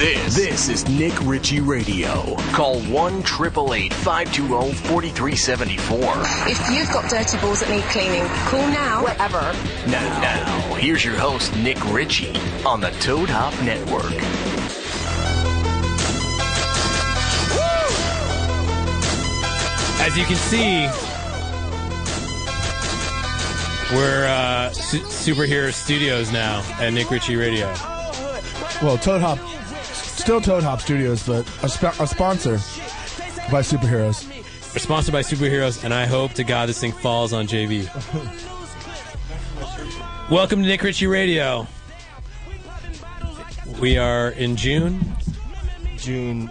This, this is Nick Ritchie Radio. Call 1 888 520 4374. If you've got dirty balls that need cleaning, call now. Whatever. Now, now, here's your host, Nick Ritchie, on the Toad Hop Network. As you can see, we're uh, su- superhero studios now at Nick Ritchie Radio. Well, Toad Hop, still Toad Hop Studios, but a, sp- a sponsor by superheroes. We're sponsored by superheroes, and I hope to God this thing falls on JV. Welcome to Nick Ritchie Radio. We are in June June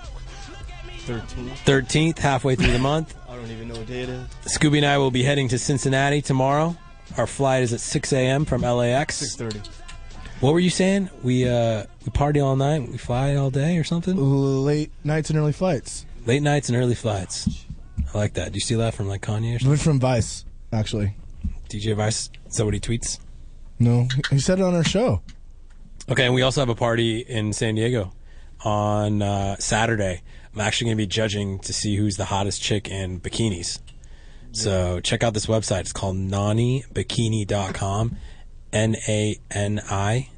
13th. 13th, halfway through the month. I don't even know what day it is. Scooby and I will be heading to Cincinnati tomorrow. Our flight is at 6 a.m. from LAX. 6:30. What were you saying? We uh, we party all night, we fly all day, or something? Late nights and early flights. Late nights and early flights. I like that. Do you steal that from like Kanye or something? Live from Vice, actually. DJ Vice? Is that what he tweets? No, he said it on our show. Okay, and we also have a party in San Diego on uh, Saturday. I'm actually going to be judging to see who's the hottest chick in bikinis. So check out this website. It's called nanibikini.com. N A N I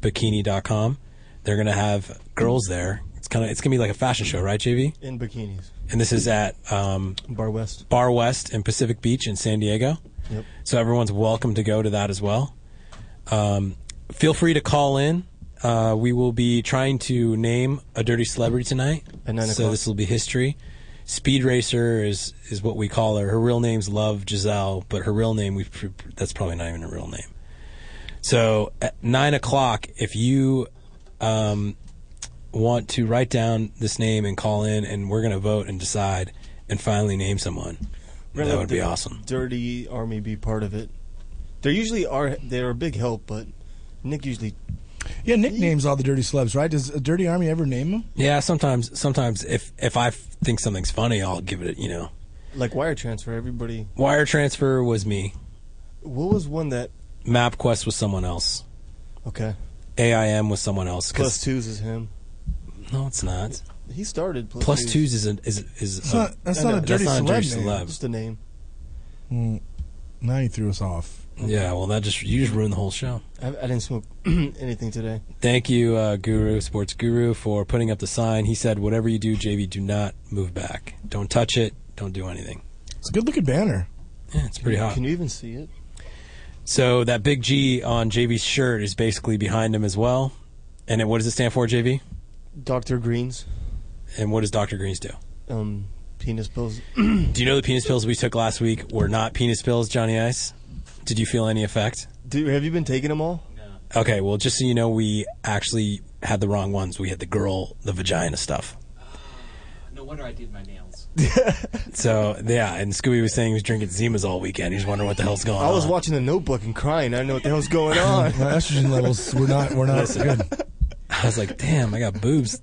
bikini.com. They're going to have girls there. It's kind of it's going to be like a fashion show, right, JV? In bikinis. And this is at um, Bar West. Bar West in Pacific Beach in San Diego. Yep. So everyone's welcome to go to that as well. Um, feel free to call in. Uh, we will be trying to name a dirty celebrity tonight. At nine so o'clock. this will be history. Speed Racer is is what we call her. Her real name's Love Giselle, but her real name we pr- pr- that's probably not even her real name. So at nine o'clock, if you um, want to write down this name and call in, and we're gonna vote and decide and finally name someone, that Really would be di- awesome. Dirty Army be part of it. They usually are. They're a big help, but Nick usually. Yeah, Nick names all the dirty celebs, right? Does a Dirty Army ever name them? Yeah, sometimes sometimes if if I f- think something's funny, I'll give it. You know, Like wire transfer, everybody. wire transfer was me. What was one that. MapQuest was someone else. Okay. AIM was someone else. 'cause- Plus twos is him. No, it's not. He started plus, Plus twos is a, is is. That's a- not, that's I not know. a dirty That's celeb. not a dirty name. celeb. Just the name. Hmm, Now you threw us off. yeah, well, that just you just ruined the whole show. I, I didn't smoke anything today. Thank you, uh, Guru Sports Guru, for putting up the sign. He said, "Whatever you do, JV, do not move back. Don't touch it. Don't do anything." It's a good looking banner. Yeah, it's pretty hot. Can you even see it? so that big G on JV's shirt is basically behind him as well. And then what does it stand for, JV? Dr. Green's And what does Doctor Greens do? um, penis pills. Do you know the penis pills we took last week were not penis pills, Johnny Ice? Did you feel any effect? Dude, have you been taking them all? Okay, well, just so you know, we actually had the wrong ones. We had the girl, the vagina stuff. No wonder I did my nails. So, yeah, and Scooby was saying he was drinking Zimas all weekend. He's wondering what the hell's going on. I was watching the notebook and crying. I didn't know what the hell's going on. My estrogen levels were not were not good. I was like, damn, I got boobs.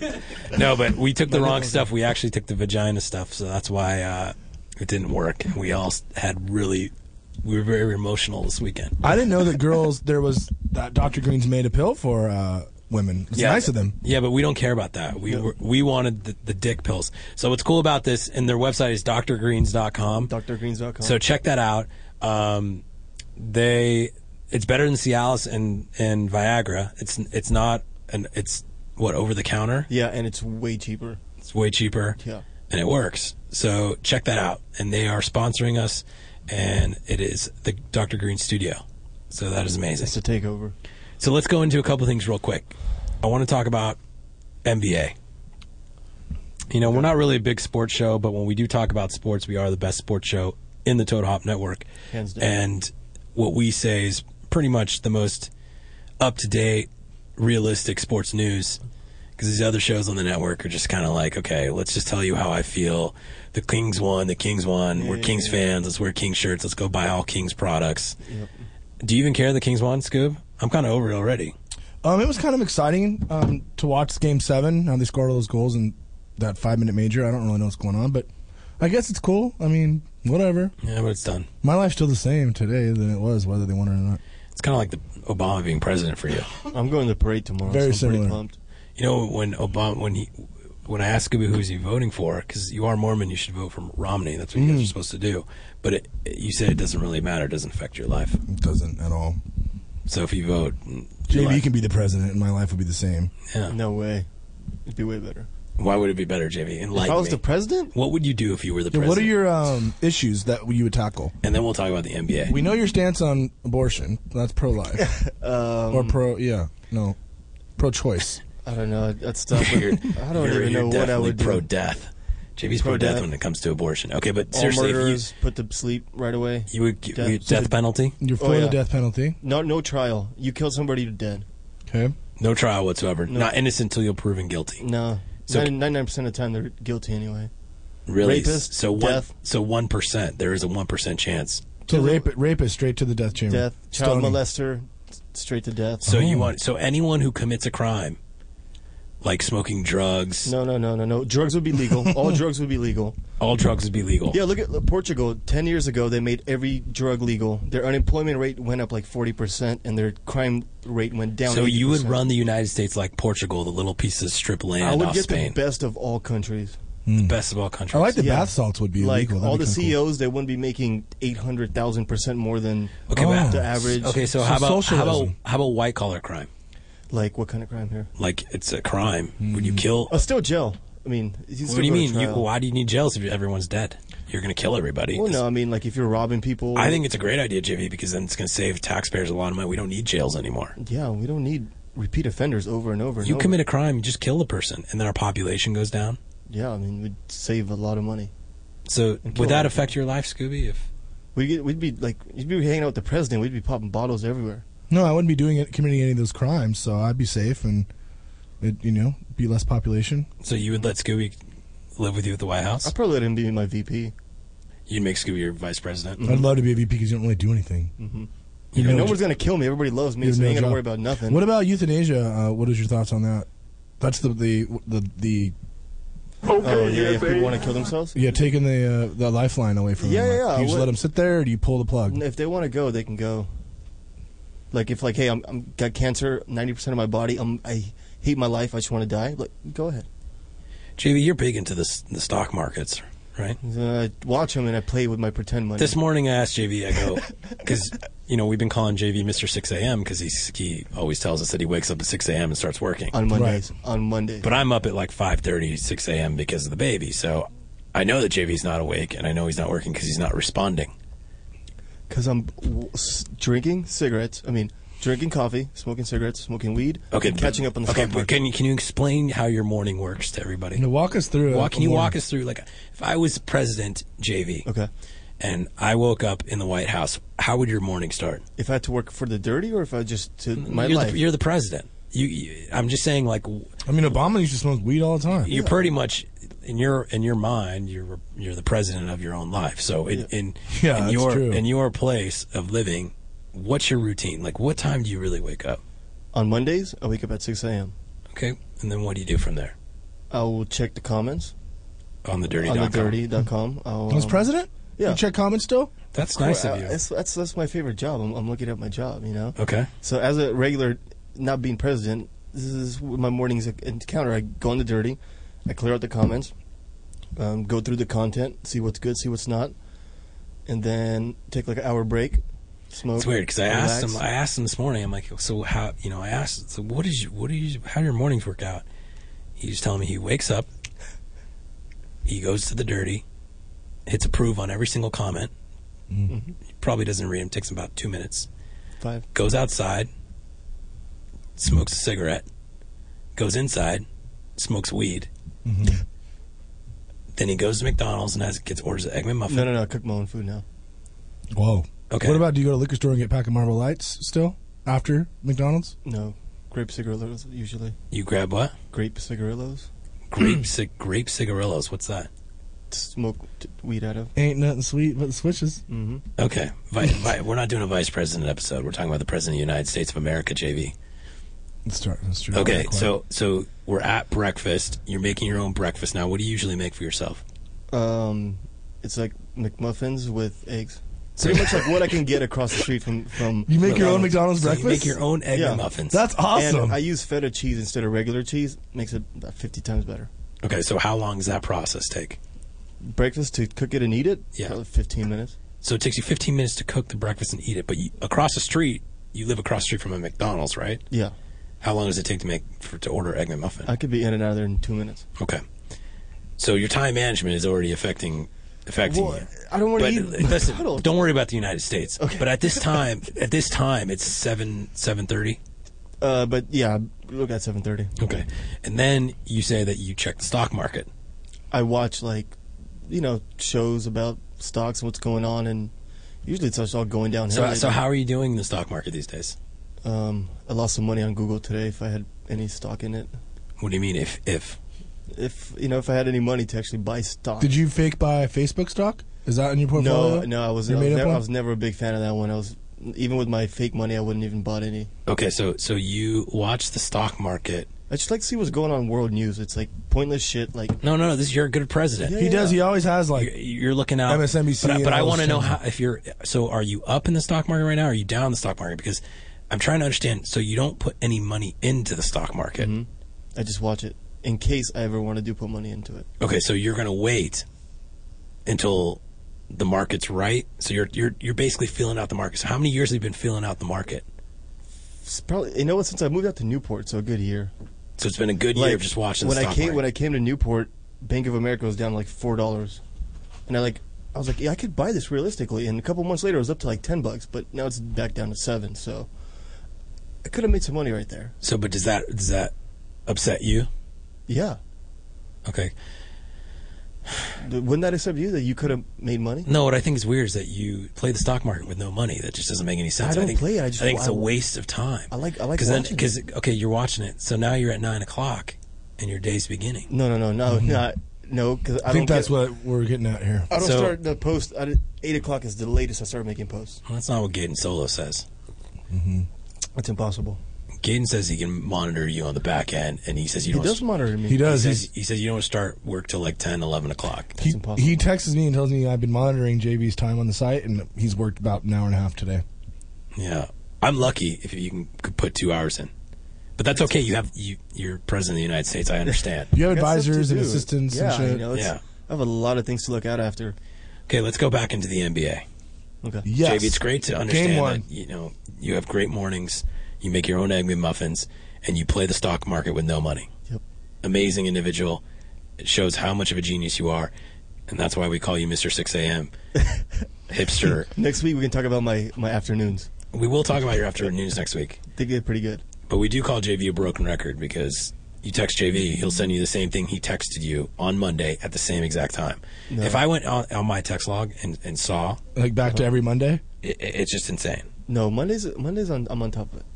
no, but we took the wrong stuff. We actually took the vagina stuff, so that's why uh, it didn't work. And we all s- had really, we were very emotional this weekend. I didn't know that girls there was that Dr. Green's made a pill for uh, women. It's nice of them. Yeah, but we don't care about that. We were, we wanted the, the dick pills. So what's cool about this, and their website is drgreens.com. drgreens.com. So check that out. Um, they it's better than Cialis and and Viagra. It's it's not and it's what over the counter. yeah, and it's way cheaper. It's way cheaper. Yeah. And it works. So check that out. And they are sponsoring us and it is the Dr. Green Studio. So that is amazing. It's a takeover. So let's go into a couple things real quick. I want to talk about NBA. You know, we're not really a big sports show, but when we do talk about sports, we are the best sports show in the Toad Hop Network. Hands down. And what we say is pretty much the most up to date, realistic sports news. Because these other shows on the network are just kind of like, okay, let's just tell you how I feel. The Kings won, the Kings won. we're Kings fans. Let's wear Kings shirts. Let's go buy all Kings products. Do you even care the Kings won, Scoob? I'm kind of over it already. Um, it was kind of exciting um, to watch Game Seven. How they scored all those goals in that five minute major. I don't really know what's going on, but I guess it's cool. I mean, whatever. Yeah, but it's done. My life's still the same today than it was, whether they won or not. It's kind of like the Obama being president for you. I'm going to the parade tomorrow. Very so I'm pretty similar. pumped. You know when Obama when he when I asked Scooby who's he voting for because you are Mormon, you should vote for Romney. That's what you Mm. guys are supposed to do. But it, it- you said it doesn't really matter. It doesn't affect your life. It doesn't at all. So if you vote, mm, JB your life- can be the president, and my life would be the same. yeah. No way. It'd be way better. Why would it be better, JV? If I Enlighten was me. the president, what would you do if you were the president? What are your um, issues that you would tackle? and then we'll talk about the NBA. We know your stance on abortion. That's pro life um, or pro. Yeah, no, pro choice. I don't know. That's tough. You're- I don't you're- even you're know what I definitely would do. pro death. JV's pro death Pro-death. when it comes to abortion. Okay, but All seriously, if murderers put to sleep right away. you, you would get Death- death, death penalty, You're for Oh, the yeah. death penalty. No, no trial. You kill somebody, you're dead. Okay. no trial whatsoever, not innocent until you're proven guilty. No. So- Ninety-nine percent of the time, they're guilty anyway. Really? Rapist, so one, death. so one percent. There is a one percent chance. So Kill- rape, rape is straight to the death chamber. Oh. Death. Child Stoning. molester, s- straight to death. So you want so anyone who commits a crime, like smoking drugs, No, no, no, no, no. Drugs would be legal. All drugs would be legal. all drugs would be legal. Yeah, look at look, Portugal. Ten years ago, they made every drug legal. Their unemployment rate went up like forty percent, and their crime rate went down. So you would 80%. run the United States like Portugal, the little piece of strip land I would off get Spain, the best of all countries. best of all countries. Hmm. I like the Yeah. bath salts would be like illegal. That'd all be the kinda cool. CEOs, they wouldn't be making eight hundred thousand percent more than Okay, but- the average. Oh. Okay, so, how Oh. So about how about socialism. how about white collar crime? like what kind of crime here? Like it's a crime. Would you kill? Oh, still jail. I mean, you can still what do you go to mean? You, trial. why do you need jails if everyone's dead? You're going to kill everybody. Well, no, I mean like if you're robbing people. I think it's a great idea, Jimmy, because then it's going to save taxpayers a lot of money. We don't need jails anymore. yeah, we don't need repeat offenders over and over. And You over. commit a crime, you just kill the person, and then our population goes down. Yeah, I mean we'd save a lot of money. So And kill would that them. affect your life, Scooby? If We'd get, we'd be like you'd be hanging out with the president. We'd be popping bottles everywhere. No, I wouldn't be doing it, committing any of those crimes, so I'd be safe and it, you know, be less population. so, you would let Scooby live with you at the White House. I'd probably let him be my VP. You'd make Scooby your vice president. I'd love to be a VP because you don't really do anything. You And know, Mm-hmm. no one's gonna kill me. Everybody loves me, you so they know ain't gonna job. worry about nothing. What about euthanasia? Uh, what is your thoughts on that? That's the the the, the oh yeah, if people want to kill themselves, yeah taking the uh, the lifeline away from Yeah, them. yeah, Do you just what- let them sit there, or do you pull the plug? if they want to go, they can go. Like if like, hey, I'm, I'm got cancer, ninety percent of my body, I'm, I hate my life, I just want to die. Like, go ahead. JV, you're big into this, the stock markets, right? Uh, I watch him and I play with my pretend money. This morning I asked JV, I go, because, you know, we've been calling JV Mr. 6 a.m. because he always tells us that he wakes up at 6 a.m. and starts working. on Mondays. On Mondays. But I'm up at like 5.30, 6 a.m. because of the baby. So I know that JV's not awake and I know he's not working because he's not responding. because I'm w- s- drinking cigarettes. I mean, drinking coffee, smoking cigarettes, smoking weed. Okay. and catching up on the Okay, stock but market. can you, can you explain how your morning works to everybody? Now walk us through. uh, Walk, can you walk us through, like, if I was president, JV, Okay. and I woke up in the White House, how would your morning start? If I had to work for the dirty, or if I just to my Mm-hmm. you're, life, The, you're the president. You, you, I'm just saying, like, w- I mean, Obama used to smoke weed all the time. you're pretty much in your in your mind, you're you're the president of your own life. So in in, Yeah, in that's your true. in your place of living, what's your routine? Like, what time do you really wake up? on Mondays I wake up at six a.m. Okay, and then what do you do from there I will check the comments on the dirty on the dot com? dirty.com. Hmm. I'll, As um, president, yeah. you check comments still. That's nice I- of you. That's, that's that's my favorite job. I'm, I'm looking at my job, you know. Okay, So as a regular, not being president, this is my morning's encounter. I go on the dirty, I clear out the comments, um, go through the content, see what's good, see what's not, and then take like an hour break, smoke. it's weird because I asked him. relax. I asked him this morning. I'm like, so how? You know, I asked, so what is you? What do you? How do your mornings work out? He was telling me he wakes up, he goes to the dirty, hits approve on every single comment. Mm-hmm. Probably doesn't read him. Takes him about two minutes. Mm-hmm. Five. goes outside, smokes a cigarette, goes inside, smokes weed. Then he goes to McDonald's and has gets orders an Eggman muffin. No, no, no. I cook my own food now. Whoa. Okay. What about do you go to the liquor store and get a pack of Marble Lights still after McDonald's? No, grape cigarillos usually. You grab what? Grape cigarillos. Grape cig- grape cigarillos. What's that? Smoke t- weed out of. Ain't nothing sweet but the switches. Mm-hmm. Okay. Vi- vi- we're not doing a vice president episode. We're talking about the president of the United States of America, JV. Let's start. Let's start Okay. Quiet. So so we're at breakfast. You're making your own breakfast now. What do you usually make for yourself? Um, it's like McMuffins with eggs. Pretty much like what I can get across the street from from. You make your own McDonald's So breakfast. You make your own egg Yeah. muffins. That's awesome. And I use feta cheese instead of regular cheese. Makes it about fifty times better. okay, so how long does that process take? Breakfast to cook it and eat it. Yeah. Probably fifteen minutes. So it takes you 15 minutes to cook the breakfast and eat it, but you, across the street, you live across the street from a McDonald's, right? Yeah. How long does it take to make for, to order egg McMuffin? I could be in and out of there in two minutes. okay, so your time management is already affecting affecting Well, you. I don't wanna But, eat uh, listen, McDonald's. Don't worry about the United States. But at this time, at this time, it's seven seven thirty. Uh, but yeah, look at seven thirty. Okay, and then you say that you check the stock market. I watch like, you know, shows about stocks and what's going on, and usually it's all going downhill. So, so how are you doing in the stock market these days? Um, I lost some money on Google today. If I had any stock in it, What do you mean if if? if you know, if I had any money to actually buy stock. Did you fake buy Facebook stock? Is that in your portfolio? No, no, I was, I Your was, made-up never, I one? was never a big fan of that one. I was even with my fake money, I wouldn't even bought any. Okay, so so you watch the stock market. I just like to see what's going on in world news. It's like pointless shit. Like No, no, no. This you're a good president. Yeah, He does. He always has You're, like. you're looking out MSNBC But, I- and but I all want to those know how, channels. if you're. So are you up in the stock market right now? Or are you down in the stock market? Because I'm trying to understand. So you don't put any money into the stock market. Mm-hmm. I just watch it in case I ever want to do put money into it. Okay, so you're going to wait until the market's right. So you're you're you're basically feeling out the market. So how many years have you been feeling out the market? It's probably you know what? Since I moved out to Newport, so a good year. So it's been a good year of just watching the when I stock came market. when I came to Newport, Bank of America was down like four dollars, and I like I was like, yeah, I could buy this realistically. And a couple months later, it was up to like ten bucks, but now it's back down to seven. So I could have made some money right there. so, but does that does that upset you? Yeah, Okay. wouldn't that accept you that you could have made money? No, what I think is weird is that you play the stock market with no money. That just doesn't make any sense. I don't think, play it. I just- think it's a I- waste of time. I like- I like because watching it. because okay, you're watching it. So now you're at nine o'clock, and your day's beginning. No, no, no, no, not no. Because Mm-hmm. I, I think don't that's get- what we're getting at here. I don't So- start the post. I, did- eight o'clock is the latest I start making posts. Well, that's not what Gaten Solo says. That's impossible. Gaten says he can monitor you on the back end, and he says you He don't. does monitor me. He he does. says, He's, he says you don't start work till like 10, 11 o'clock. That's he, impossible. he texts me and tells me I've been monitoring JB's time on the site, and he's worked about an hour and a half today. Yeah, I'm lucky if you can could put two hours in, but that's okay. You have you you're president of the United States. I understand. You have I got stuff to advisors and do. assistants Yeah, and shit. I, know, it's- Yeah. I have a lot of things to look out after. Okay, let's go back into the NBA. Okay. Yes. JV, it's great to Game understand one. that you know you have great mornings. You make your own egg muffins, and you play the stock market with no money. Yep. Amazing individual. It shows how much of a genius you are, and that's why we call you Mister Six AM, hipster. Next week we can talk about my my afternoons. We will talk about your afternoons next week, They get pretty good. but we do call JV a broken record because you text JV, he'll send you the same thing he texted you on Monday at the same exact time. If I went on, on my text log and, and saw, Uh-huh. Like back Uh-huh. to every Monday. it, it- it's just insane. No, Mondays Mondays on, I'm on top of it.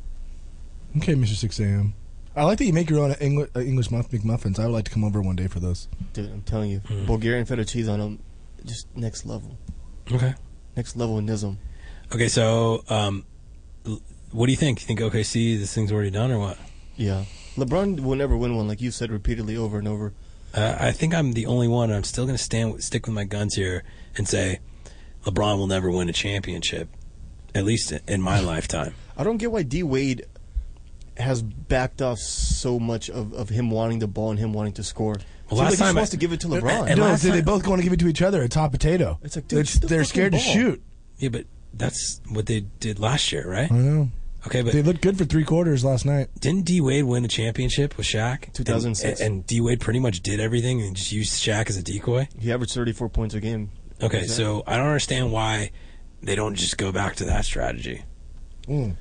Okay, Mr. 6 a.m. I like that you make your own English, uh, English muff- McMuffins. I would like to come over one day for those. Dude, I'm telling you, Hmm. Bulgarian feta cheese on them, just next level, Okay. next level nism. Okay, so um, l- what do you think? You think OKC this thing's already done or what? Yeah, LeBron will never win one, like you said repeatedly over and over. Uh, I think I'm the only one. I'm still going to stand with, stick with my guns here and say LeBron will never win a championship, at least in my lifetime. I don't get why D Wade has backed off so much of, of him wanting the ball and him wanting to score. Seems last time like he I- Uh, wants to give it to And- LeBron. and no, last they, they time- both want to give it to each other. It's hot potato. It's like, dude, they're, shoot the they're fucking scared to ball. shoot. Yeah, but that's what they did last year, right? I know. Okay, but Mm-hmm. They looked good for three quarters last night. didn't D Wade win a championship with Shaq? 2006. And, and D Wade pretty much did everything and just used Shaq as a decoy. he averaged 34 points a game. Okay, Exactly. so I don't understand why they don't just go back to that strategy. Mm.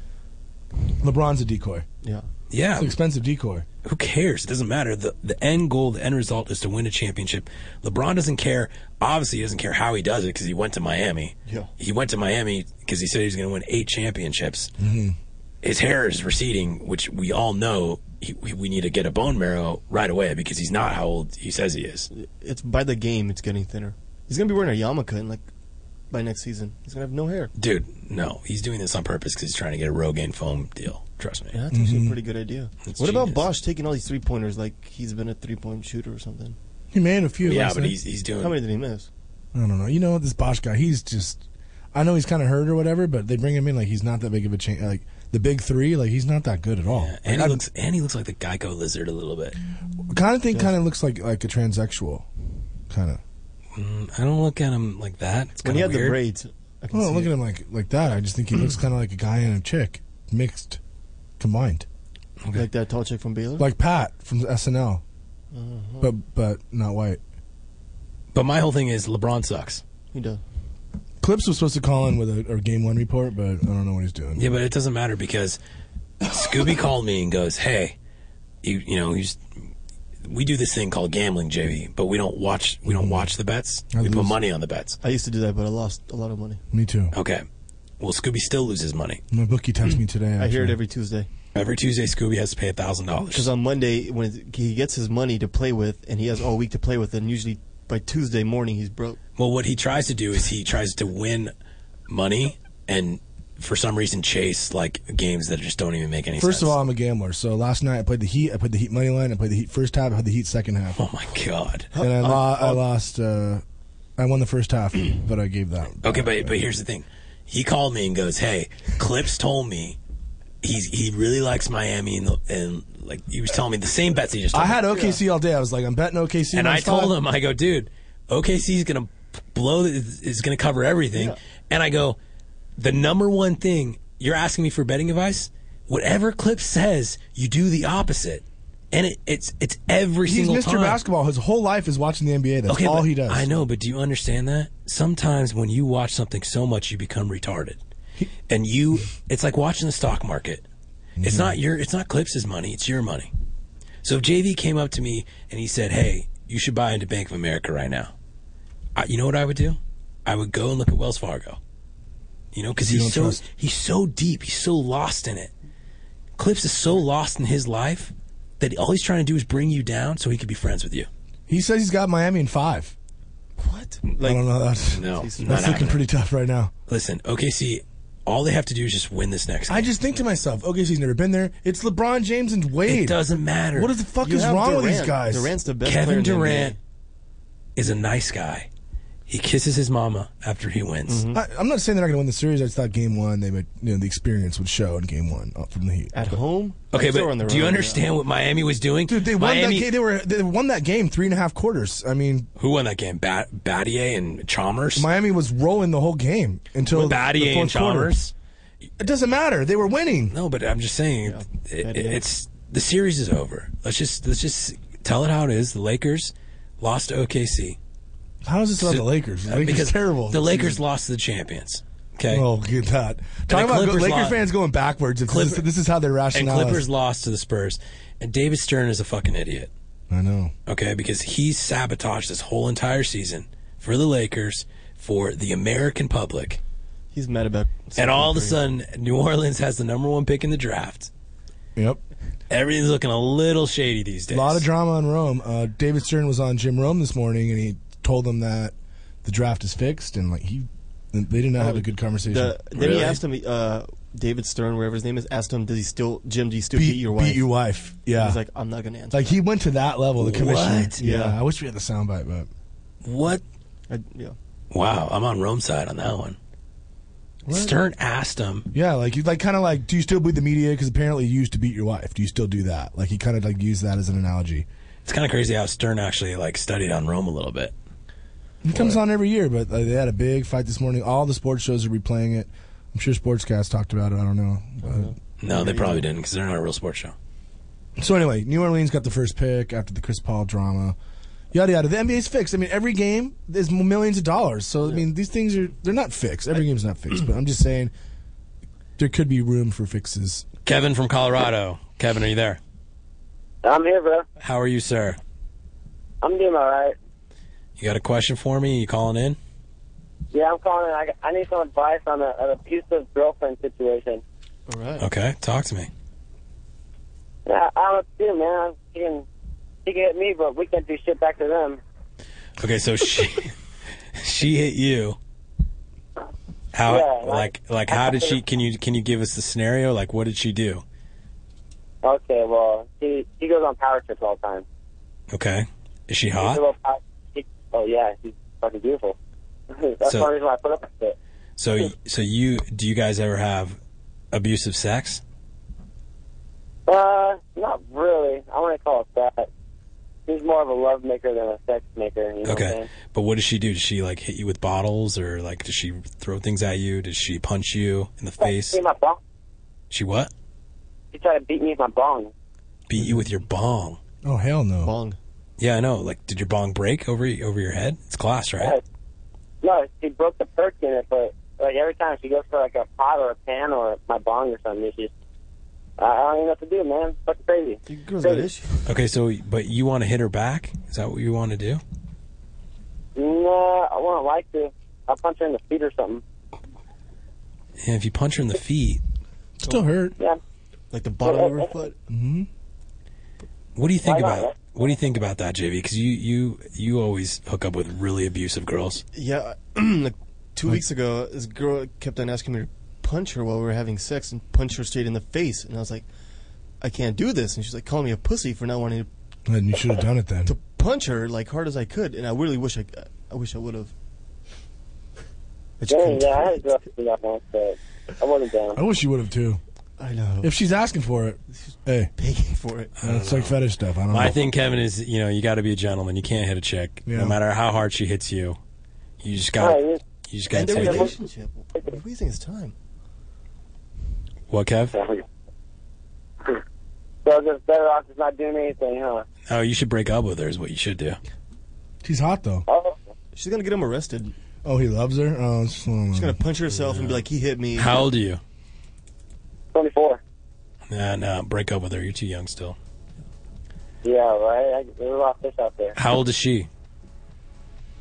LeBron's a decoy. yeah, Yeah, It's an expensive decoy. who cares? It doesn't matter. The the end goal, the end result is to win a championship. LeBron doesn't care. Obviously, he doesn't care how he does it because he went to Miami. Yeah. He went to Miami because he said he was going to win eight championships. His hair is receding, which we all know he, we, we need to get a bone marrow right away because he's not how old he says he is. it's by the game. It's getting thinner. He's gonna be wearing a yarmulke in like by next season. He's gonna have no hair. Dude, no. He's doing this on purpose because he's trying to get a Rogaine foam deal. Trust me. Yeah, that's actually a pretty good idea. Mm-hmm. That's what about genius. Bosch taking all these three pointers? Like he's been a three point shooter or something. He made a few. Yeah, last but night. he's, he's doing. How many did he miss? I don't know. You know this Bosch guy. He's just. I know he's kind of hurt or whatever, but they bring him in like he's not that big of a change. Like the big three, like he's not that good at all. Yeah, and he looks and he looks like the Geico lizard a little bit. Kind of thing, kind of looks like like a transsexual, kind of. Mm, I don't look at him like that. It's When kind he of had the weird. braids, I can Well, see look it. at him like like that. I just think he looks kind of like a guy and a chick mixed, combined, like that tall chick from Baylor. like Pat from SNL, but but not white. but my whole thing is LeBron sucks. he does. Clips was supposed to call in with a or game one report, but I don't know what he's doing. Yeah, but it doesn't matter because Scooby called me and goes, "Hey, you you know, you just, we do this thing called gambling, JV, but we don't watch we don't watch the bets. I we put lose. money on the bets." I used to do that, but I lost a lot of money. Me too. Okay. Well, Scooby still loses money. My bookie texted me today. Hmm. I hear actually. it Oh, every Tuesday Every Tuesday, Scooby has to pay thousand because dollars. on Monday when it- he gets his money to play with, and he has all week to play with, and usually by Tuesday morning he's broke. Well, what he tries to do is he tries to win money and. For some reason, chase like games that just don't even make any First sense. of all, I'm a gambler. So last night I played the Heat. I played the Heat money line. I played the Heat first half. I played the Heat second half. oh my god. Oh. And I, lo- I lost. Uh, I won the first half, but I gave that. Okay, but but here's the thing. He called me and goes, "Hey, Clips told me he's he really likes Miami and, and like he was telling me the same bets he just. Told I had me. OKC all day. I was like, I'm betting OKC. and I nonstop. told him, I go, dude, OKC's gonna blow is is gonna cover everything, and I go, the number one thing you're asking me for betting advice, whatever Clips says, you do the opposite, and it, it's it's every he's single Mr. time. Basketball. His whole life is watching the NBA. That's all but he does. I know, but do you understand that? Sometimes when you watch something so much, you become retarded, and you it's like watching the stock market. Mm-hmm. It's not your, it's not Clips's money, it's your money. So if JV came up to me and he said, "Hey, you should buy into Bank of America right now," I, you know what I would do? I would go and look at Wells Fargo. You know, because You he's so don't trust. he's so deep, he's so lost in it. Clips is so lost in his life that all he's trying to do is bring you down so he could be friends with you. He says he's got Miami in five. What? Like I don't know. That's, No, He's- not that's looking happening. pretty tough right now. Listen, OKC, all they have to do is just win this next. I game. just think to myself, OKC's never been there. It's LeBron James and Wade. it doesn't matter. What the fuck you is have wrong Durant. with these guys? Durant's the best player Kevin in the Durant NBA. is a nice guy. He kisses his mama after he wins. Mm-hmm. Mm-hmm. I, I'm not saying they're not going to win the series. I just thought game one, they would, you know, the experience would show in game one uh, from the Heat. at home. Okay, They're on but their do you own, yeah. understand what Miami was doing? Dude, they won Miami, that game. They were they won that game three and a half quarters. I mean, Who won that game? Bat- Battier and Chalmers. Miami was rolling the whole game until the- the Battier fourth and quarter. Chalmers. It doesn't matter. They were winning. No, but I'm just saying, it, it- Battier. it's the series is over. Let's just let's just tell it how it is. The Lakers lost to OKC How is this about the Lakers? The Lakers because terrible. The Lakers lost to the champions. Okay, Oh, get that. Talking about Clippers Lakers lost. fans going backwards. If this, Clipper- is, this is how they're and rationalizing. Clippers lost to the Spurs. And David Stern is a fucking idiot, I know. okay? Because he sabotaged this whole entire season for the Lakers, for the American public, He's mad about. and all of a sudden, New Orleans has the number one pick in the draft. Yep. Everything's looking a little shady these days. A lot of drama in Rome. Uh, David Stern was on Jim Rome this morning, and he told them that the draft is fixed, and like he, they did not Oh, have a good conversation. The, then Really? he asked him, uh, David Stern, wherever his name is, asked him, "Does he still, Jim? Do you still beat, beat, your wife?" beat your wife. Yeah. He was like, "I'm not gonna answer." Like, he went to that level. The commissioner. What? Yeah. Yeah. I wish we had the soundbite, but What? that. I- yeah. Wow, I'm on Rome's side on that one. Stern asked him. yeah, like you like kind of like, do you still believe the media? Because apparently you used to beat your wife. Do you still do that? Like he kind of like used that as an analogy. It's kind of crazy how Stern actually like studied on Rome a little bit. He comes on every year, but uh, they had a big fight this morning. All the sports shows are replaying it. I'm sure Sportscast talked about it. I don't know. No, they probably didn't because they're not a real sports show. So anyway, New Orleans got the first pick after the Chris Paul drama. Yada yada. The NBA's fixed. I mean, every game is millions of dollars. So I mean, these things are they're not fixed. Every game's not fixed. But I'm just saying, there could be room for fixes. Kevin from Colorado. Kevin, are you there? I'm here, bro. How are you, sir? I'm doing all right. You got a question for me? You calling in? Yeah, I'm calling. I, I need some advice on a, an abusive girlfriend situation. All right. Okay, talk to me. Yeah, I don't know what to do, man. She can, she can hit me, but we can't do shit back to them. Okay, so she she hit you. How Yeah, like like- like how did she can you can you give us the scenario? Like what did she do? Okay, well, she she goes on power trips all the time. Okay. Is she She's a hot? little power, she, oh yeah, she's fucking beautiful. That's So- the only reason why I put up with it. So so you do you guys ever have abusive sex? Uh, not really. I want to call it that. She's more of a love maker than a sex maker. You know What I'm Okay. saying? But what does she do? Does she like hit you with bottles or like does she throw things at you? Does she punch you in the face? See my bong? She what? She tried to beat me with my bong. Beat you with your bong. Oh hell no! Bong. Yeah, I know. Like did your bong break over y- over your head? It's class, right? No, she broke the perk in it, but like every time she goes for like a pot or a pan or my bong or something, it's just I I don't even know what to do, man. It's fucking crazy. You girls got issues. Okay, so but you want to hit her back? Is that what you want to do? Nah, I wouldn't like to. I'll punch her in the feet or something. And if you punch her in the feet, Still hurt. Yeah. Like the bottom of her foot. Mm-hmm. What do you think Why not? about what do you think about that, JV? Because you you you always hook up with really abusive girls. Yeah, like two weeks ago, this girl kept on asking me to punch her while we were having sex and punch her straight in the face. And I was like, I can't do this. And she's like, calling me a pussy for not wanting Then you should have done it then. to punch her like hard as I could. And I really wish I, I wish I would have. I just Dang, couldn't yeah, I do had to it. go up to that once, but I wasn't down. I wish you would have too. I know. If she's asking for it, hey, Uh, begging for it. it's like fetish stuff. I don't My Mm-hmm. know. thing, Kevin, is you know you got to be a gentleman. You can't hit a chick, Yeah. no matter how hard she hits you. You just got Right, you it's- just got End to a take it. relationship. We're wasting his time. What, Kev? So it's just better off just not doing anything, huh? Oh, you should break up with her. Is what you should do. She's hot though. Oh, She's gonna get him arrested. Oh, he loves her. Oh, it's just, I don't She's know. gonna punch herself and be like, "He hit me." How old are you? 24. Nah, nah, break up with her. You're too young still. Yeah, right? I, there's a lot of fish out there. How old is she?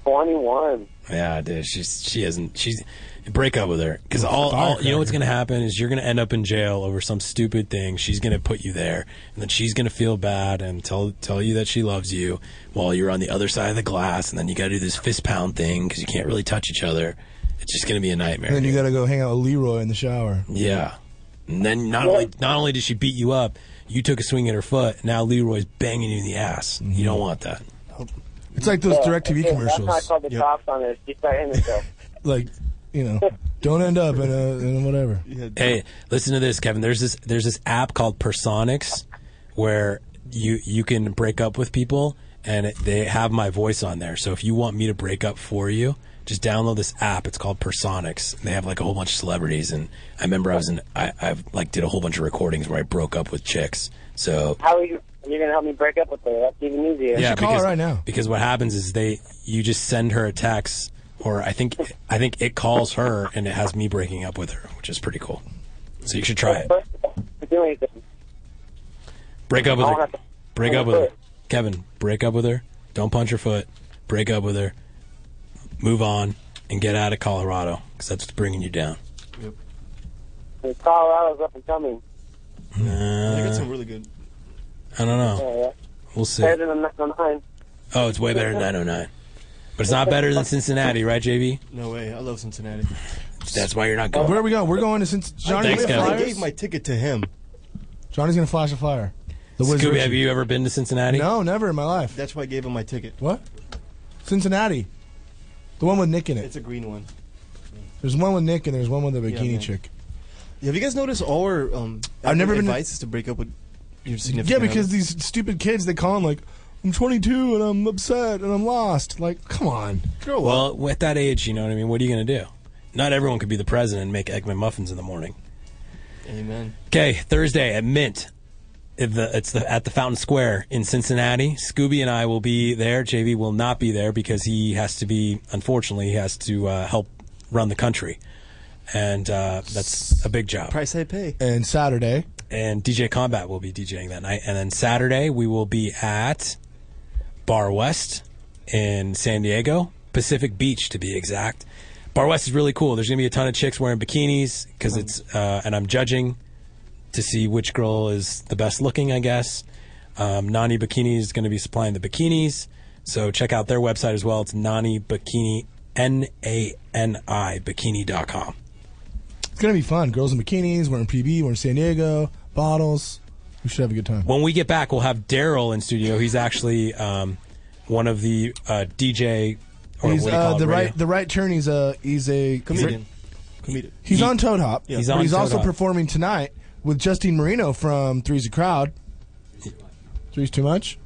21. Yeah, dude, she's she isn't. She's break up with her because all, all you know what's gonna happen is you're gonna end up in jail over some stupid thing. She's gonna put you there, and then she's gonna feel bad and tell tell you that she loves you while you're on the other side of the glass, and then you gotta do this fist pound thing because you can't really touch each other. It's just gonna be a nightmare. And then you dude. gotta go hang out with Leroy in the shower. yeah, and then not only not only did she beat you up, you took a swing at her foot. Now Leroy's banging you in the ass. You don't want that. It's like those direct TV Yeah, That's how I commercials. called the Yep. cops on her. She started hitting herself. Like, you know, don't end up in a in a whatever. Yeah, Hey, listen to this, Kevin. There's this there's this app called Personics where you you can break up with people and it, they have my voice on there. So if you want me to break up for you, just download this app. It's called Personics. And they have like a whole bunch of celebrities and I remember I was in I I've like did a whole bunch of recordings where I broke up with chicks. So How are you? You're going to help me break up with her. That's even easier. yeah, should call her because, right now. Because what happens is they you just send her a text or I think I think it calls her and it has me breaking up with her, which is pretty cool. So you should try it. First, to do anything. Break up I with her. wanna- I Break wanna up with her. put- Kevin, break up with her. Don't punch her foot. Break up with her. Move on and get out of Colorado because that's what's bringing you down. And Colorado's up and coming. they got Uh, some really good. I don't know. Yeah, yeah. We'll see. Better than the 909. Oh, it's way better than 909. But it's not better than Cincinnati, right, JB? No way. I love Cincinnati. That's why you're not Where going. are we going? We're going to since Johnny's Thanks, gonna guys. I fly- gave my ticket to him. Johnny's gonna flash a flyer. The Wiz Scooby, Ritchie. have you ever been to Cincinnati? No, never in my life. That's why I gave him my ticket. What? Cincinnati. The one with Nick in it. It's a green one. There's one with Nick and there's one with the Yeah, bikini man. chick. Have you guys noticed all our um, I've never been to- advice is to break up with your significant Yeah, other? because these stupid kids they call him like, I'm 22 and I'm upset and I'm lost. Like, come on. Grow up. Well, at that age, you know what I mean? What are you going to do? Not everyone could be the president and make Eggman muffins in the morning. Amen. Okay, Thursday at Mint. At the, it's the, at the Fountain Square in Cincinnati. Scooby and I will be there. JV will not be there because he has to be, unfortunately, he has to uh, help run the country. And uh, that's a big job. Price I pay. And Saturday, And DJ Combat will be DJing that night. And then Saturday, we will be at Bar West in San Diego, Pacific Beach to be exact. Bar West is really cool. There's going to be a ton of chicks wearing bikinis because it's, uh, and I'm judging to see which girl is the best looking, I guess. Um, Nani Bikini is going to be supplying the bikinis. So check out their website as well. It's Nani Bikini, N A N I bikini.com. it's gonna be fun. Girls in bikinis, we're in PB, we're in San Diego, bottles. We should have a good time. when we get back, we'll have Daryl in studio. He's actually um, one of the uh, DJ or He's what do you uh, call it, the radio- right the right turn. He's a he's a Comedian. comedic. He's on Toad Hop. Yeah. He's He's on he's Toad also Hop. performing tonight with Justine Marino from Three's a Crowd. Three's Too Much.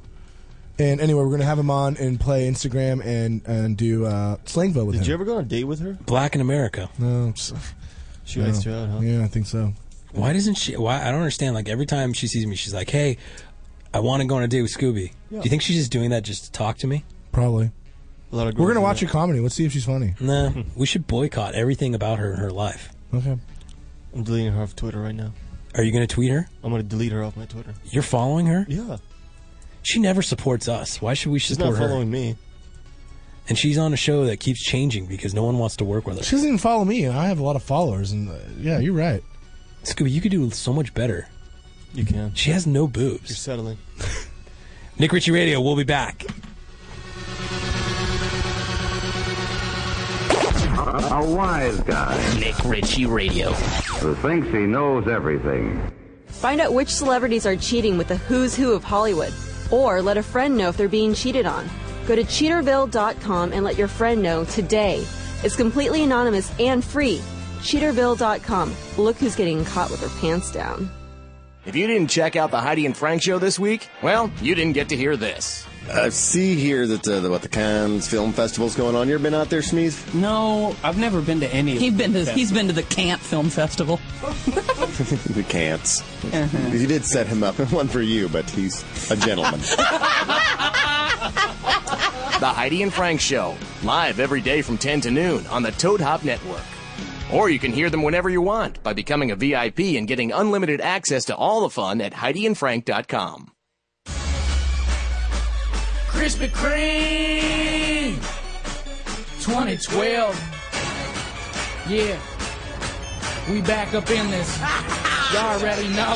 And anyway, we're going to have him on and play Instagram and, and do uh, Slangville with Did you him. ever go on a date with her? Black in America. no, it's- She iced you out, huh? Yeah, I think so. Why doesn't she? Why I don't understand. Like every time she sees me, she's like, "Hey, I want to go on a date with Scooby." Do you think she's just doing that just to talk to me? Probably. A lot of We're girls going to do watch that. her comedy. Let's see if she's funny. Nah. we should boycott everything about her in her life. Okay. I'm deleting her off Twitter right now. Are you going to tweet her? I'm gonna delete her off my Twitter. You're following her? Yeah, She never supports us. Why should we she's not support her? following me. And she's on a show that keeps changing because no one wants to work with her. She doesn't even follow me, and I have a lot of followers. And uh, yeah, you're right. Scooby, you could do so much better. You can. She has no You're boobs. settling. Nick Ritchie Radio, we'll be back. A wise guy Nick Ritchie Radio. who thinks he knows everything. Find out which celebrities are cheating with the who's who of Hollywood, or let a friend know if they're being cheated on. Go to cheaterville.com and let your friend know today. It's completely anonymous and free. Cheaterville.com. Look who's getting caught with her pants down. If you didn't check out the Heidi and Frank show this week, well, you didn't get to hear this. I Uh, see here that uh, the, what the Cannes Film Festival's going on. You ever been out there, Sneeze? No, I've never been to any. He's been to Yeah. he's been to the Camp Film Festival. the can'ts. Uh-huh. You did set him up. One for you, but he's a gentleman. The Heidi and Frank Show, live every day from 10 to noon on the Toad Hop Network. Or you can hear them whenever you want by becoming a VIP and getting unlimited access to all the fun at HeidiandFrank.com. Krispy Kreme 2012. Yeah. We back up in this. Y'all already know.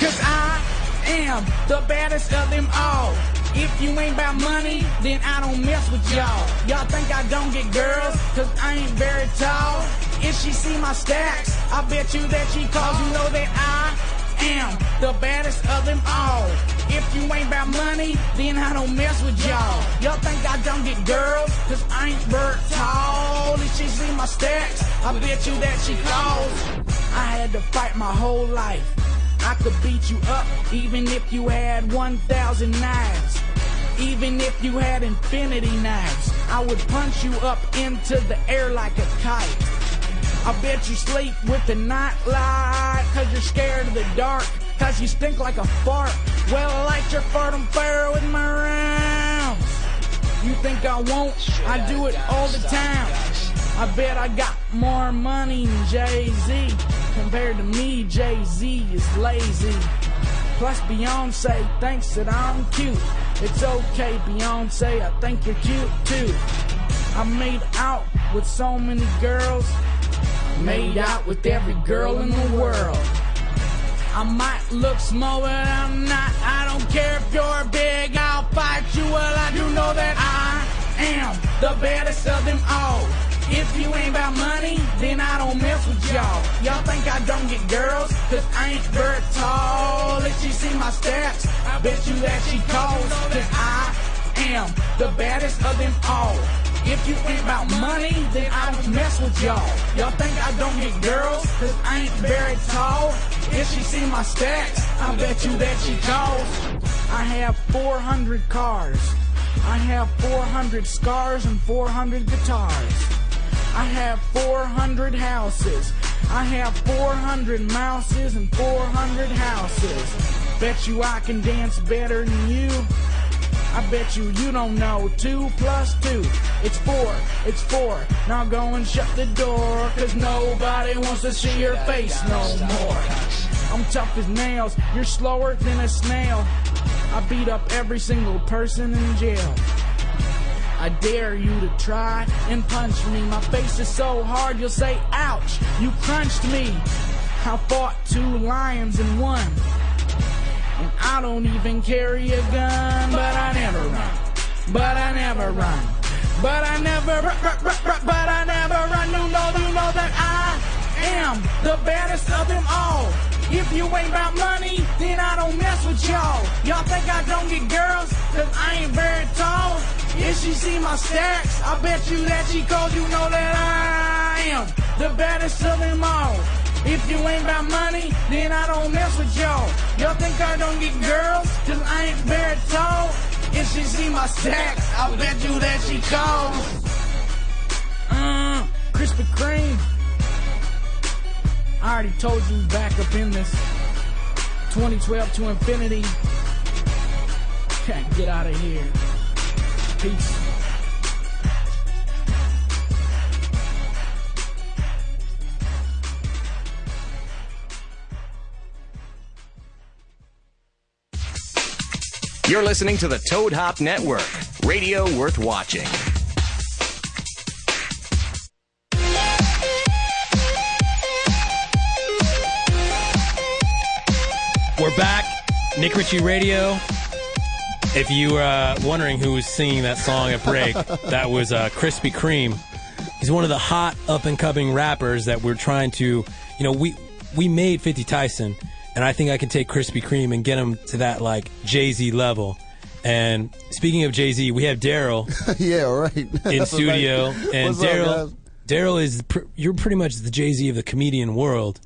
Cause I am the baddest of them all. If you ain't about money, then I don't mess with y'all. Y'all think I don't get girls, cause I ain't very tall. If she see my stacks, I bet you that she calls. You know that I am the baddest of them all. If you ain't about money, then I don't mess with y'all. Y'all think I don't get girls, cause I ain't very tall. If she see my stacks, I bet you that she calls. I had to fight my whole life. I could beat you up even if you had 1,000 knives. Even if you had infinity knives, I would punch you up into the air like a kite. I bet you sleep with the night light, cause you're scared of the dark, cause you stink like a fart. Well, I light your fart on fire with my rounds. You think I won't? I do it all the time. I bet I got more money than Jay Z. Compared to me, Jay Z is lazy. Plus, Beyonce thinks that I'm cute. It's okay, Beyonce, I think you're cute too. I made out with so many girls, made out with every girl in the world. I might look small, but I'm not. I don't care if you're big, I'll fight you. Well, I do know that I am the baddest of them all. If you ain't about money, then I don't mess with y'all. Y'all think I don't get girls, cause I ain't very tall. If she see my steps, I bet you that she calls. Cause I am the baddest of them all. If you ain't about money, then I don't mess with y'all. Y'all think I don't get girls, cause I ain't very tall. If she see my stacks, I bet you that she calls. I have 400 cars. I have 400 scars and 400 guitars. I have 400 houses. I have 400 mouses and 400 houses. Bet you I can dance better than you. I bet you you don't know. Two plus two, it's four, it's four. Now go and shut the door, cause nobody wants to see your face no more. I'm tough as nails, you're slower than a snail. I beat up every single person in jail. I dare you to try and punch me. My face is so hard you'll say, ouch, you crunched me. I fought two lions in one. And I don't even carry a gun, but I never run. But I never run. But I never, r- r- r- r- but I never run. You know, you know that I am the baddest of them all. If you ain't about money, then I don't mess with y'all. Y'all think I don't get girls, cause I ain't very tall. If she see my stacks, I bet you that she calls. You know that I am the baddest of them all. If you ain't about money, then I don't mess with y'all. Y'all think I don't get girls, cause I ain't very tall. If she see my stacks, I bet you that she calls. Mmm, Krispy Kreme. I already told you back up in this 2012 to infinity. Can't get out of here. Peace. You're listening to the Toad Hop Network, radio worth watching. We're back, Nick Ritchie Radio. If you were uh, wondering who was singing that song at break, that was uh, Krispy Kreme. He's one of the hot up and coming rappers that we're trying to, you know, we we made 50 Tyson, and I think I can take Krispy Kreme and get him to that like Jay Z level. And speaking of Jay Z, we have Daryl yeah, right. in Right. studio, and What's up, Daryl, guys? Daryl is pr- you're pretty much the Jay Z of the comedian world.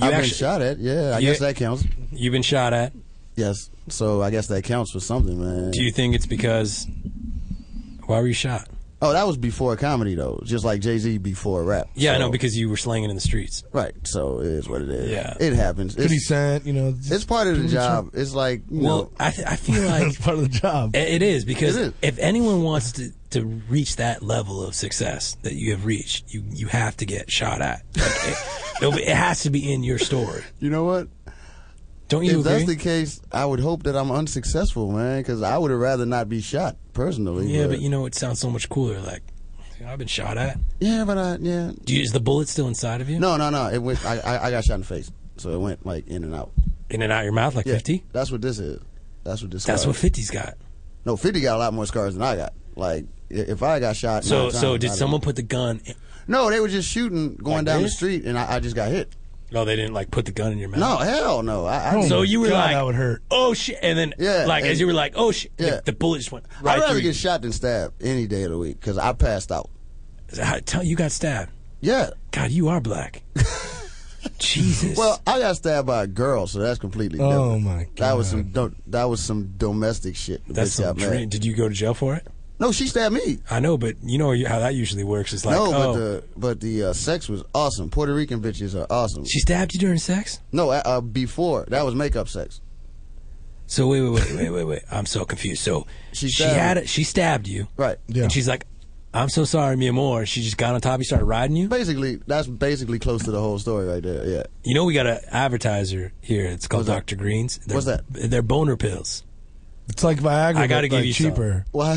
I've been shot at, yeah, I guess that counts. You've been shot at. Yes. So I guess that counts for something, man. Do you think it's because why were you shot? Oh, that was before comedy though. Just like Jay Z before rap. Yeah, I So- know because you were slanging in the streets. Right. So it is what it is. Yeah. It happens. Fifty Cent, you know, it's part of the people job. It's like you well, know, I, th- I feel like it's part of the job. It is because if anyone wants to, to reach that level of success that you have reached, you you have to get shot at. Like, it, it'll be- it has to be in your story. You know what? Don't you If agree? that's the case, I would hope that I'm unsuccessful, man, because I would have rather not be shot personally. yeah, but you know it sounds so much cooler. Like I've been shot at. Yeah, but I yeah. Do you, is the bullet still inside of you? No, no, no. It went. I, I, I got shot in the face, so it went like in and out. In and out your mouth, like 50? That's what this is. That's what this. That's scar what is. 50's got. No, fifty got a lot more scars than I got. Like i- if I got shot. So nine so times, did I'd- someone put the gun? In, No, they were just shooting going Like down this? the street, and I, I just got hit. no, they didn't like put the gun in your mouth. No, hell no. I, so I didn't- you were like, Oh shit! And then, Yeah, like as and- you were like, oh shit! Yeah. The, the bullet just went right I'd rather through. get shot than stabbed any day of the week because I passed out. I tell you got stabbed. Yeah. God, you are black. Jesus. Well, I got stabbed by a girl, so that's completely. Oh, different. my That was some. do- That was some domestic shit. The That's bitch got some mad. dream. Did you go to jail for it? No, she stabbed me. I know, but you know how that usually works. It's like, no, but oh, the but the uh, sex was awesome. Puerto Rican bitches are awesome. She stabbed you during sex? No, uh, uh, before that was makeup sex. so wait, wait, wait, wait, wait, wait. I'm so confused. So she, stabbed had me. it. She stabbed you, right? And she's like, "I'm so sorry, Mia Moore." She just got on top. of You started riding you. Basically, that's basically close to the whole story right there. Yeah. You know, we got an advertiser here. It's called Dr. Greens. They're, What's that? They're boner pills. It's like Viagra. I gotta but, give like, you some. cheaper. Why?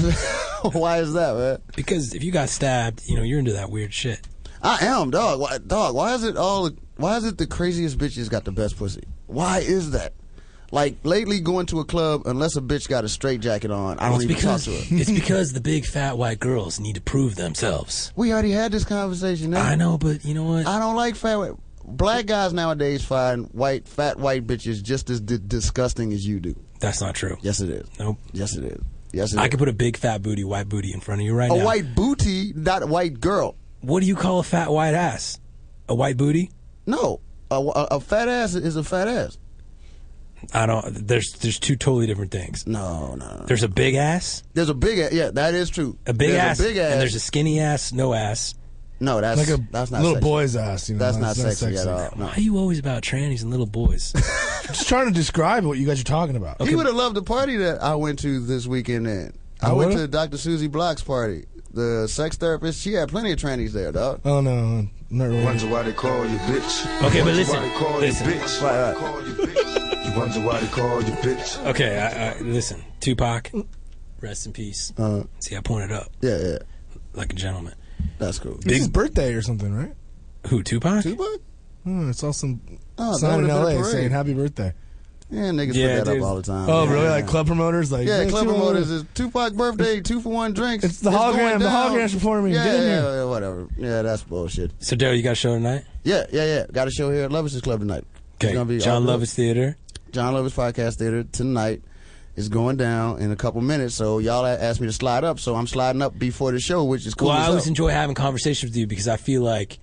why is that, man? Because if you got stabbed, you know you're into that weird shit. I am dog. Why, dog. Why is it all? Why is it the craziest bitches got the best pussy? Why is that? Like lately, going to a club unless a bitch got a straight jacket on, I don't it's even because talk to her. it's because the big fat white girls need to prove themselves. We already had this conversation. I know, but you know what? I don't like fat. Black guys nowadays find white fat white bitches just as d- disgusting as you do. That's not true. Yes, it is. Nope. Yes, it is. Yes, it I is. could put a big fat booty, white booty in front of you right a now. white booty, not a white girl. What do you call a fat white ass? A white booty? No, a, a, a fat ass is a fat ass. I don't. There's there's two totally different things. No, no. There's a big ass, There's a big ass. Yeah, that is true. a big There's ass, A big ass. and there's a skinny ass, no ass. no, that's Like a that's not little sexy. boy's ass, you know, that's, that's not, not sexy, sexy. at all. No. Why are you always about trannies and little boys? Just trying to describe what you guys are talking about. He would have loved the party that I went to this weekend. Then I You went would've? to Dr. Susie Block's party. The sex therapist, she had plenty of trannies there, dog. Oh no, I'm not really. Wonder why they call you bitch. Okay, Wonder but listen, Why they call listen. you bitch. Call you bitch. You wonder why they call you bitch. okay, I, I, listen, Tupac, rest in peace. Uh, See, I pointed up yeah, yeah, like a gentleman. that's cool. It's his birthday or something, right? Who Tupac? Tupac? Hmm, I saw some Oh, that sign in would've been a L.A. parade. saying "Happy Birthday." Yeah, niggas Yeah, put that dude. up all the time. Oh, Yeah, really? yeah. Like club promoters? Like yeah, "Hey, club you know, promoters is Tupac birthday, two for one drinks. It's the going hologram, the down. hologram's performing. Yeah, Get in yeah, there. yeah, whatever. Yeah, that's bullshit. So, Daryl, you got a show tonight? Yeah, yeah, yeah. Got a show here at Lovitz's Club tonight. It's Okay, gonna be John all- Lovitz Theater. John Lovitz Podcast Theater tonight is going down in a couple minutes. So y'all a- asked me to slide up, so I'm sliding up before the show, which is cool. Well, I as always hell. enjoy having conversations with you because I feel like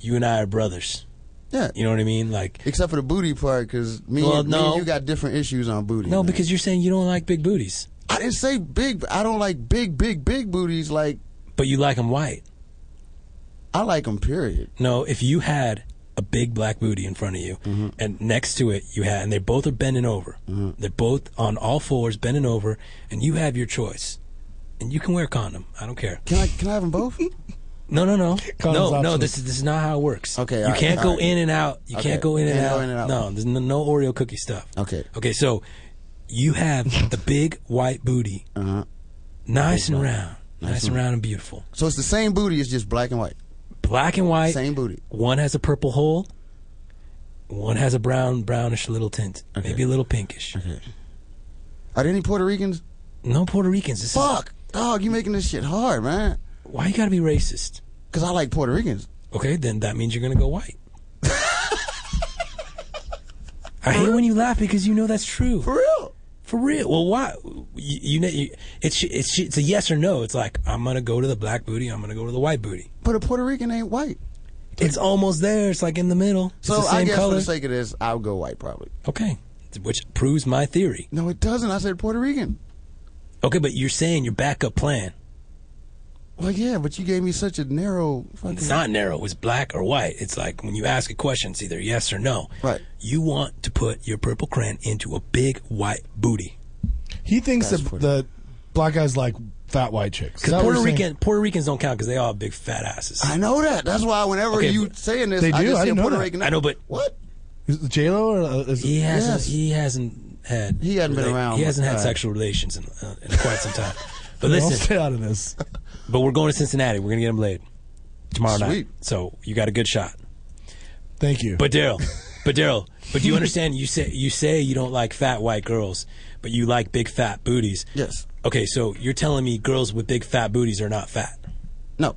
you and I are brothers. Yeah. You know what I mean? Like except for the booty part, because me, Well, and, me no. and you got different issues on booty. No, because you're saying you don't like big booties. I didn't say big. I don't like big, big, big booties. Like, but you like them white. I like them. Period. No, if you had a big black booty in front of you, Mm-hmm. and next to it you had, and they both are bending over. They're both on all fours, bending over, and you have your choice, and you can wear a condom. I don't care. Can I? Can I have them both? No, no, no, Condom's no, no. optional. This is this is not how it works. Okay, you all right, can't go all right. in and out. You Okay, can't go in and, can't out. go in and out. No, there's no, no Oreo cookie stuff. Okay. Okay, so you have the big white booty, uh-huh. nice and Big black. round, nice, and round and beautiful. So it's the same booty. It's just black and white. Black and white. Same booty. One has a purple hole. One has a brown, brownish little tint, maybe a little pinkish. Okay. Are there any Puerto Ricans? No Puerto Ricans. This Fuck, dog. You making this shit hard, man. Why you gotta be racist? Because I like Puerto Ricans. Okay, then that means you're gonna go white. I hate when you laugh because you know that's true. For real. For real. Well, why? You, you, know, you it's it's it's a yes or no. It's like I'm gonna go to the black booty. I'm gonna go to the white booty. But a Puerto Rican ain't white. It's almost there. It's like in the middle. It's So the I same guess for color. the sake of this, I'll go white probably. okay, which proves my theory. No, it doesn't. I said Puerto Rican. Okay, but you're saying your backup plan. Well, yeah, but you gave me such a narrow. Fucking... It's not narrow. It's black or white. It's like when you ask a question, it's either yes or no. Right. You want to put your purple crayon into a big white booty. He thinks That's that the black guys like fat white chicks. Is Because that what Puerto you're saying? Rican Puerto Ricans don't count because they all have big fat asses. I know that. That's why whenever Okay, you but- saying this, They I do? I just see a didn't know Puerto that. Rican. I know, but what? Is it J Lo or uh, is He hasn't. Yes. He hasn't had. He hasn't been around. He hasn't had All right. sexual relations in, uh, in quite some time. But I'll listen, stay out of this. But we're going to Cincinnati. We're gonna get him laid tomorrow night. Sweet. So you got a good shot. Thank you. But Daryl, but Daryl, but do you understand? You say you say you don't like fat white girls, but you like big fat booties. Yes. Okay, so you're telling me girls with big fat booties are not fat? No,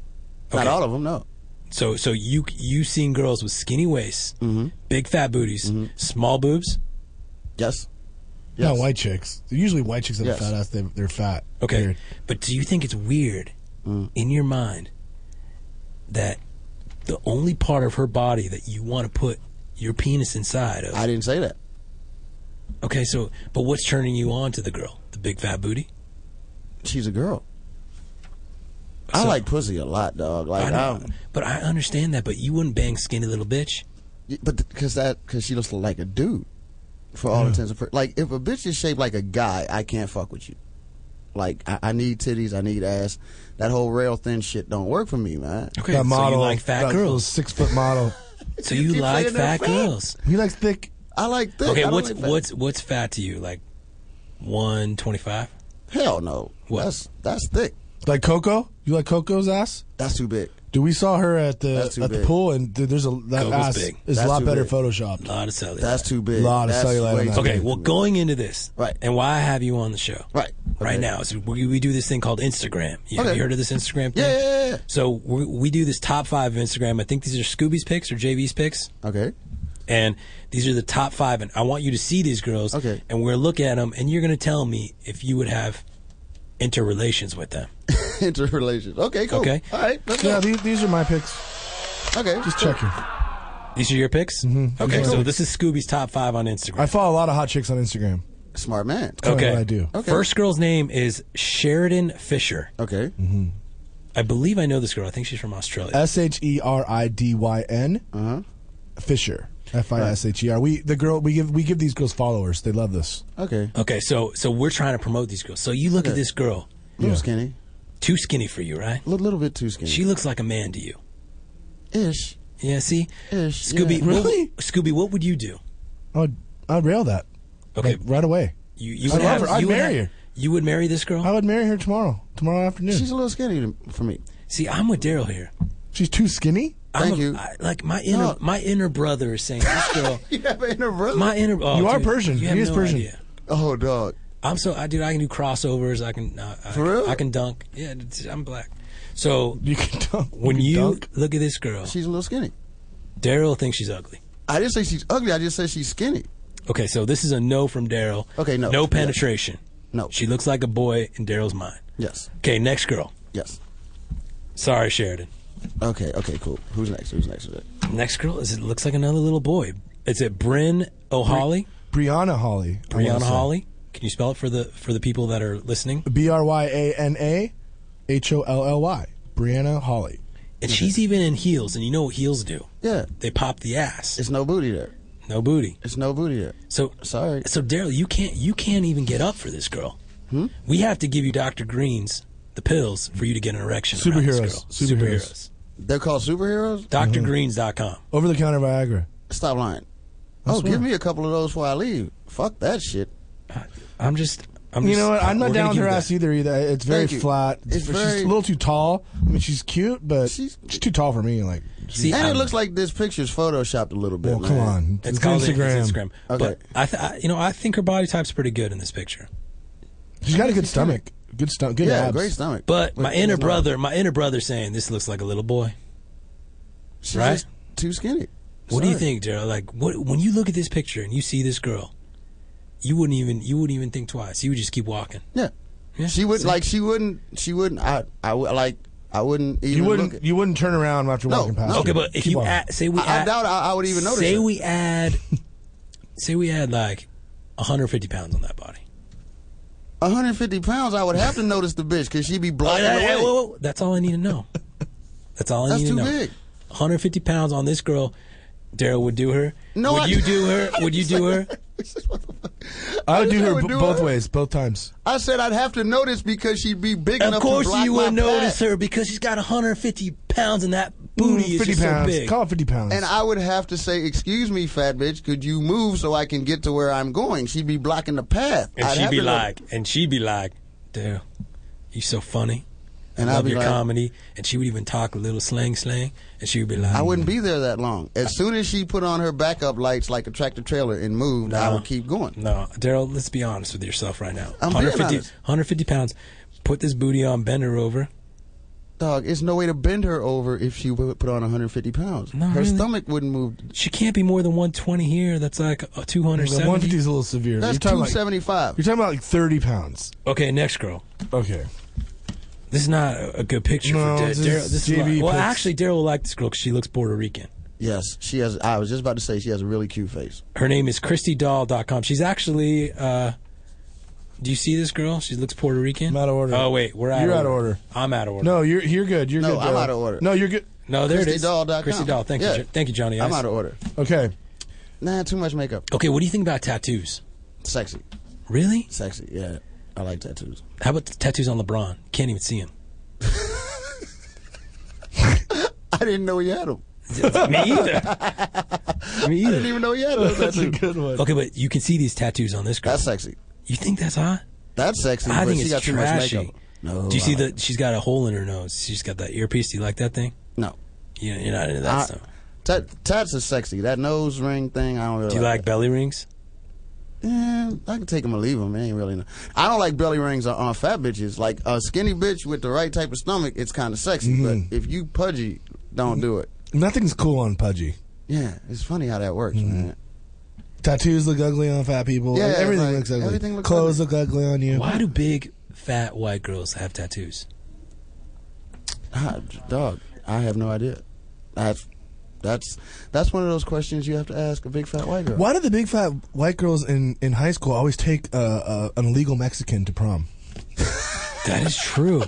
not all of them. No. So so you you seen girls with skinny waists, Mm-hmm. big fat booties, small boobs? Yes. No, white chicks. Usually white chicks have Yes. a fat ass. They, they're fat. Okay, but do you think it's weird Mm. in your mind that the only part of her body that you want to put your penis inside of? I didn't say that. Okay, so but what's turning you on to the girl? The big fat booty? She's a girl. I So- like pussy a lot, dog. Like, I I know, but I understand that. But you wouldn't bang skinny little bitch. Y- But because that because she looks like a dude, for all intents and pur- like if a bitch is shaped like a guy, I can't fuck with you. Like I, I need titties, I need ass. That whole rail thin shit don't work for me, man. Okay, That so you model, like fat that girls. Six foot model. So you, keep like saying they're fat, girls? He likes thick. I like thick. I Okay, don't what's like fat. what's what's fat to you? Like one twenty five? Hell no. What? That's that's thick. Like Coco? You like Coco's ass? That's too big. Dude, we saw her at the That's too at the big. pool, and dude, there's a that Coco's ass big. is That's a lot too better big. photoshopped. lot of cellulite. That's too big. Lot of That's cellulite way on that too Okay, big. well, going into this, right, and why I have you on the show, right, right now, is we, we do this thing called Instagram. You, have Okay. you heard of this Instagram thing? Yeah, yeah, yeah. So we, we do this top five of Instagram. I think these are Scooby's picks or JV's picks. Okay. And these are the top five, and I want you to see these girls. Okay. And we're gonna look at them, and you're going to tell me if you would have interrelations with them. Interrelations. Okay, cool. Okay. All right. Let's Yeah, go. these, these are my picks. Okay. Just checking. These are your picks. Mm-hmm. Okay. Yeah. So this is Scooby's top five on Instagram. I follow a lot of hot chicks on Instagram. Smart man. Tell me what Oh, I do. Okay. First girl's name is Sheridan Fisher. Okay. Mm-hmm. I believe I know this girl. I think she's from Australia. S H E R I D Y N. Uh-huh. Fisher. F I S H E R. We the girl we give we give these girls followers. They love this. Okay. Okay, so so we're trying to promote these girls. So you look at Okay. this girl, Little skinny. too skinny for you, right? A little, little bit too skinny. She looks like a man to you. Ish. Yeah, see? Ish. Scooby, yeah. what- Scooby, what would you do? I would I'd rail that. Okay. Like, right away. You, you I would love have, her. I'd you would marry have- her. You would marry this girl? I would marry her tomorrow. Tomorrow afternoon. She's a little skinny to- for me. See, I'm with Daryl here. She's too skinny? I'm Thank a- you. I- like my inner No. my inner brother is saying this girl. You have an inner brother. My inner oh, you are dude, Persian. You have he is no Persian. idea. Oh, dog. I'm so I dude. I can do crossovers. I can uh, I, For real? I can dunk. Yeah, it's- I'm black. So You can dunk. when can you dunk? look at this girl, She's a little skinny. Daryl thinks she's ugly. I didn't say she's ugly. I just said she's skinny. Okay, so this is a no from Daryl. Okay, no. No penetration. No. She looks like a boy in Daryl's mind. Yes. Okay, next girl. Yes. Sorry, Sheridan. Okay, okay, cool. Who's next? Who's next? Who's next? Next girl is it looks like another little boy. Is it Bryn O'Holly? Brianna Holly. I wanna Oh, Brianna say. Holly. Can you spell it for the for the people that are listening? B R Y A N A H O L L Y. Brianna Holly. And she's even in heels, and you know what heels do. Mm-hmm. Yeah. They pop the ass. It's no booty there. No booty. It's no booty there. So sorry. So Daryl, you can't you can't even get up for this girl. Hmm? We have to give you Dr. Green's the pills for you to get an erection. around this girl. Superheroes. They're called superheroes. Mm-hmm. DrGreens.com. Over the counter Viagra. Stop lying. I oh, swear. give me a couple of those before I leave. Fuck that shit. I'm just. you know what? I'm not down with her ass either. either. Either it's very Thank you. flat. It's she's very- a little too tall. I mean, she's cute, but she's, too tall for me. Like, See, and it looks like this picture's photoshopped a little bit. Well, come man. on. It's It's called- Instagram. It's Instagram. Okay. But I, th- I, you know, I think her body type's pretty good in this picture. she's got a good stomach. Good stomach. Good abs. But my Like, inner it's not- brother, my inner brother, saying this looks like a little boy. She's right? just too skinny. What do you Sorry. think, Daryl? Like, what when you look at this picture and you see this girl, you wouldn't even you wouldn't even think twice. You would just keep walking. Yeah. She would like. She wouldn't. She wouldn't. I. I would like. I wouldn't even. You Look wouldn't. at, You wouldn't turn around after walking past. Okay, her. but if Keep you walking. add, say we I- I add- doubt I- I would even notice Say it. we add, say we add like 150 pounds on that body. 150 pounds. I would have to notice the bitch because she'd be blocking Hey, the hey, way. hey, Oh, whoa, whoa. That's all I need to know. That's all I That's need too to know. big. 150 pounds on this girl. Daryl would do her. No, would I- you do her? Would you do her? I would do I her would b- do both her. ways, both times. I said I'd have to notice because she'd be big Of enough. course to block you my would notice path. her because she's got 150 pounds and that Mm, booty is just pounds. so big. Call it fifty pounds. And I would have to say, "Excuse me, fat bitch, could you move so I can get to where I'm going?" She'd be blocking the path. And I'd she'd have be to notice. like, and she'd be like, Daryl, you so funny. I And I'd love be your like- comedy. And she would even talk a little slang slang. And she would be like, I wouldn't be there that long. As soon as she put on her backup lights like a tractor trailer and moved, I No. would keep going. No, Daryl, let's be honest with yourself right now. I'm being 150, honest. 150 pounds. Put this booty on, bend her over. Dog, it's no way to bend her over if she would put on 150 pounds. No, her really. stomach wouldn't move. She can't be more than 120 here. That's like a The 270. 150 is a little severe. That's you're talking like- 275. you're talking about like thirty pounds. Okay, next girl. Okay. This is not a a good picture No, for Dar- this Daryl. is This is JV like- well, pics. actually, Daryl will like this girl because she looks Puerto Rican. Yes, she has. I was just about to say she has a really cute face. Her name is ChristyDoll.com. She's actually. Uh, do you see this girl? She looks Puerto Rican. I'm out of order. Oh wait, we're out. You're of out of order. order. I'm out of order. No, you're you're good. You're No, good. I'm Daryl. out of order. No, you're good. No, Oh, there it is. ChristyDoll.com. Christy Doll. Thank Yeah. you. Jo- Thank you, Johnny. I'm Ice. out of order. Okay. Nah, too much makeup. Okay, what do you think about tattoos? Sexy. Really? Sexy, yeah. I like tattoos. How about the tattoos on LeBron? Can't even see him. I didn't know he had them. Me either. Me I either. didn't even know he had them. Okay, but you can see these tattoos on this girl. That's sexy. You think that's hot? That's sexy. I but think she it's got trashy. too much makeup. No, do you see I the? She's got a hole in her nose. She's got that earpiece. Do you like that thing? No. You, you're not into that I- stuff. Tat, tats are sexy. That nose ring thing, I don't really. Do you like belly rings? that. Yeah, I can take them or leave them. It ain't really. No. I don't like belly rings on, on fat bitches. Like a skinny bitch with the right type of stomach, it's kind of sexy. But if you pudgy, don't do it. Nothing's cool on pudgy. Mm-hmm. Yeah, it's funny how that works, man. Tattoos look ugly on fat people. Yeah, Like, everything like, looks ugly. everything looks Clothes look ugly on you. Why do big, fat white girls have tattoos? Ah, dog, I have no idea. That's that's that's one of those questions you have to ask a big fat white girl. Why did the big fat white girls in, in high school always take uh, uh, an illegal Mexican to prom? that is true.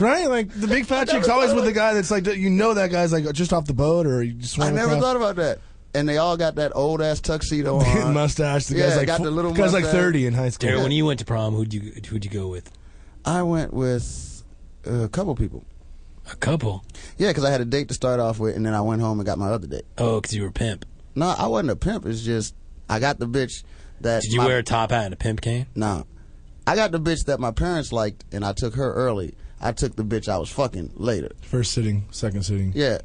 Right? Like, the big fat chick's always with the guy that's like, you know, that guy's like just off the boat or you just I swam never across- thought about that. And they all got that old ass tuxedo on. mustache. The yeah, guy's like, got fo- the little guy's like mustache. 30 in high school. Daryl, when you went to prom, who'd you who'd you go with? I went with a couple people. A couple? Yeah, because I had a date to start off with, and then I went home and got my other date. Oh, because you were a pimp. No, I wasn't a pimp. It's just I got the bitch that. Did you my- wear a top hat and a pimp cane? No, I got the bitch that my parents liked, and I took her early. I took the bitch I was fucking later. First sitting, second sitting. Yeah.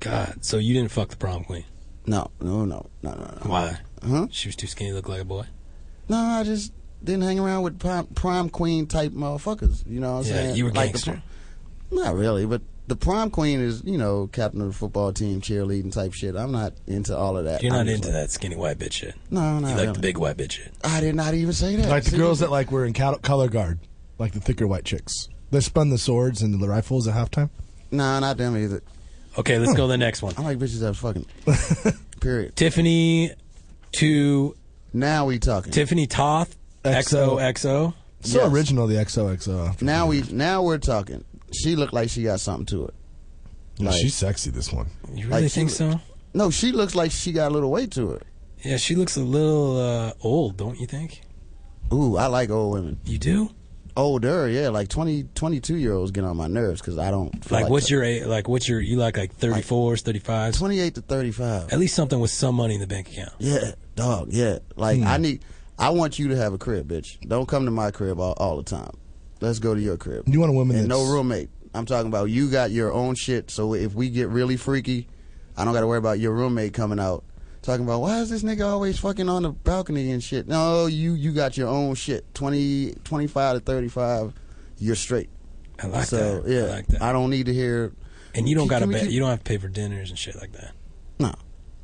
God, so you didn't fuck the prom queen? No, no, no, no, no. no. Why? Huh? She was too skinny, to look like a boy. No, I just didn't hang around with prime, prime queen type motherfuckers. You know what I'm Yeah, saying? you were Like the gangster. prom- not really, but the prom queen is, you know, captain of the football team, cheerleading type shit. I'm not into all of that. You're I'm not just into like- that skinny white bitch shit. Uh, No, not You like really. the big white bitch shit. I did not even say that. Like the See? girls that like were in col- color guard, like the thicker white chicks. They spun the swords and the rifles at halftime. No, not them either. Okay, let's go to the next one. I like bitches that fucking. Period. Tiffany to. Now we talking. Tiffany Toth, XO. XOXO. So Yes. original, the XOXO. After Now we now we're talking. She looked like she got something to it. Yeah, she's sexy. This one. You really think so? No, she looks like she got a little weight to it. Yeah, she looks a little uh, old, don't you think? Ooh, I like old women. You do? Older, yeah, like 20, 22 year olds get on my nerves because I don't. Feel Like, like what's your age? Like, what's your? You like like 34s, 35s? 28 to 35. At least something with some money in the bank account. Yeah, dog. Yeah, like Hmm. I need. I want you to have a crib, bitch. Don't come to my crib all, all the time. Let's go to your crib. You want a woman and no that's- roommate. I'm talking about you got your own shit. So if we get really freaky, I don't got to worry about your roommate coming out talking about why is this nigga always fucking on the balcony and shit. No, you you got your own shit. 20, 25 to thirty five, you're straight. I like so, that. I Yeah, like that. I don't need to hear. And you don't Can- got to can we pay. keep- You don't have to pay for dinners and shit like that. No,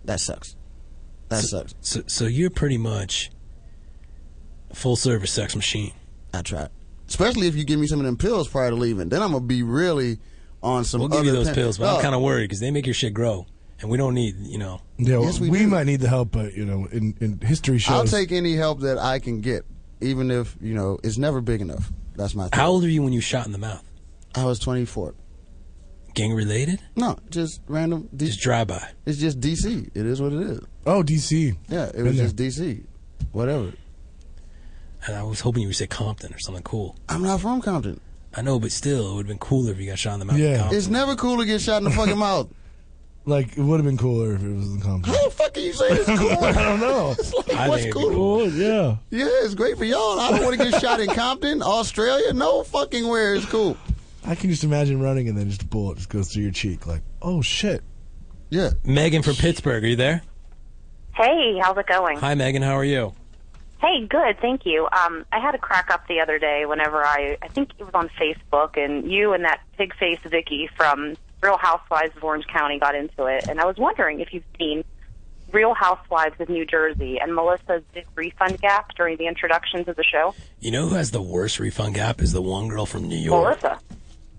that sucks. That sucks. So, so you're pretty much a full service sex machine. I try. Especially if you give me some of them pills prior to leaving, then I'm gonna be really on some. We'll give you other Oh. those pen- pills, but I'm Dog, kind of worried because they make your shit grow, and we don't need you know. Yeah, well, Yes, we, we might need the help, but you know, in, in history shows. I'll take any help that I can get, even if you know it's never big enough. That's my. Thing. How old are you when you shot in the mouth? I was 24. Gang related? No, just random. D- just drive by. It's just DC. It is what it is. Oh, DC. Yeah, it Been was there. just DC. Whatever. And I was hoping you would say Compton or something cool. I'm not from Compton. I know, but still, it would have been cooler if you got shot in the mouth. in Compton. It's never cool to get shot in the fucking mouth. Like it would have been cooler if it was in Compton. How the fuck are you saying it's cool? I don't know. I what's think it'd be cool? yeah. Yeah, it's great for y'all. I don't want to get shot in Compton, Australia. No fucking where it's cool. I can just imagine running and then just a bullet just goes through your cheek, like, oh shit. Yeah. Megan from Pittsburgh, are you there? Hey, how's it going? Hi, Megan. How are you? Hey, good, thank you. Um, I had a crack up the other day whenever I, I think it was on Facebook, and you and that pig face Vicky from Real Housewives of Orange County got into it, and I was wondering if you've seen Real Housewives of New Jersey and Melissa's big refund gap during the introduction to the show. You know who has the worst refund gap is the one girl from New York. Melissa.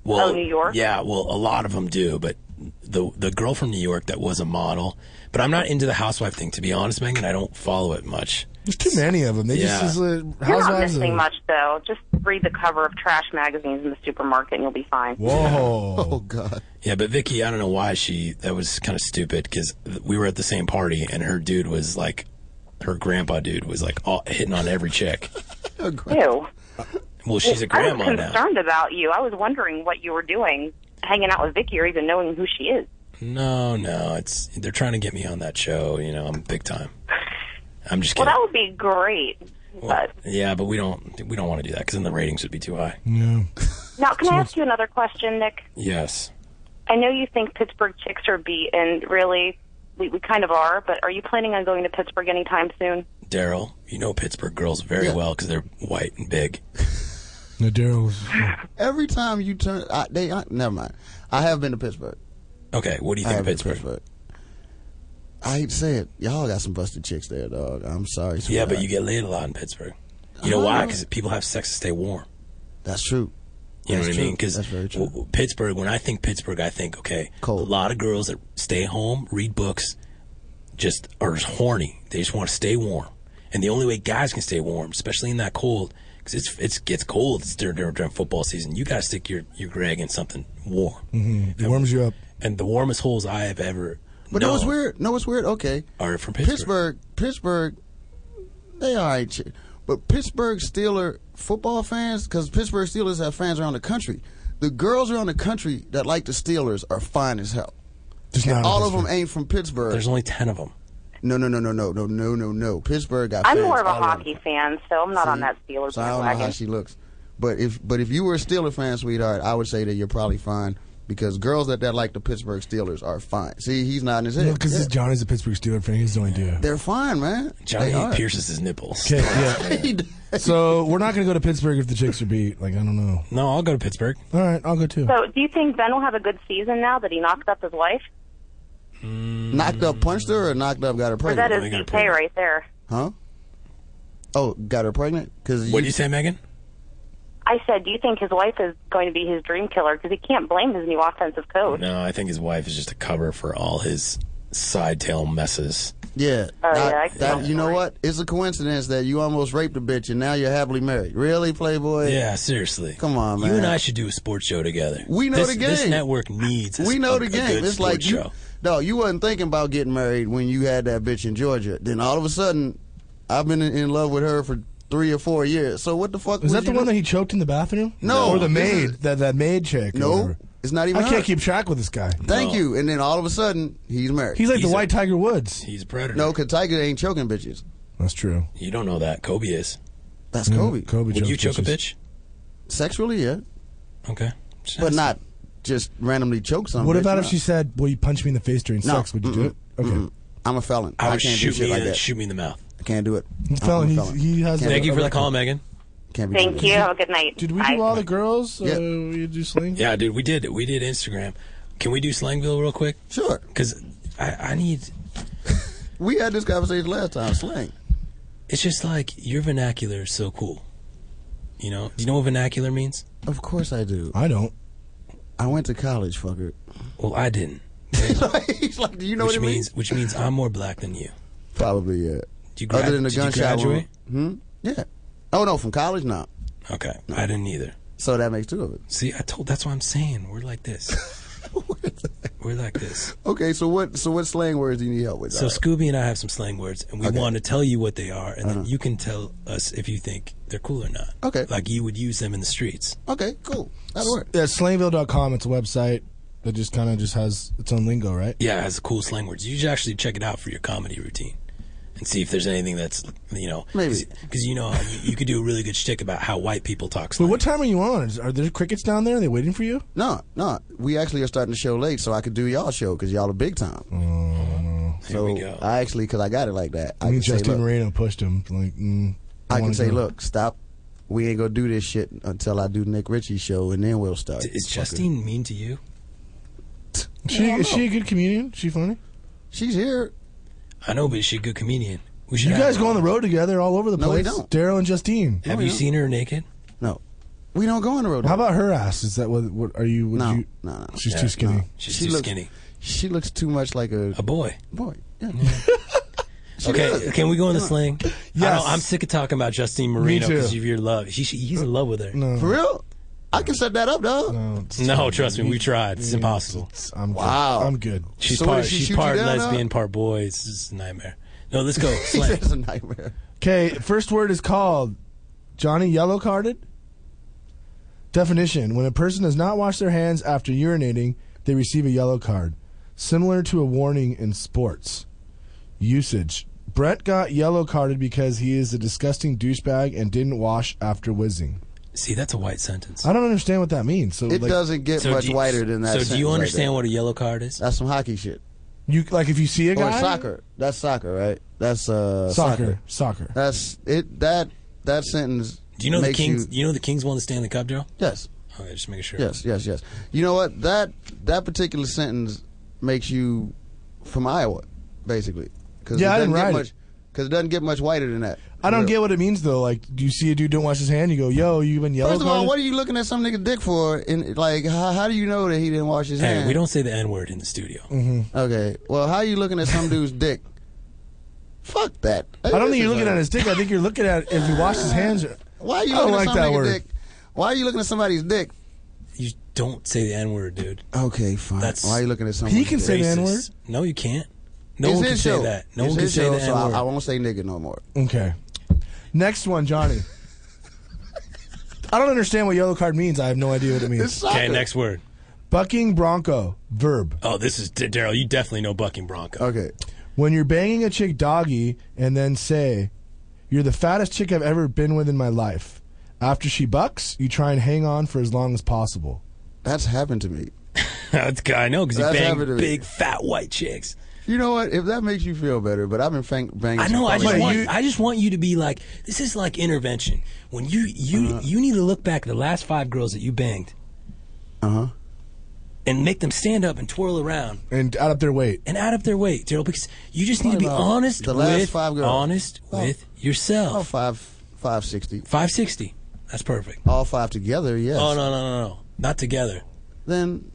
Well, Oh, New York? Yeah, well, a lot of them do, but the the girl from New York that was a model. But I'm not into the housewife thing, to be honest, Megan. I don't follow it much. There's too many of them. They Yeah. just is a You're not housewives. missing of- much, though. Just read the cover of trash magazines in the supermarket, and you'll be fine. Whoa. Oh, God. Yeah, but Vicky, I don't know why she. That was kind of stupid because we were at the same party, and her dude was like, her grandpa dude was like all, hitting on every chick. Ew. Well, she's a I grandma was now. concerned about you. I was wondering what you were doing, hanging out with Vicky, or even knowing who she is. No, no, it's they're trying to get me on that show. You know, I'm big time. I'm just Well, kidding. that would be great. But yeah, but we don't we don't want to do that because then the ratings would be too high. Yeah. now, can I ask you another question, Nick? Yes. I know you think Pittsburgh chicks are beat, and really, we, we kind of are. But are you planning on going to Pittsburgh anytime soon? Daryl, you know Pittsburgh girls very well because they're white and big. No, Daryl's. Every time you turn, I, they I, never mind. I have been to Pittsburgh. Okay, what do you I think have of been Pittsburgh? to I hate to say it. Y'all got some busted chicks there, dog. I'm sorry. Yeah, sweetheart. but you get laid a lot in Pittsburgh. You know Uh-huh. why? Because people have sex to stay warm. That's true. You know That's what I true. mean? Because That's very true. Pittsburgh, when I think Pittsburgh, I think okay, a lot of girls that stay home, read books, just are horny. They just want to stay warm, and the only way guys can stay warm, especially in that cold, because it's it's gets cold it's during, during during football season. You got to stick your your Greg in something warm, Mhm. It warms you up. and the warmest holes I have ever. But no, known it's weird. No, it's weird. Okay. Are from Pittsburgh. Pittsburgh. Pittsburgh. They all right. chi- But Pittsburgh Steeler football fans, because Pittsburgh Steelers have fans around the country. The girls around the country that like the Steelers are fine as hell. There's and not in all of them Pittsburgh. ain't from Pittsburgh. There's only ten of them. No, no, no, no, no, no, no, no, no. Pittsburgh got. I'm fans more of a all around. hockey fan, so I'm not on that Steelers So I don't know how bandwagon. she looks. But if but if you were a Steeler fan, sweetheart, I would say that you're probably fine because girls that, that like the Pittsburgh Steelers are fine. See, he's not in his head. Because Johnny's a Pittsburgh Steelers fan. He's the only dude. They're fine, man. Johnny They are. pierces his nipples. Okay, yeah. so we're not going to go to Pittsburgh if the chicks are beat. Like, I don't know. No, I'll go to Pittsburgh. All right, I'll go too. So, do you think Ben will have a good season now that he knocked up his wife? Knocked up, punched her, or knocked up, got her Or pregnant. that is DK right there. Huh? Oh, got her pregnant? Cause What do you say, Megan? I said, "Do you think his wife is going to be his dream killer? Because he can't blame his new offensive coach." No, I think his wife is just a cover for all his side tail messes. Yeah. Oh, That- yeah, I that, you know what? It's a coincidence that you almost raped a bitch and now you're happily married. Really, Playboy? Yeah, seriously. Come on, man. You and I should do a sports show together. We know This- the game. This network needs. a- We know a- the a game. good It's like sports you, show. no, you wasn't thinking about getting married when you had that bitch in Georgia. Then all of a sudden, I've been in, in love with her for three or four years. So what the fuck? Is was that you the one that doing? he choked in the bathroom? No. or the This maid is- that that maid chick. or No, whatever. it's not even I her. can't keep track with this guy. Thank you. And then all of a sudden, he's married. He's like the white Tiger Woods. He's a predator. No, because Tiger ain't choking bitches. That's true. You don't know that Kobe is. That's Kobe. Mm, Kobe Would you choke a bitch? Sexually, yeah. Okay. But not just randomly choke someone. what about if she said, "Well, you punched me in the face during No. sex"? Would you do it? Mm-mm. Mm-mm. I'm a felon. I I, would can't shoot do shit me like in- that. shoot me in the mouth. I can't do it. I'm a felon. He's- he has Can't Thank do you it. for the call, Megan. Can't be doing Thank that. you. Have a good night. Did we Bye. do all the girls? Uh, we do sling. Yeah, dude, we did. We did Instagram. Can we do Slangville real quick? Sure. Because I, I need. We had this conversation last time. Slang. It's just like your vernacular is so cool. You know? Do you know what vernacular means? Of course I do. I don't. I went to college, fucker. Well, I didn't. He's like, do you know which what it means? Which means I'm more black than you. Probably yeah. Do you grad- Other than the did you gunshot graduate? wound. Hmm? Yeah. Oh no, from college, no. Okay, I didn't either. So that makes two of it. See, I told. That's what I'm saying. We're like this. We're like this. Okay, so what? So what slang words do you need help with? So Scooby and I have some slang words, and we Okay. want to tell you what they are, and then Uh-huh. you can tell us if you think they're cool or not. Okay. Like you would use them in the streets. Okay, cool. That'll work. Yeah, slangville.com. It's a website that just kind of just has its own lingo, right? Yeah, it has cool slang words. You should actually check it out for your comedy routine and see if there's anything that's you know Maybe. because you know how you, you could do a really good shtick about how white people talk Wait, slang. what time are you on? Is- Are there crickets down there? Are they waiting for you? No, no. We actually are starting the show late, so I could do y'all show because y'all are big time. Oh, so Here we go. I actually, because I got it like that. I Me can and say, Justin look, Moreno pushed him. Like, mm, I can wanna say, go. look, stop. We ain't gonna do this shit until I do Nick Ritchie's show, and then we'll start. Is Fucker. Justine mean to you? Is she, is she a good comedian? Is she funny? She's here. I know, but she's a good comedian. We should you have guys her. go on the road together all over the No, we place. don't. Daryl and Justine. Have you seen her naked? No. We don't go on the road. How about her ass? Is that what? What are you? Would No, you, no, no. She's Yeah, too skinny. no. She's She too looks- skinny. She looks too much like a a boy. Boy. okay, does. can we go in the Come on. slang? I Yes. don't- I'm sick of talking about Justine Marino too. because of your love. She, she, he's in love with her. For real? I can set that up, dog. No, trust me, we tried. Mm-hmm. It's impossible. I'm Wow. I'm good. She's So what, part, did she she's shoot you part down, lesbian, huh? part boy. It's just a nightmare. No, let's go. He Slang. said it's a nightmare. Okay, first word is called Johnny Yellow Carded. Definition When a person does not wash their hands after urinating, they receive a yellow card, similar to a warning in sports. Usage Brett got yellow carded because he is a disgusting douchebag and didn't wash after whizzing. See, that's a white sentence. I don't understand what that means. So It like, doesn't get So much do you- whiter than that. so do you sentence right understand there. what a yellow card is? That's some hockey shit. You like if you see a or guy soccer. That's soccer, right? That's uh soccer, soccer. That's it. That that sentence. Do you know the makes Kings? You, know the Kings won the Stanley Cup, Joe? Yes. Okay, just making sure. Yes, yes, yes. You know what? That that particular sentence makes you from Iowa, basically. Cause Yeah, it I didn't doesn't get write it. much, Because it doesn't get much whiter than that. I don't Real. get what it means though. Like, do you see a dude don't wash his hand? You go, "Yo, you've been yellow First of all, carded." what are you looking at some nigga dick for? And like, how, how do you know that he didn't wash his Hey, hands? we don't say the N word in the studio. Okay. Well, how are you looking at some dude's dick? Fuck that. I don't think you're looking at his dick. I think you're looking at if he washed his hands. Why are you I don't looking like at that some nigga's word. dick? Why are you looking at somebody's dick? You don't say the N word, dude. Okay, fine. That's Why are you looking at someone? He can say the N-word? No, you can't. No it's one his can show. say that. No it's one can his say show, the so N I, word. I won't say nigga no more. Okay. Next one, Johnny. I don't understand what yellow card means. I have no idea what it means. Okay, next word. Bucking bronco verb. Oh, this is D- Daryl. You definitely know bucking bronco. Okay. When you're banging a chick doggy and then say, "You're the fattest chick I've ever been with in my life." After she bucks, you try and hang on for as long as possible. That's happened to me. That's, I know because you That's happened to bang me. big fat white chicks. You know what? If that makes you feel better, but I've been fang- banging. I some know. I college just want. kids. I just want you to be like. This is like intervention. When you you you need to look back at the last five girls that you banged. Uh huh. And make them stand up and twirl around And out of their weight. and out of their weight, Daryl. Because you just need to be About honest the last with five girls. Oh. honest Well, with yourself. About five, five sixty. Five sixty. That's perfect. All five together, yes. Oh no no no no, not together. Then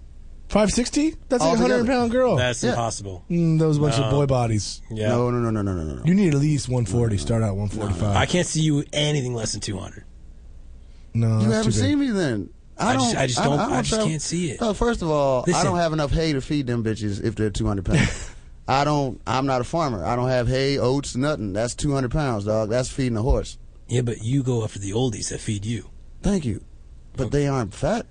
five sixty? That's like a hundred pound girl. That's impossible. Mm, those bunch No. of boy bodies. Yeah. No, no, no, no, no, no, no. You need at least one forty. Start out one forty five. I can't see you anything less than two hundred. No, you Oh, that's haven't too big. seen me then. I, I don't, just- I just don't- I just travel- can't see it. No, first of all, I Listen. don't have enough hay to feed them bitches if they're 200 pounds. I don't, I'm not a farmer. I don't have hay, oats, nothing. That's 200 pounds, dog. That's feeding a horse. Yeah, but you go after the oldies that feed you. Thank you. But they aren't fat.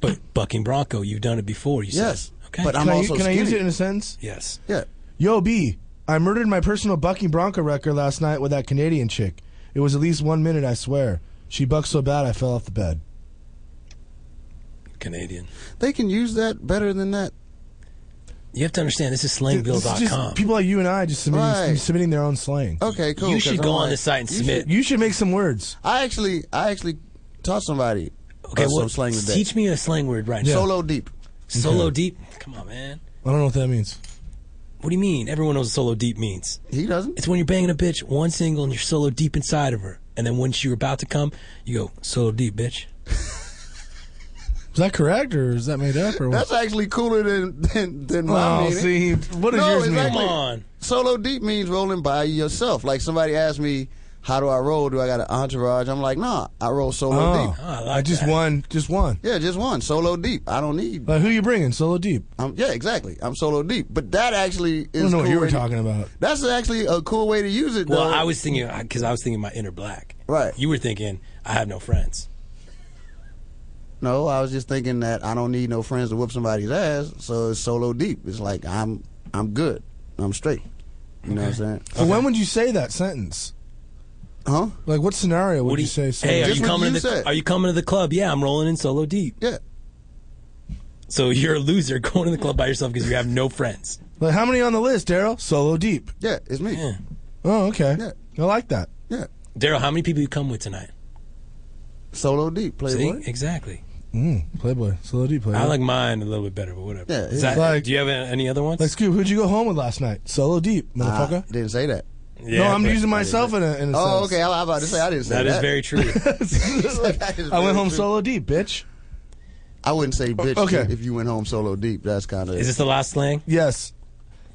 But bucking bronco, you've done it before. You Yes. said okay, But Can I- can I use it in a sentence? Yes. Yeah. Yo, B, I murdered my personal bucking bronco record last night with that Canadian chick. It was at least one minute, I swear. She bucked so bad I fell off the bed. Canadian. They can use that better than that. You have to understand this is This is just slangbill.com. people like you and I just submitting, Right. submitting their own slang. Okay, cool. You should 'cause go I'm on like- this site and you submit. should- You should make some words. I actually, I actually taught somebody Okay, uh, well, some slang today. teach me a slang word right now. Solo deep. Solo deep. Come on, man. I don't know what that means. What do you mean? Everyone knows what solo deep means. He doesn't. It's when you're banging a bitch one single and you're solo deep inside of her, and then once you're about to come, you go solo deep, bitch. Is that correct or is that made up or what? That's actually cooler than than, than my Oh, meaning. see, what does no, yours mean? exactly. Come on. Solo deep means rolling by yourself. Like somebody asked me, "How do I roll? Do I got an entourage?" I'm like, "Nah, I roll solo Oh, deep." I, just won. Just won. Yeah, just one solo deep. I don't need. Like who you bringing? Solo deep. I'm, yeah, exactly. I'm solo deep. But that actually I is. don't know what cool you were way to- talking about. That's actually a cool way to use it. Well, though. I was thinking because I was thinking my inner black. Right. You were thinking I have no friends. No, I was just thinking that I don't need no friends to whoop somebody's ass. So it's solo deep. It's like I'm I'm good. I'm straight. You know what I'm saying? So when would you say that sentence? Huh? Like what scenario would What do you, you- say? solo Hey, are deep? you coming to the are you coming to the club? Yeah, I'm rolling in solo deep. Yeah. So you're a loser going to the club by yourself because you have no friends. Like how many on the list, Daryl? Solo deep. Yeah, it's me. Oh, okay. I like that. Yeah. Daryl, how many people you come with tonight? Solo deep, See? Playboy. Exactly. Mm, Playboy. Solo deep. Playboy. I like mine a little bit better, but whatever. Yeah, Is that- like- do you have a- any other ones? Like Scoop, who'd you go home with last night? Solo deep, motherfucker. didn't say that. no, I'm using myself in a, in a Oh, sense. okay. I was about to say I didn't say that. That is very true. I went home solo deep, bitch. I wouldn't say bitch Okay. if you went home solo deep. That's kind of. Is this the last slang? Yes.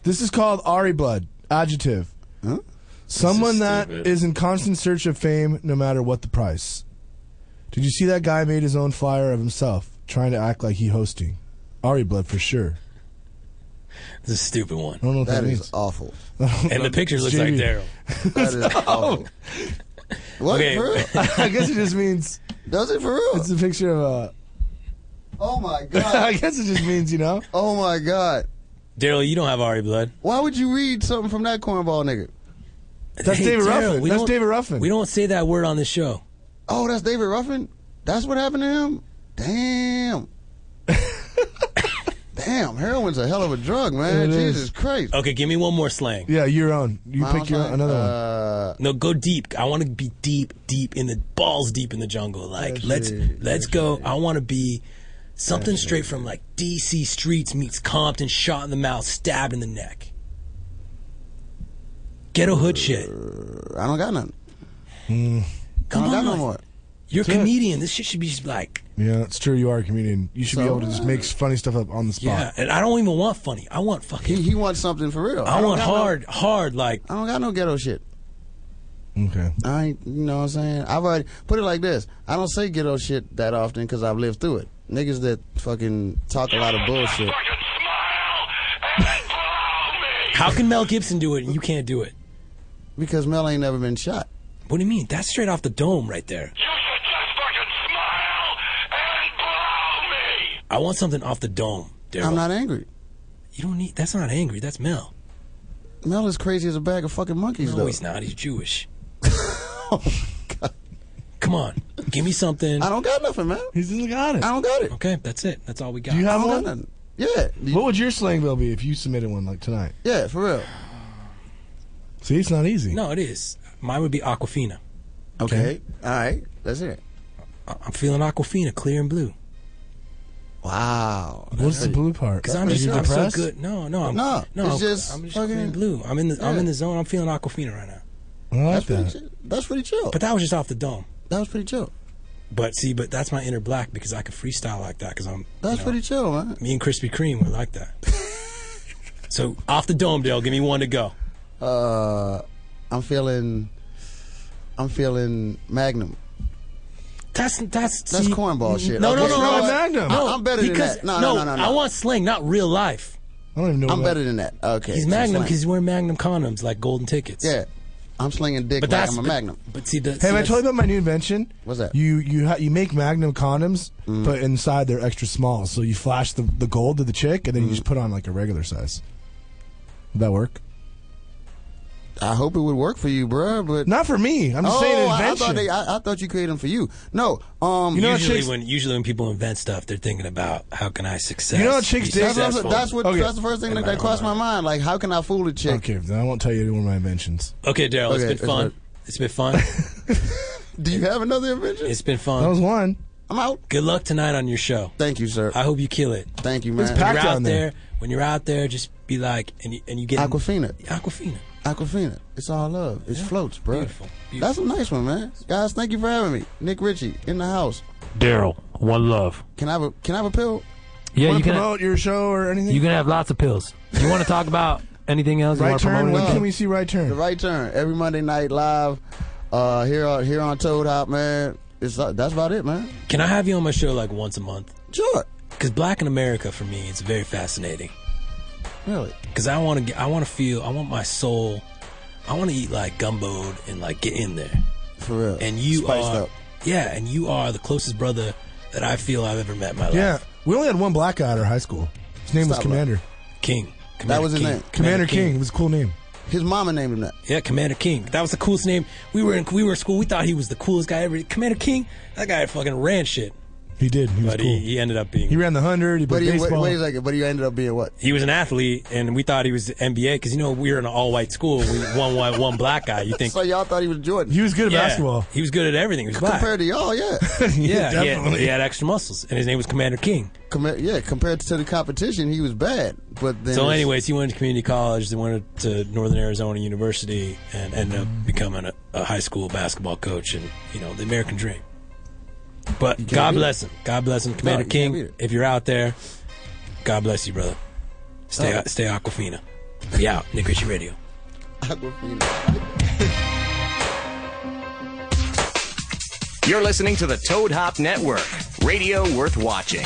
This is called Ari Blood. Adjective. Someone that stupid. is in constant search of fame no matter what the price. Did you see that guy made his own flyer of himself, trying to act like he hosting? Ari Blood for sure. This is a stupid one. I don't know what that, That is means. awful. And the picture looks like Daryl. That is awful. What? Oh. Okay. For real? I guess it just means Does it for real? it's a picture of a. Oh my I god. guess it just means you know. Oh my god. Daryl, you don't have Ari blood. Why would you read something from that cornball nigga? That's David Daryl, Ruffin. we That's don't- David Ruffin. We don't say that word on this show. Oh, that's David Ruffin. That's what happened to him. Damn. Damn, heroin's a hell of a drug, It man. is. Jesus Christ. Okay, give me one more slang. Yeah, your own. You My pick your own own, another one. Uh, No, go deep. I want to be deep, deep in the balls, deep in the jungle. Like let's shit. let's go. I want to be something straight from like DC streets meets Compton, shot in the mouth, stabbed in the neck. Ghetto hood shit. Uh, I don't got nothing. Hmm. Come I don't got on, no more. you're a comedian. This shit should be just like Yeah, it's true. You are a comedian. You should be So- able to just make funny stuff up on the yeah. spot. And I don't even want funny. I want fucking. He, he wants something for real. I don't want got no- hard, hard like I don't got no ghetto shit. Okay. I ain't, you know what I'm saying? I've already, put it like this I don't say ghetto shit that often because I've lived through it. Niggas that fucking talk a lot of bullshit. How can Mel Gibson do it and you can't do it? Because Mel ain't never been shot. What do you mean? That's straight off the dome right there. I want something off the dome, Daryl. I'm not angry. You don't need. That's not angry. That's Mel. Mel is crazy as a bag of fucking monkeys, No, though. he's not. He's Jewish. Come on, give me something. I don't got nothing, man. He's just got it. I don't got it. Okay, that's it. That's all we got. Do you I have don't got one? nothing. Yeah. What would your slang bill be if you submitted one like tonight? Yeah, for real. See, it's not easy. no, it is. Mine would be Aquafina. Okay. All right. Let's hear it. I- I'm feeling Aquafina, clear and blue. Wow. What's the blue part? Cause I'm Are just you I'm so depressed? good. No, no, I'm, No, it's I'm, just I'm just clear fucking- and blue. I'm in the I'm yeah. in the zone. I'm feeling Aquafina right now. I like That's pretty, that. chill. That's pretty chill. But that was just off the dome. That was pretty chill. But see, but that's my inner black because I could freestyle like that because I'm. That's pretty chill, man. Me and Krispy Kreme were like that. so off the dome, Dale. Give me one to go. Uh, I'm feeling, I'm feeling Magnum. That's that's that's cornball shit. No, no, Okay, no, you know no, what? Magnum. I- I'm better because, than that. No, no, no, no, no. I want slang, not real life. I don't even know I'm what- better than that. Okay, he's so Magnum slang. because he's wearing Magnum condoms like golden tickets. Yeah, I'm slinging dick But like that's- I'm a but- Magnum. But see, the, Hey, have I told you about my new invention? What's that? Mm. You you ha- you make Magnum condoms, but inside they're extra small. So you flash the, the gold to the chick, and Mm. then you just put on like a regular size. Would that work? I hope it would work for you, bro. But not for me. I'm just oh, saying I- I invention. thought, they, I, I thought you created them for you. No, um, usually when usually when people invent stuff, they're thinking about how can I success. You know what chicks be did? That's what, successful that's, what in that's the first thing that, my that crossed my mind. Like, how can I fool a chick? Okay, then I won't tell you any more of my inventions. Okay, Daryl, Okay, it's been fun. It's been fun. Do you have another invention? It's been fun. That was one. I'm out. Good luck tonight on your show. Thank you, sir. I hope you kill it. Thank you, When man. you're out there, when you're out there, just be like, and you, and you get Aquafina. Aquafina. Aquafina. It's all love. It floats, bro. Beautiful. That's a nice one, man. Guys, thank you for having me. Nick Ritchie in the house. Daryl, one love. Can I have a Can I have a pill? Yeah, Wanna you can. promote your show or anything? You can have lots of pills. You want to talk about anything else? you Right want to turn, Promote when anything? can we see right turn? The right turn every Monday night live. Uh, here on here on Toad Hop, man. It's uh, that's about it, man. Can I have you on my show like once a month? Sure. Because Black in America for me is very fascinating. Really? Because I want to, I want to feel, I want my soul, I want to eat like gumbo and like get in there. For real. And you Uh, Spiced are, up. yeah, and you are the closest brother that I feel I've ever met in my Yeah, life. we only had one black guy at our high school. His name was Stop Commander. King. Commander was his King. name. Commander King. It was a cool name. His mama named him that. Yeah, Commander King. That was the coolest name. We were in we were in school. We thought he was the coolest guy ever. Commander King. That guy fucking ran shit. He did. He was but cool. he, he ended up being. He ran the hundred. He But played he, wait, baseball. wait a second. But he ended up being what? He was an athlete, and we thought he was NBA because you know we were in an all white school. We one white, one black guy. You think So y'all thought he was Jordan? He was good at Yeah. basketball. He was good at everything. He was black. compared to y'all, yeah. yeah, he had, he had extra muscles, and his name was Commander King. Compa- yeah, compared to the competition, he was bad. But then so, anyways, he went to community college, then went to Northern Arizona University, and ended Mm-hmm. up becoming a, a high school basketball coach, and you know the American dream. But can't God beat bless it. him. God bless him, Commander you can't beat King. it. If you're out there, God bless you, brother. Stay, Oh. stay Aquafina. Be out, Nick Ritchie Radio. You're listening to the Toad Hop Network, radio worth watching.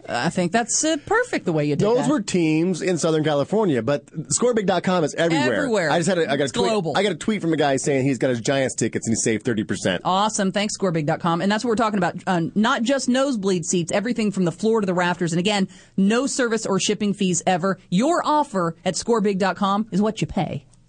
I think that's uh, perfect the way you did Those that. were teams in Southern California, but scorebig.com is everywhere. Everywhere. I just had a, I got a It's tweet, global. I got a tweet from a guy saying he's got his Giants tickets and he saved 30%. Awesome. Thanks, scorebig.com. And that's what we're talking about. Uh, not just nosebleed seats, everything from the floor to the rafters. And again, no service or shipping fees ever. Your offer at scorebig.com is what you pay.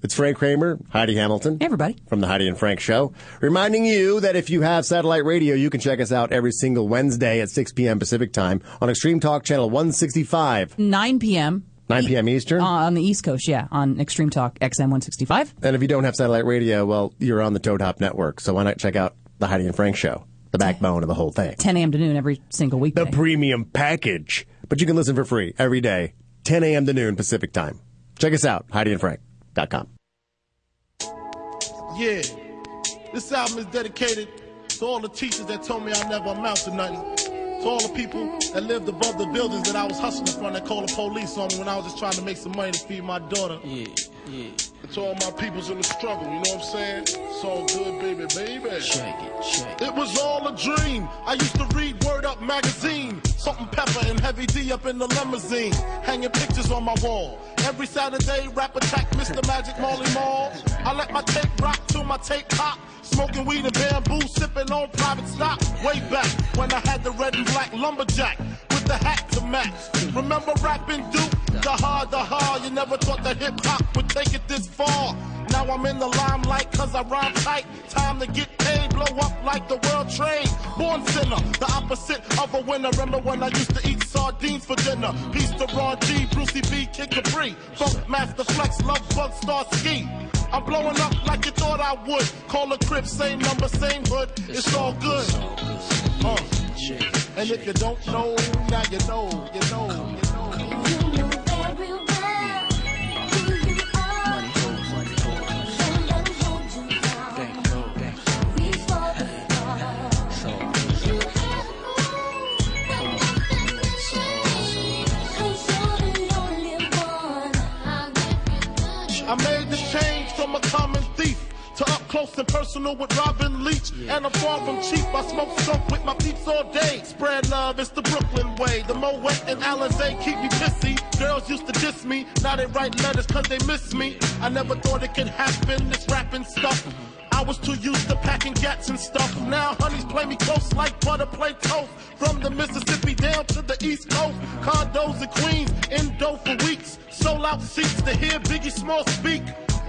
It's Frank Kramer, Heidi Hamilton. everybody. From the Heidi and Frank Show. Reminding you that if you have satellite radio, you can check us out every single Wednesday at 6 p.m. Pacific time on Extreme Talk Channel 165, 9 p.m. 9 p.m. Eastern. Uh, on the East Coast, yeah, on Extreme Talk XM 165. And if you don't have satellite radio, well, you're on the Toad Hop Network, so why not check out the Heidi and Frank Show, the backbone of the whole thing. 10 a.m. to noon every single week. The premium package. But you can listen for free every day, 10 a.m. to noon Pacific time. Check us out, HeidiandFrank.com. Yeah. This album is dedicated to all the teachers that told me I never amount to nothing. To all the people that lived above the buildings that I was hustling from that called the police on me when I was just trying to make some money to feed my daughter. Yeah, yeah. And to all my peoples in the struggle, you know what I'm saying? It's all good, baby, baby. Check it, check it. It was all a dream. I used to read Word Up magazine. Salt and pepper and heavy D up in the limousine. Hanging pictures on my wall. Every Saturday, rap attack, Mr. Magic Molly Mall. I let my tape rock till my tape pop. Smoking weed and bamboo, sipping on private stock. Way back when I had the red and black lumberjack with the hat to match. Remember rapping Duke? The hard, the hard. You never thought that hip hop would take it this far. Now I'm in the limelight cause I rhyme tight. Time to get paid, blow up like the world trade. Born sinner, the opposite of a winner. Remember when I used to eat sardines for dinner? Peace to Ron G, Brucey B, Kid Capri. Funk Master Flex, Love Bug, Star Ski. I'm blowing up like you thought I would. Call a crib, same number, same hood. It's, all good. Uh. And if you don't know, now you know, you know, you know. I made the change from a common thief to up close and personal with Robin Leach. And I'm far from cheap. I smoke skunk with my peeps all day. Spread love, it's the Brooklyn way. The Moet and Alizé keep me pissy. Girls used to diss me, now they write letters cause they miss me. I never thought it could happen, this rapping stuff. I was too used to packing gats and stuff. Now honeys play me close like butter play toast. From the Mississippi down to the East Coast, condos in Queens, endo for weeks. Sold out seats to hear Biggie Small speak.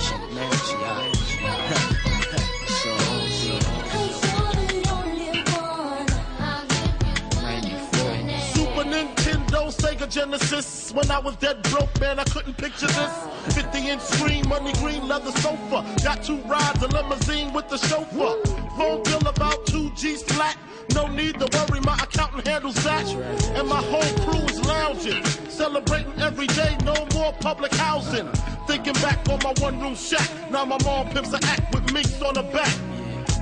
Oh, Super Nintendo, Sega Genesis. When I was dead broke, man, I couldn't picture this. 50 inch screen, money green leather sofa. Got two rides, a limousine with the chauffeur. Phone bill about 2 G's flat. No need to worry, my accountant handles that. And my whole crew is lounging. Celebrating every day, no more public housing. Thinking back on my one room shack. Now my mom pimps a act with minks on her back.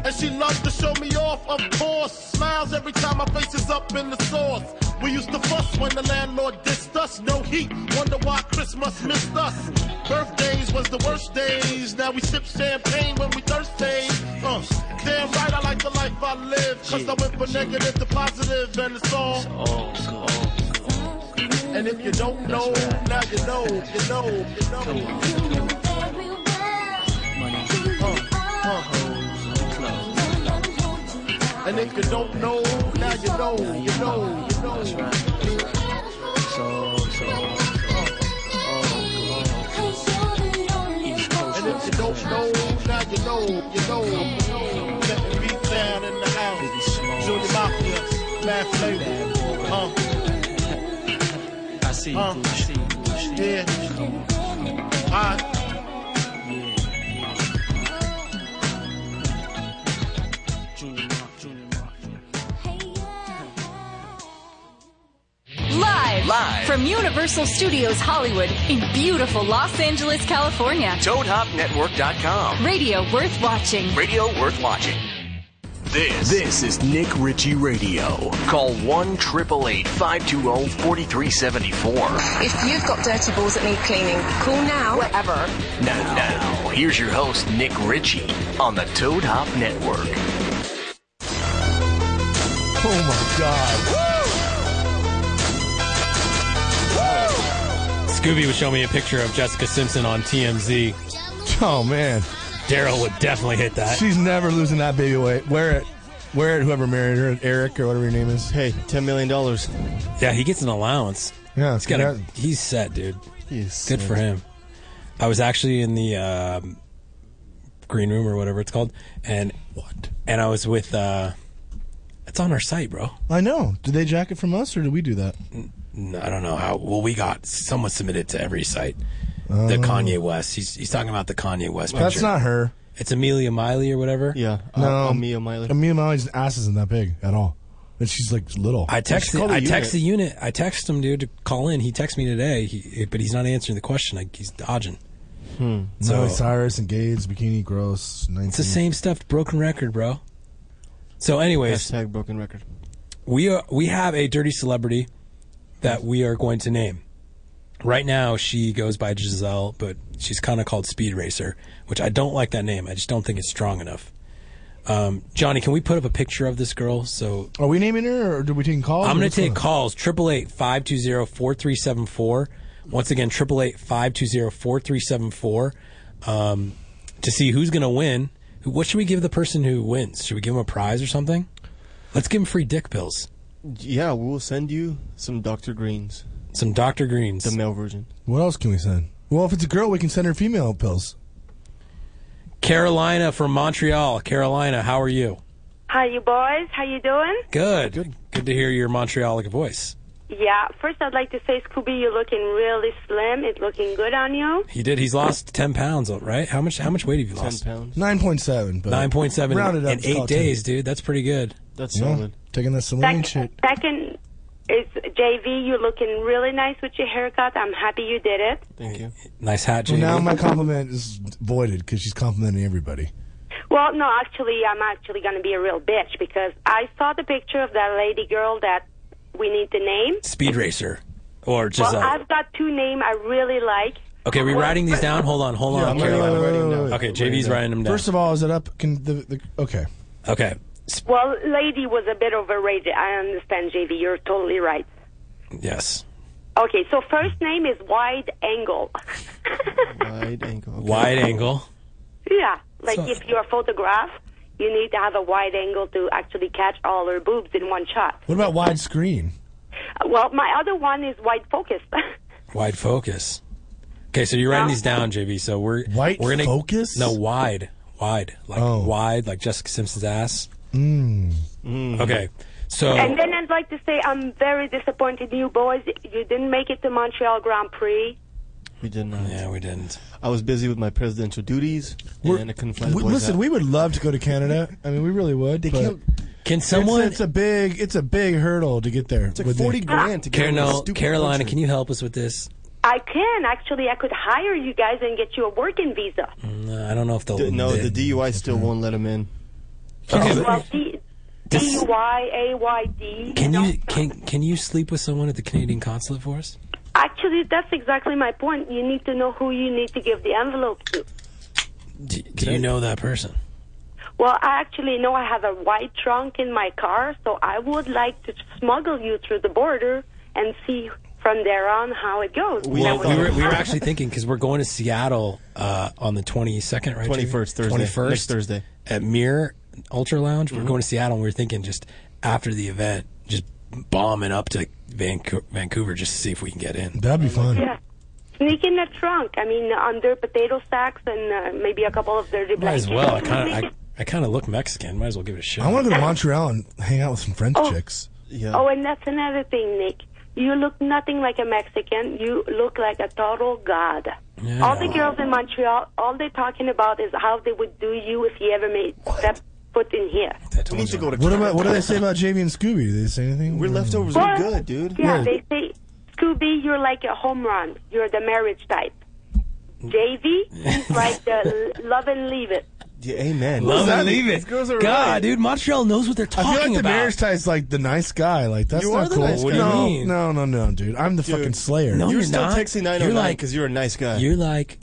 And she loves to show me off, of course. Smiles every time my face is up in the sauce. We used to fuss when the landlord dissed us. No heat, wonder why Christmas missed us. Birthdays was the worst days. Now we sip champagne when we thirsty. Uh, damn right, I like the life I live. Cause I went from negative to positive, and it's all. And if you don't know, now you know, you know, you know. Uh, uh. And if you don't know, now you know, you know, you know. And if you don't know, now you know, you know. Let the beat down in the house. Julie Mafia, Uh-huh. Mad Flavor. Huh? I see you, Huh? I see you, I see you. Yeah. Alright. Junior Mark, Junior Mark. Live, Live. from Universal Studios Hollywood in beautiful Los Angeles, California. ToadHopNetwork.com. Radio worth watching. Radio worth watching. This, this is Nick Ritchie Radio. Call 1 888 520 4374. If you've got dirty balls that need cleaning, call now. Wherever. Now, now, here's your host, Nick Ritchie, on the Toad Hop Network. Oh my God. Scooby would show me a picture of Jessica Simpson on TMZ. Oh man, Daryl would definitely hit that. She's never losing that baby weight. Wear it. Wear it, whoever married her, Eric or whatever your name is. Hey, $10 million. Yeah, he gets an allowance. Yeah, he's got a, he's set, dude. He's good for set. him. I was actually in the um, green room or whatever it's called, and what? And I was with uh, It's on our site, bro. I know. Did they jack it from us or did we do that? No, I don't know how. Well, we got someone submitted to every site. the Oh. Kanye West. He's he's talking about the Kanye West. That's picture. not her. It's Amelia Miley or whatever. Yeah. No, Mia Miley's ass isn't that big at all, and she's like little. I She texted. called a I unit. texted the unit. I texted him, dude, to call in. He texted me today, he, but he's not answering the question. Like he's dodging. Hmm. So- Miley Cyrus, engaged, bikini, gross. 19. It's the same stuff. Broken record, bro. So, anyways, Hashtag broken record. we are we have a dirty celebrity that we are going to name. Right now, she goes by Giselle, but she's kind of called Speed Racer, which I don't like that name. I just don't think it's strong enough. Um, Johnny, can we put up a picture of this girl? So Are we naming her, or do we take calls? I'm or going what's to take on? calls 888 520 4374. Once again, 888 520 4374 um, to see who's going to win. Who- What should we give the person who wins? Should we give him a prize or something? Let's give him free dick pills. Yeah, we will send you some Dr. Greens. Some Dr. Greens. The male version. What else can we send? Well, if it's a girl, we can send her female pills. Carolina from Montreal. Carolina, how are you? Hi, you boys. How you doing? Good. Good, to hear your Montrealic voice. Yeah. First, I'd like to say, Scooby, you're looking really slim. It's looking good on you. He did. He's lost 10 pounds, right? How much How much weight have you lost? 10 pounds. Nine point seven. 9.7 Rounded up. in it's eight called ten. days, dude. That's pretty good. That's Yeah, Taking that saline shit. Second is JV. You're looking really nice with your haircut. I'm happy you did it. Thank you. Nice hat, Well, Jamie. now my compliment is voided because she's complimenting everybody. Well, no, actually, I'm actually going to be a real bitch because I saw the picture of that lady girl that we need to name. Speed Racer. Or well, Giselle. I've got two names I really like. Okay, we're writing these down. Hold on, hold Yeah, on, I'm writing- Caroline. I'm writing them down. Okay, JV's writing them down. First of all, is it up? Can the, the okay? okay, Well, lady was a bit overrated. I understand, JV. You're totally right. yes. Okay, so first name is Wide Angle. Wide angle. Wide angle. Yeah, like if you're a photograph, you need to have a wide angle to actually catch all her boobs in one shot. What about widescreen? Well, my other one is wide focus. Wide focus. Okay, so you're writing these down, JV. So we're White we're gonna, focus? No, Oh. wide. Wide. Like wide, like Jessica Simpson's ass. Mm. Okay. So and then I'd like to say I'm very disappointed in you boys. You didn't make it to Montreal Grand Prix. We did not. Yeah, we didn't. I was busy with my presidential duties, and I couldn't find the We, boys listen, out. we would love to go to Canada. I mean, we really would. but can't- Can someone? It's, a big. It's a big hurdle to get there. It's like Carol, Carolina, can you help us with this? I can actually. I could hire you guys and get you a working visa. No, Mm, I don't know if they'll. D- no, the DUI still won't let him in. Oh. Well, D D Y A Y D. Can you can can you sleep with someone at the Canadian consulate for us? Actually, that's exactly my point. You need to know who you need to give the envelope to. Do, do you know that person? Well, I actually know I have a white trunk in my car, so I would like to smuggle you through the border and see from there on how it goes. well, That we would- were, we were actually thinking because we're going to Seattle uh, on the 22nd, right? 21st, Thursday. Twenty first Next Thursday. Mm-hmm. at Mirror Ultra Lounge. We're going to Seattle. and We were thinking just after the event, just bombing up to Vancouver, Vancouver just to see if we can get in. That'd be fun. yeah. Sneak in the trunk. I mean, under potato sacks and uh, maybe a couple of dirty Might as blankets. well. I kind of I, I kind of look Mexican. Might as well give it a shot. I want to go to Montreal and hang out with some French Oh. chicks. Oh, and that's another thing, Nick. You look nothing like a Mexican. You look like a total god. All the girls in Montreal, all they're talking about is how they would do you if you ever made that foot in here. We need to go to What about what do they say about JV and Scooby? Do they say anything? We're leftovers Well, Yeah, Yeah. they say, Scooby, you're like a home run. You're the marriage type. JV is like the l- love and leave it. Yeah, amen. Love and leave it. God, dude, Montreal knows what they're I talking feel like the about. marriage type's like the nice guy. Like that's You not are the cool. nice What do guy. you no, mean? no, no, no, dude. I'm the fucking Slayer. No, you're, still texting 909 because you're, a nice guy. You're like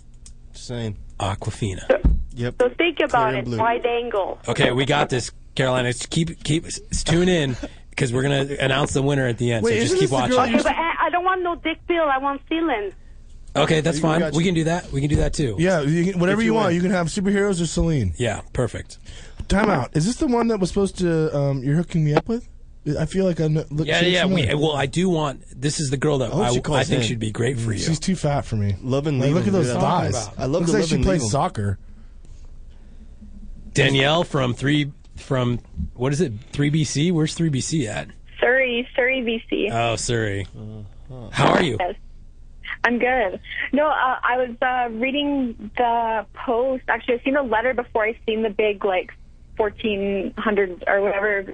same Aquafina. Yep. So think about and it, blue. wide angle. Okay, we got this, Carolina. Just keep keep just tune in because we're gonna announce the winner at the end. so just keep watching. Okay, but I I don't want no dick pill. I want feeling. Okay, that's We fine. got We can do that. We can do that too. Yeah, you can, whatever If you you, want. win. You can have superheroes or Celine. Yeah, perfect. Time out. Is this the one that was supposed to? Um, you're hooking me up with? I feel like I know. Look, Yeah, she looks yeah. We, familiar. well, I do want. This is the girl that I hope I, Oh, she calls I think in. she'd be great for you. She's too fat for me. Love and like, leave look at them, those dude. thighs. I love Looks the like love she and plays leave 'em. soccer. Danielle from three from what is it? 3BC. Where's 3BC at? Surrey, Surrey, BC. Oh, Surrey. How are you? Yes. I'm good. No, uh, I was uh, reading the post. Actually, I seen the letter before I seen the big like 1400 or whatever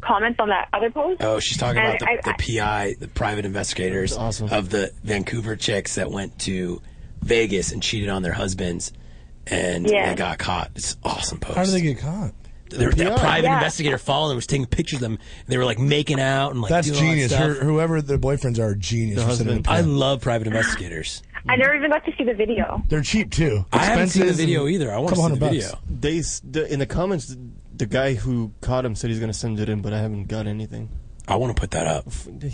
comments on that other post. Oh, she's talking And about the, I- the PI, the private investigators of the Vancouver chicks that went to Vegas and cheated on their husbands, and Yeah. they got caught. It's an awesome post. How do they get caught? There was that Yeah. private Yeah. investigator following them, was taking pictures of them. And they were like making out and like That's doing all that genius. stuff. Her, whoever their boyfriends are, are genius. for sending them I to- love private investigators. I never even got to see the video. They're cheap too. I haven't seen the Expenses video and- either. I couple see the hundred video. bucks. They s- the, in the comments, the, the guy who caught him said he's going to send it in, but I haven't got anything. I want to put that up.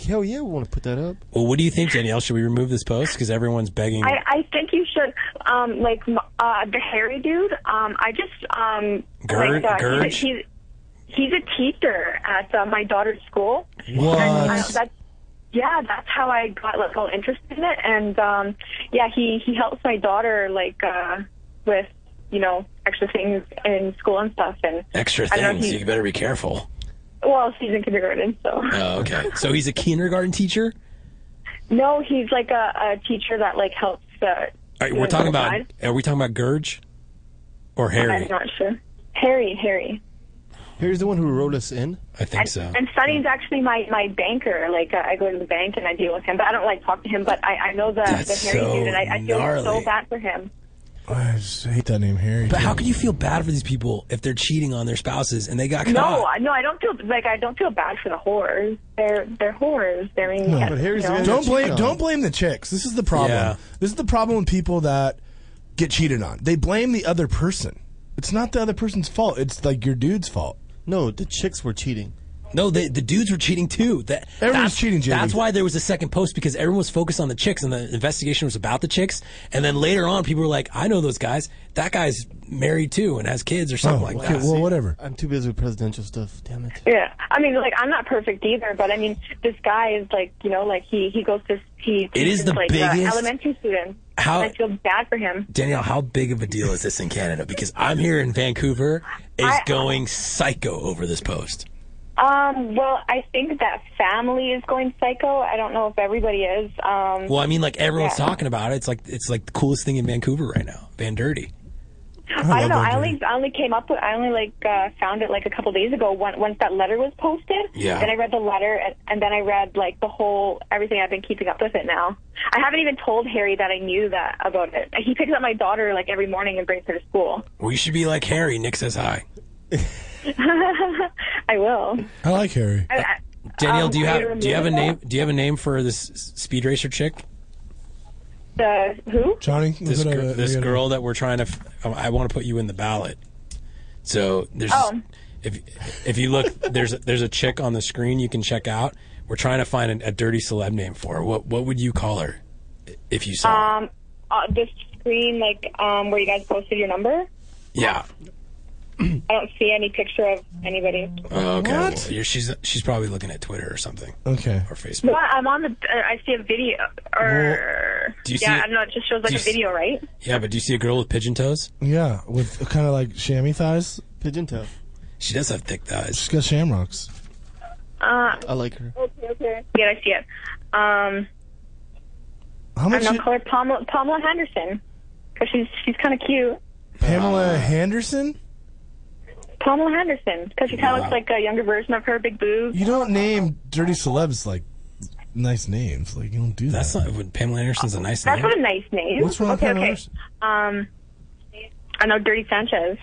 Hell yeah, we want to put that up. Well, what do you think, Danielle? Should we remove this post because everyone's begging? I, I think you should, um, like m- uh, the hairy dude. Um, I just um, Gur- like, uh, he's a- Gurge? He's, he's a teacher at uh, my daughter's school. What? And I, that's, yeah, that's how I got like all interested in it. And um, yeah, he he helps my daughter like uh, with you know extra things in school and stuff. And Extra I don't know if things. he- You better be careful. well, she's in kindergarten, so Oh, okay. So he's a kindergarten teacher. no, he's like a, a teacher that like helps. Uh, All right, we're talking about. Are we talking about Gurge or I'm Harry? not sure. Harry, Harry. Here's the one who wrote us in. I think so. And Sonny's actually my my banker. Like uh, I go to the bank and I deal with him, but I don't like talk to him. But I, I know the That's the hairy so dude, and I, I feel gnarly. so bad for him. I just hate that name, Harry. But how can you feel bad for these people if they're cheating on their spouses and they got caught? No, I- no, I don't feel like I don't feel bad for the whores. They're they're whores. They're mean, yes, you know? don't blame don't blame the chicks. This is the problem. This is the problem with people that get cheated on. They blame the other person. It's not the other person's fault. It's like your dude's fault. No, the chicks were cheating. No, they, the dudes were cheating too. That Everyone's that's, cheating, Jamie. That's why there was a second post because everyone was focused on the chicks and the investigation was about the chicks. And then later on, people were like, "I know those guys. That guy's married too and has kids or Oh, something like that." whatever. I'm too busy with presidential stuff. Damn it. Yeah, I mean, like I'm not perfect either, but I mean, this guy is like, you know, like he he goes to he It is teaches, the like biggest- uh, elementary student. How- I feel bad for him. Danielle, how big of a deal is this in Canada? Because I'm here in Vancouver, is I- going psycho over this post. Um, well, I think that family is going psycho. I don't know if everybody is. Um, Well, I mean, like everyone's yeah. talking about it. It's like it's like the coolest thing in Vancouver right now. Van Dirty. I don't know. I only I only came up with I only like uh, found it like a couple days ago. Once once that letter was posted, Yeah. Then I read the letter and, and then I read like the whole everything. I've been keeping up with it now. I haven't even told Harry that I knew that about it. He picks up my daughter like every morning and brings her to school. Well, you should be like Harry. Nick says hi. I will. I like Harry. I, I, Danielle, Um, do you I have do you have a remember name? Do you have a name for this speed racer chick? the who? Johnny, This, gir- uh, this girl that we're trying to. F- oh, I want to put you in the ballot. So there's Oh. if if you look there's a, there's a chick on the screen you can check out. We're trying to find a, a dirty celeb name for her. What what would you call her if you saw? her? Um, uh, this screen like um where you guys posted your number. yeah. I don't see any picture of anybody. Oh, okay. What? Well, you're- she's she's probably looking at Twitter or something okay or Facebook. Well, I'm on the. Uh, I see a video. Or do you see yeah, it- I don't know. It just shows do like you a s- video, right? Yeah, but do you see a girl with pigeon toes? Yeah, with kind of like chamois thighs. Pigeon toe. She does have thick thighs. She's got shamrocks. Uh, I like her. Okay, okay. Yeah, I see it. Um, How much? I don't you- know, call her Pamela, Pamela Henderson because she's she's kind of cute. Pamela Henderson. Pamela Henderson because she kind of Wow. looks like a younger version of her, big boobs. You don't name dirty celebs like nice names. Like you don't do that. That's not. Pamela Anderson's a nice That's not a nice name. What's wrong with Okay, Pamela okay. Anderson? Um, I know Dirty Sanchez.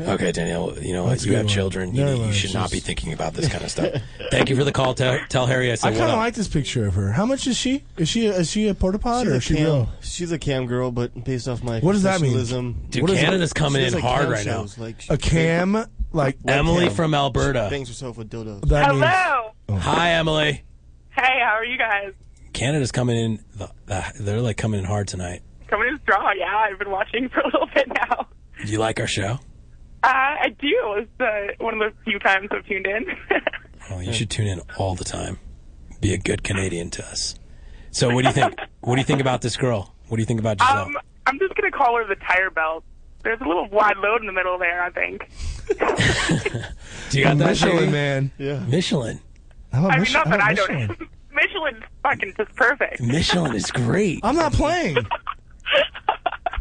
Okay, Danielle, you know what? That's a You good have one. children. You, Never you mind, should not she's- be thinking about this kind of stuff. Thank you for the call. Tell, tell Harry I I said kind what of up. like this picture of her. How much is she? Is she is she a porta pot She's or a is she cam, real? She's a cam girl, but based off my What does that mean? professionalism- Dude, What is Canada's She coming does, in like, hard cam right now. shows, like, A cam like Emily Webcam. from Alberta. She bangs herself with dildos. That means- Hello. Hi, Emily. Hey, how are you guys? Canada's coming in. The, the, they're like coming in hard tonight. Coming in strong. Yeah, I've been watching for a little bit now. Do you like our show? Uh, I do. It's uh, one of the few times I've tuned in. Well, you should tune in all the time. Be a good Canadian to us. So, what do you think? what do you think about this girl? What do you think about Giselle? um, I'm just gonna call her the tire belt. There's a little wide load in the middle there. I think. Do you got that Michelin baby? man? Yeah, Michelin. I I mean, not uh, that I don't. Michelin's fucking just perfect. Michelin is great. I'm not playing.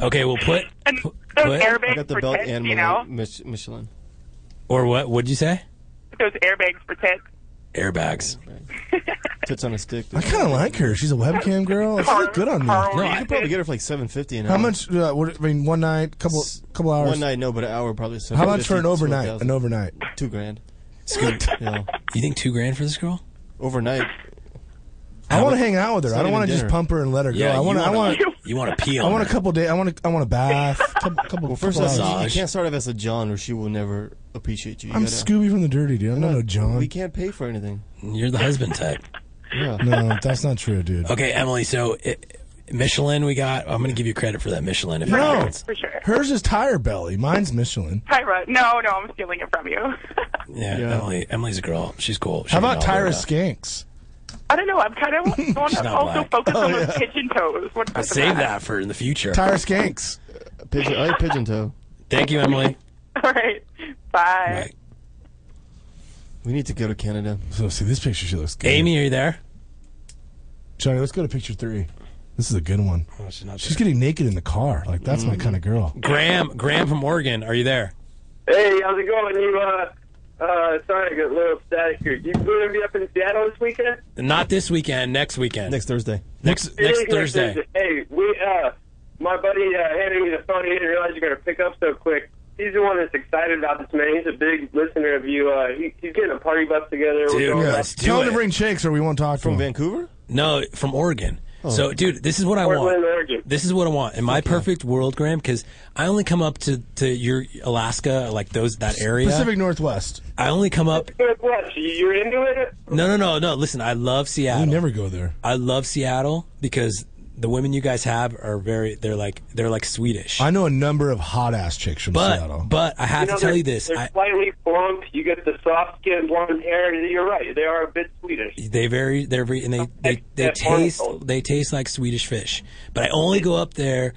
Okay, we'll put Those What? I airbags got for the belt tits, and you Mich- know? Mich- Michelin. or what? What'd you say? Those airbags for tits. Airbags. Tits on a stick. I kind of like her. She's a webcam girl. She looked good on me. No, you could probably get her for like seven fifty an hour. How much? Uh, what, I mean, one night, couple, couple hours. One night, no, but an hour probably. So How much for an 50, overnight? 12,000. An overnight. Two grand. Scoot. yeah. You think two grand for this girl? Overnight. I want to hang out with her. I don't want to just pump her and let her go. Yeah, I you want. I wanna- want. you wanna pee I on want a her. couple days. I want. A, I want a bath. couple, couple, Well, first couple off, you- you hours. can't start off as a John, or she will never appreciate you. You I'm gotta- Scooby from the Dirty, dude. I'm not no John. We can't pay for anything. You're the husband type. Yeah. No, that's not true, dude. Okay, Emily. So it, Michelin, we got. I'm going to give you credit for that Michelin. If it No, happens. hers is tire belly. Mine's Michelin. Tyra, no, no, I'm stealing it from you. Yeah, Emily. Emily. She's a girl. She's cool. She How can about all Tyra work out. Skanks? I don't know. I'm kind of want She's to not also black. focus Oh, on those yeah. pigeon toes. What's I'll with save that for in the future. Tyra Skanks. Uh, Pigeon, I like pigeon toe. Thank you, Emily. All right. Bye. We need to go to Canada. So see this picture. She looks good. Amy, are you there? Johnny, let's go to picture three. This is a good one. Oh, She's getting naked in the car. Like that's Mm. my kind of girl. Graham. Graham from Oregon. Are you there? Hey, how's it going? You, uh, uh, sorry, I got a little static here. You going to be up in Seattle this weekend? Not this weekend. Next weekend. Next Thursday. Next It is next Thursday. Hey, we, uh, my buddy uh, handed me the phone. He didn't realize you're going to pick up so quick. He's the one that's excited about this, man. He's a big listener of you. Uh, he, he's getting a party bus together. We're going out. Tell him to bring shakes or we won't talk to him. Vancouver? No, from Oregon. So, dude, this is what I Portland, want. Oregon. This is what I want in my perfect world, Graham. Because I only come up to, to your Alaska, like those that area. Pacific Northwest. I only come up What? You're into it? No, no, no, no. Listen, I love Seattle. You never go there. I love Seattle because the women you guys have are very. They're like they're like Swedish. I know a number of hot ass chicks from But Seattle. but I have know, to tell they're- you this. They're I, slightly plump. You get the soft skin, blonde hair. You're right. They are a bit Swedish. they very they're very and they they, they they're taste horrible. they taste like Swedish fish. But I only go up there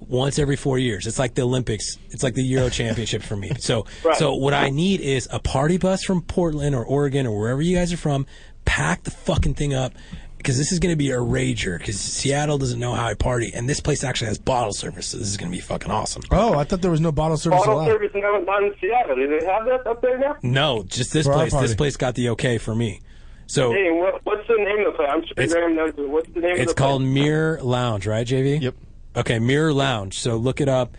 once every four years. It's like the Olympics. It's like the Euro Championships for me. So Right. so what I need is a party bus from Portland or Oregon or wherever you guys are from. Pack the fucking thing up. Because this is going to be a rager. Because Seattle doesn't know how I party, and this place actually has bottle service, so this is going to be fucking awesome. Oh, I thought there was no bottle service Bottle allowed. service now not in Seattle. Do they have that up there now? No, just this For our place. This party. place got the okay for me. So hey, what, what's the name of the place? I'm sure It's- Graham knows it. What's the name It's of the place? called Mirror Lounge, right, JV? Yep. Okay, Mirror Lounge. So look it up.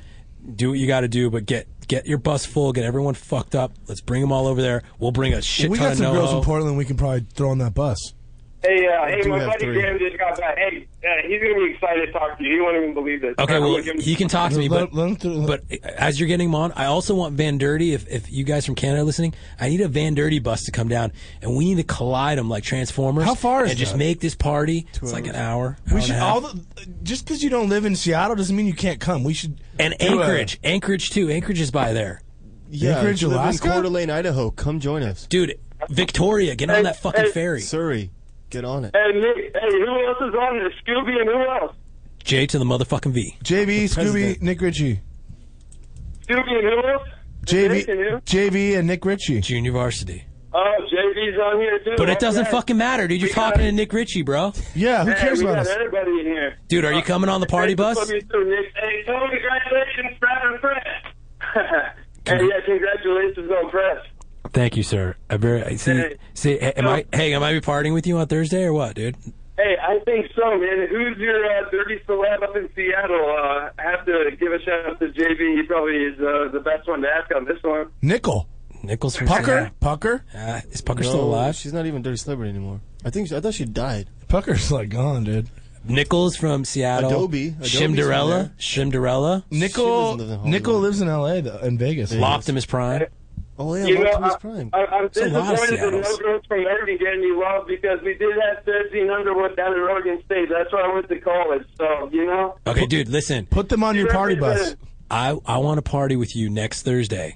Do what you got to do, but get get your bus full, get everyone fucked up. Let's bring them all over there. We'll bring a shit we ton got some of girls NoHo. from Portland. We can probably throw on that bus. Hey, uh, hey, do my have buddy three. Graham just got back. Hey, uh, he's gonna be excited to talk to you. He won't even believe this. Okay, I'm well, gonna give him- he can talk to me, but, but as you're getting him on, I also want Van Dirty. If, if you guys from Canada are listening, I need a Van Dirty bus to come down, and we need to collide them like Transformers. How far is And just that? make this party. it's like an hour. hour We and should a half. all the, just because you don't live in Seattle doesn't mean you can't come. We should and do a- Anchorage, Anchorage too. Anchorage is by there. Yeah, if you live In Coeur d'Alene, Idaho. Come join us, dude. Victoria, get on that fucking ferry. Surrey, get on it. Hey, Nick, hey, who else is on there? Scooby and who else? J to the motherfucking V. JV, Scooby, Nick Ritchie, Scooby and who else? JV, Jason, who? JV, and Nick Ritchie, junior varsity. Oh, JV's on here too. But it doesn't Okay. fucking matter, dude. You're We talking got- to Nick Ritchie, bro. Yeah, hey, we got everybody in here. Dude, are you coming on the party Thanks bus? for putting me through, Nick. Hey, tell them congratulations, Brad and Brett. hey, yeah, congratulations on Brett. Thank you, sir. I very I see. See, hey, am I? Hey, am I be partying with you on Thursday or what, dude? Hey, I think so, man. Who's your uh, dirty celeb up in Seattle? Uh, I have to give a shout out to JV. He probably is uh, the best one to ask on this one. Nickel, Nichols from Pucker, Seattle. Pucker. Uh, is Pucker No, still alive? She's not even dirty celebrity anymore. I think she, I thought she died. Pucker's like gone, dude. Nichols from Seattle. Adobe. Adobe's from Shimderella. there. Shimderella. Nickel, Nickel lives in L.A. though, in Vegas. Loptimus Prime. Oh you know, Loptimus I, I, I'm It's a lot of disappointed that no Seattles. girls from Irving getting you love because we did have 13 Underwood down at Oregon State. That's why I went to college. So, you know, Okay, dude, listen. Put them on your party bus. I I want to party with you next Thursday.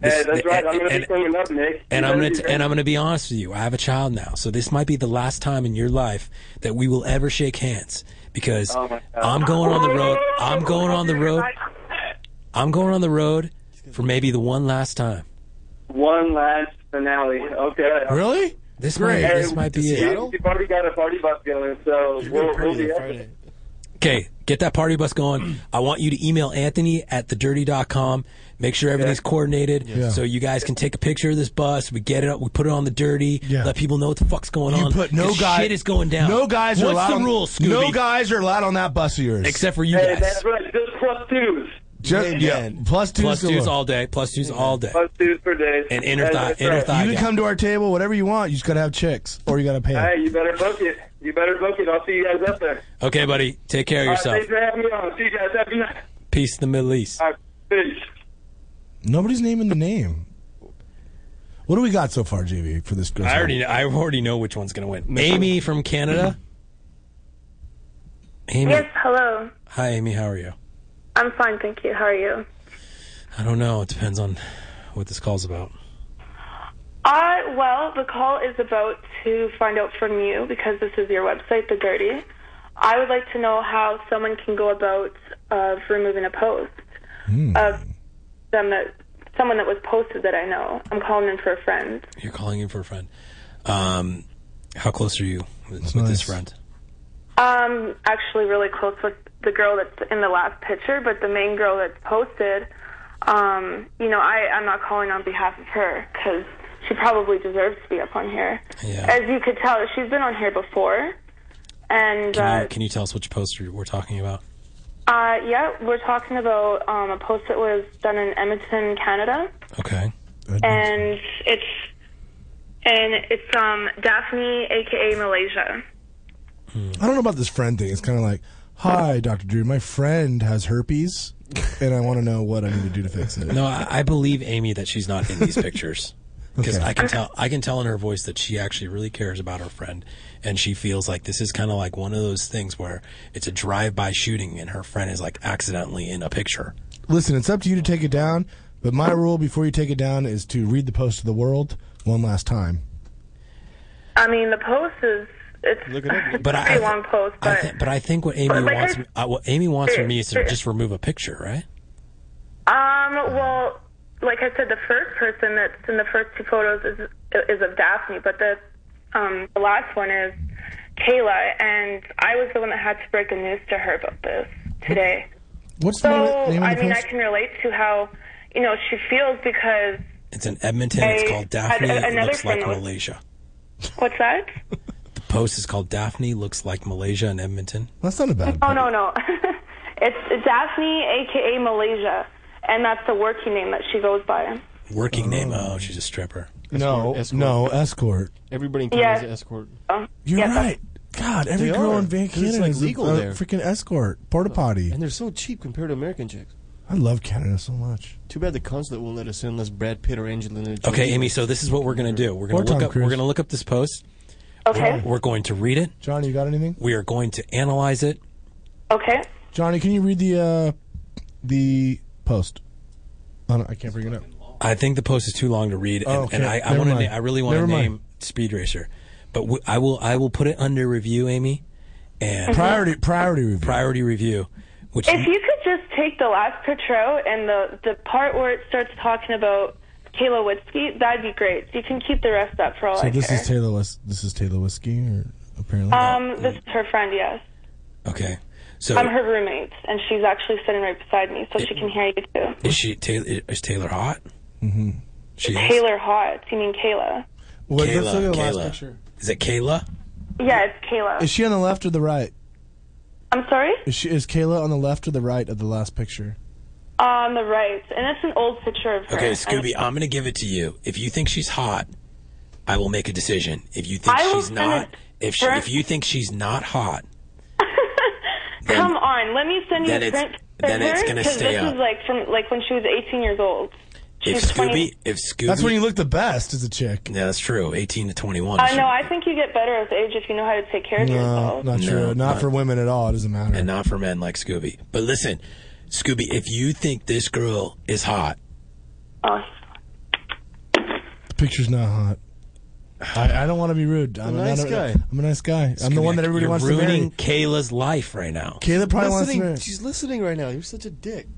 hey, This- that's right. I'm going to and- be coming up, Nick. And I'm gonna You're and I'm gonna be honest with you. I have a child now, so this might be the last time in your life that we will ever shake hands because Oh, my God. I'm going on the road. I'm going on the road. I'm going on the road for maybe the one last time. One last finale. Okay. Really? This Great. might- this might be it. We've we've already got a party bus going, so we'll, we'll be up. Okay, get that party bus going. I want you to email Anthony at thedirty.com. Make sure everything's coordinated Yeah. so you guys can take a picture of this bus. We get it up. We put it on the dirty. Yeah. Let people know what the fuck's going You on. put no 'Cause guys. Shit is going down. No guys are What's allowed. the on- rule, Scooby? No guys are allowed on that bus of yours, Except for you Hey, guys. that's right. Just plus twos. Just, yeah, plus twos, Plus galore. twos all day. Plus twos all day. Plus twos per day. And inner That- thigh- that's inner right. thigh You can come to our table, whatever you want. You just gotta have chicks, or you gotta pay. 'em. Hey, you better book it. You better book it. I'll see you guys up there. Okay, buddy. Take care All of right, yourself. thanks for having me on. See you guys. Have a good night. Peace in the Middle East. All right, peace. Nobody's naming the name. What do we got so far, JV, for this? I already, I already know which one's going to win. Amy from Canada. Amy. Yes, hello. Hi, Amy. How are you? I'm fine, thank you. How are you? I don't know. It depends on what this call's about. Uh, well, the call is about to find out from you because this is your website, The Dirty. I would like to know how someone can go about uh, removing a post Hmm. Hmm. of them that someone that was posted that I know. I'm calling in for a friend. You're calling in for a friend. Um, how close are you with, with this friend? Um, actually, really close with the girl that's in the last picture, but the main girl that's posted. Um, you know, I I'm not calling on behalf of her because she probably deserves to be up on here. As you could tell, she's been on here before, and Can uh, you, can you tell us which post you're- we're talking about? uh, yeah, we're talking about um, a post that was done in Edmonton, Canada. Okay. And it's and it's um Daphne, aka Malaysia. I don't know about this friend thing. It's kind of like, hi, Doctor Drew, my friend has herpes, and I want to know what I need to do to fix it. No, I, I believe Amy that she's not in these pictures because Okay. I can tell. I can tell in her voice that she actually really cares about her friend, and she feels like this is kind of like one of those things where it's a drive-by shooting, and her friend is like accidentally in a picture. Listen, it's up to you to take it down, but my rule before you take it down is to read the post to the world one last time. I mean, the post is it's Look it up. it's But a I- pretty I- long post, I but. thi- but I think what Amy But, like, wants, there's- uh, what Amy wants from me is to there- just remove a picture, right? Um, well, like I said, the first person that's in the first two photos is is of Daphne, but the um the last one is Kayla, and I was the one that had to break the news to her about this today. What's so the name, name of I the mean, post? I can relate to how you know she feels because It's in Edmonton. it's I called had a- Daphne. another looks like friend that was- Malaysia. what's that? The post is called Daphne looks like Malaysia in Edmonton. That's not a bad. Oh no no, it's Daphne, aka Malaysia, and that's the working name that she goes by. Working name. Oh, she's a stripper. no, no, escort. Everybody in Yes. Canada's an escort. You're Yeah, right. God, every They girl are, in Van 'cause it's, Canada like, is a, legal a there. Oh, freaking escort, porta potty. And they're so cheap compared to American chicks. I love Canada so much. Too bad the consulate won't let us in unless Brad Pitt or Angelina Jolie. Okay, Amy. So this is what we're gonna do. We're Or gonna Tom look up. We're Cruise. gonna look up this post. Okay. We're going to read it. Johnny, you got anything? We are going to analyze it. Okay. Johnny, can you read the uh, the post? I, don't, I can't bring it up. I think the post is too long to read, and, Oh, okay. and I, I Never want to. mind. Na- I really want to Never mind. name Speed Racer, but w- I will. I will put it under review, Amy. And Mhm. Priority- priority review. Priority review. Which If you could just take the last picture out and the the part where it starts talking about Kayla Witsky, that'd be great. You can keep the rest up for all So I this care. is Taylor. Wis- This is Taylor Whiskey, or apparently. um, this is her friend. Yes, okay. So I'm her roommate, and she's actually sitting right beside me, so she can hear you too. is she Taylor? Is Taylor hot? Mm-hmm. She is. Taylor Hot. You mean Kayla? Well, let's Kayla, look at the last Kayla. picture. Is it Kayla? Yeah, it's Kayla. Is she on the left or the right? I'm sorry. Is, she, is Kayla on the left or the right of the last picture? On the right, and it's an old picture of her. Okay, Scooby, I'm going to give it to you. If you think she's hot, I will make a decision. If you think I will she's send not, it if she, first. if you think she's not hot, Come on, let me send you then a it's- print. then it's gonna because stay this up. is like from like when she was 18 years old. if She's 20. Scooby, if Scooby, That's when you look the best as a chick. Yeah, that's true. 18 to 21. I know. Uh, I think you get better with age if you know how to take care of No, yourself. not true. No, not, not- for women at all. It doesn't matter. and not for men like Scooby. But listen, Scooby, if you think this girl is hot, Oh, The picture's not hot. I, I don't want to be rude. I'm A nice not guy. I'm a nice guy. I'm the Scooby, one that everybody you're wants to ruining marry. Kayla's life right now. Kayla probably wants to Listening- marry. She's listening right now. You're such a dick.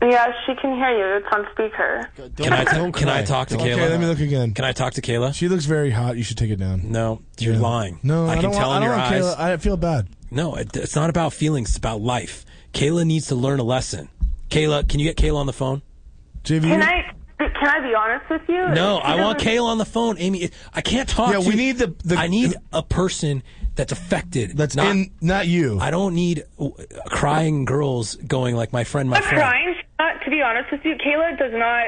Yeah, she can hear you. It's on speaker. Can I ta- can I talk to Okay, Kayla? let me look again. Can I talk to Kayla? She looks very hot. You should take it down. No, you're Yeah. lying. No, I, I can don't tell want- in I your don't eyes. want Kayla- I feel bad. No, it, it's not about feelings. It's about life. Kayla needs to learn a lesson. Kayla, can you get Kayla on the phone? Can I can I be honest with you? No, She I want doesn't- Kayla on the phone. Amy, it- I can't talk. Yeah, to we need the, I need a person that's affected. That's not, in- not you. I don't need uh, crying girls going like my friend, my I'm friend. crying. She's not- to be honest with you, Kayla does not.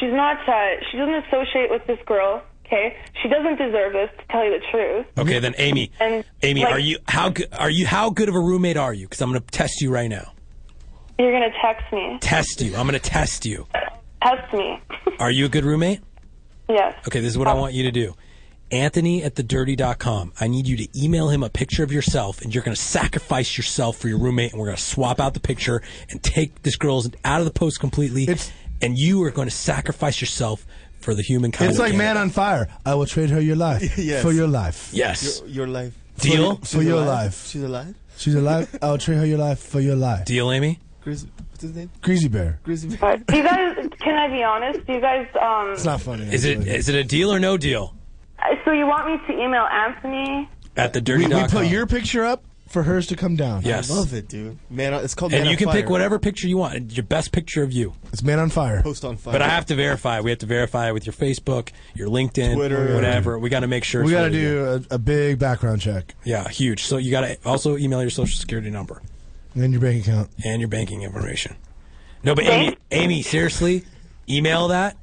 She's not. Uh, she doesn't associate with this girl. Okay, she doesn't deserve this. To tell you the truth. Okay, then Amy, And Amy, like, are you how good are you how good of a roommate are you? Because I'm going to test you right now. You're gonna text me. Test you. I'm going to test you. Test me. Are you a good roommate? Yes. Okay, this is what I want you to do. Anthony at thedirty.com. I need you to email him a picture of yourself, and you're going to sacrifice yourself for your roommate, and we're going to swap out the picture and take this girl's out of the post completely. and you are going to sacrifice yourself for the humankind. It's like Okay. Man on Fire. I will trade her your life Yes. for your life. Yes. Your, your life. Deal? For, For your life. She's alive? She's alive. I will trade her your life for your life. Deal, Amy. Grizz, what's his name? Greasy Bear. Grizzly Bear. Do you guys? Can I be honest? Do you guys? Um. It's not funny. Is it is it a deal or no deal So you want me to email Anthony? at the We, dirty? we put your picture up for hers to come down. Yes. it, dude. Man, it's called and Man you on can pick Fire. whatever picture you want. Your best picture of you. It's Man on Fire. Post on fire. But I have to verify. We have to verify with your Facebook, your LinkedIn, Twitter. whatever. We got to make sure. we it's got to really you. do a, a big background check Yeah, huge. So you got to also email your social security number and then your bank account. and your banking information. No, but Amy, Amy, seriously, email that.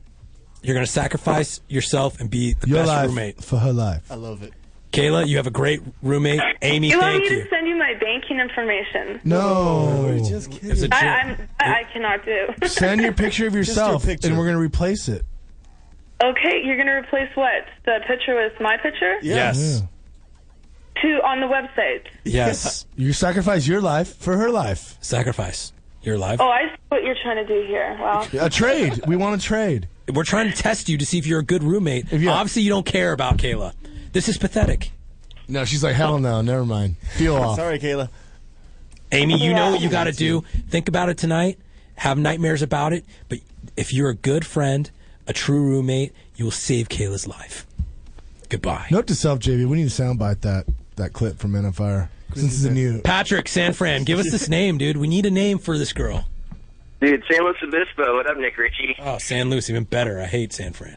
You're going to sacrifice yourself and be the Your best life roommate. for her life. I love it. Kayla, you have a great roommate. Amy, you want thank me you. to send you my banking information? No. It's a I, joke. I'm, I, I cannot do. Send your picture of yourself and we're going to replace it. Okay, you're gonna replace what? The picture with my picture? Yes. To on the website. Yes. you sacrifice your life for her life. Sacrifice your life. Oh, I see what you're trying to do here. Wow. A trade. We want to trade. We're trying to test you to see if you're a good roommate. Obviously, you don't care about Kayla. This is pathetic. No, she's like, hell no, never mind. Feel off. Sorry, Kayla. Amy, you know what you Yeah. got to do. Think about it tonight. Have nightmares about it. But if you're a good friend, a true roommate, you will save Kayla's life. Goodbye. Note to self, JB, we need to soundbite that, that clip from Man on Fire. Since it's a new. Patrick, San Fran, give us this name, dude. We need a name for this girl. Dude, San Luis Obispo. What up, Nick Ritchie? Oh, San Luis, even better. I hate San Fran.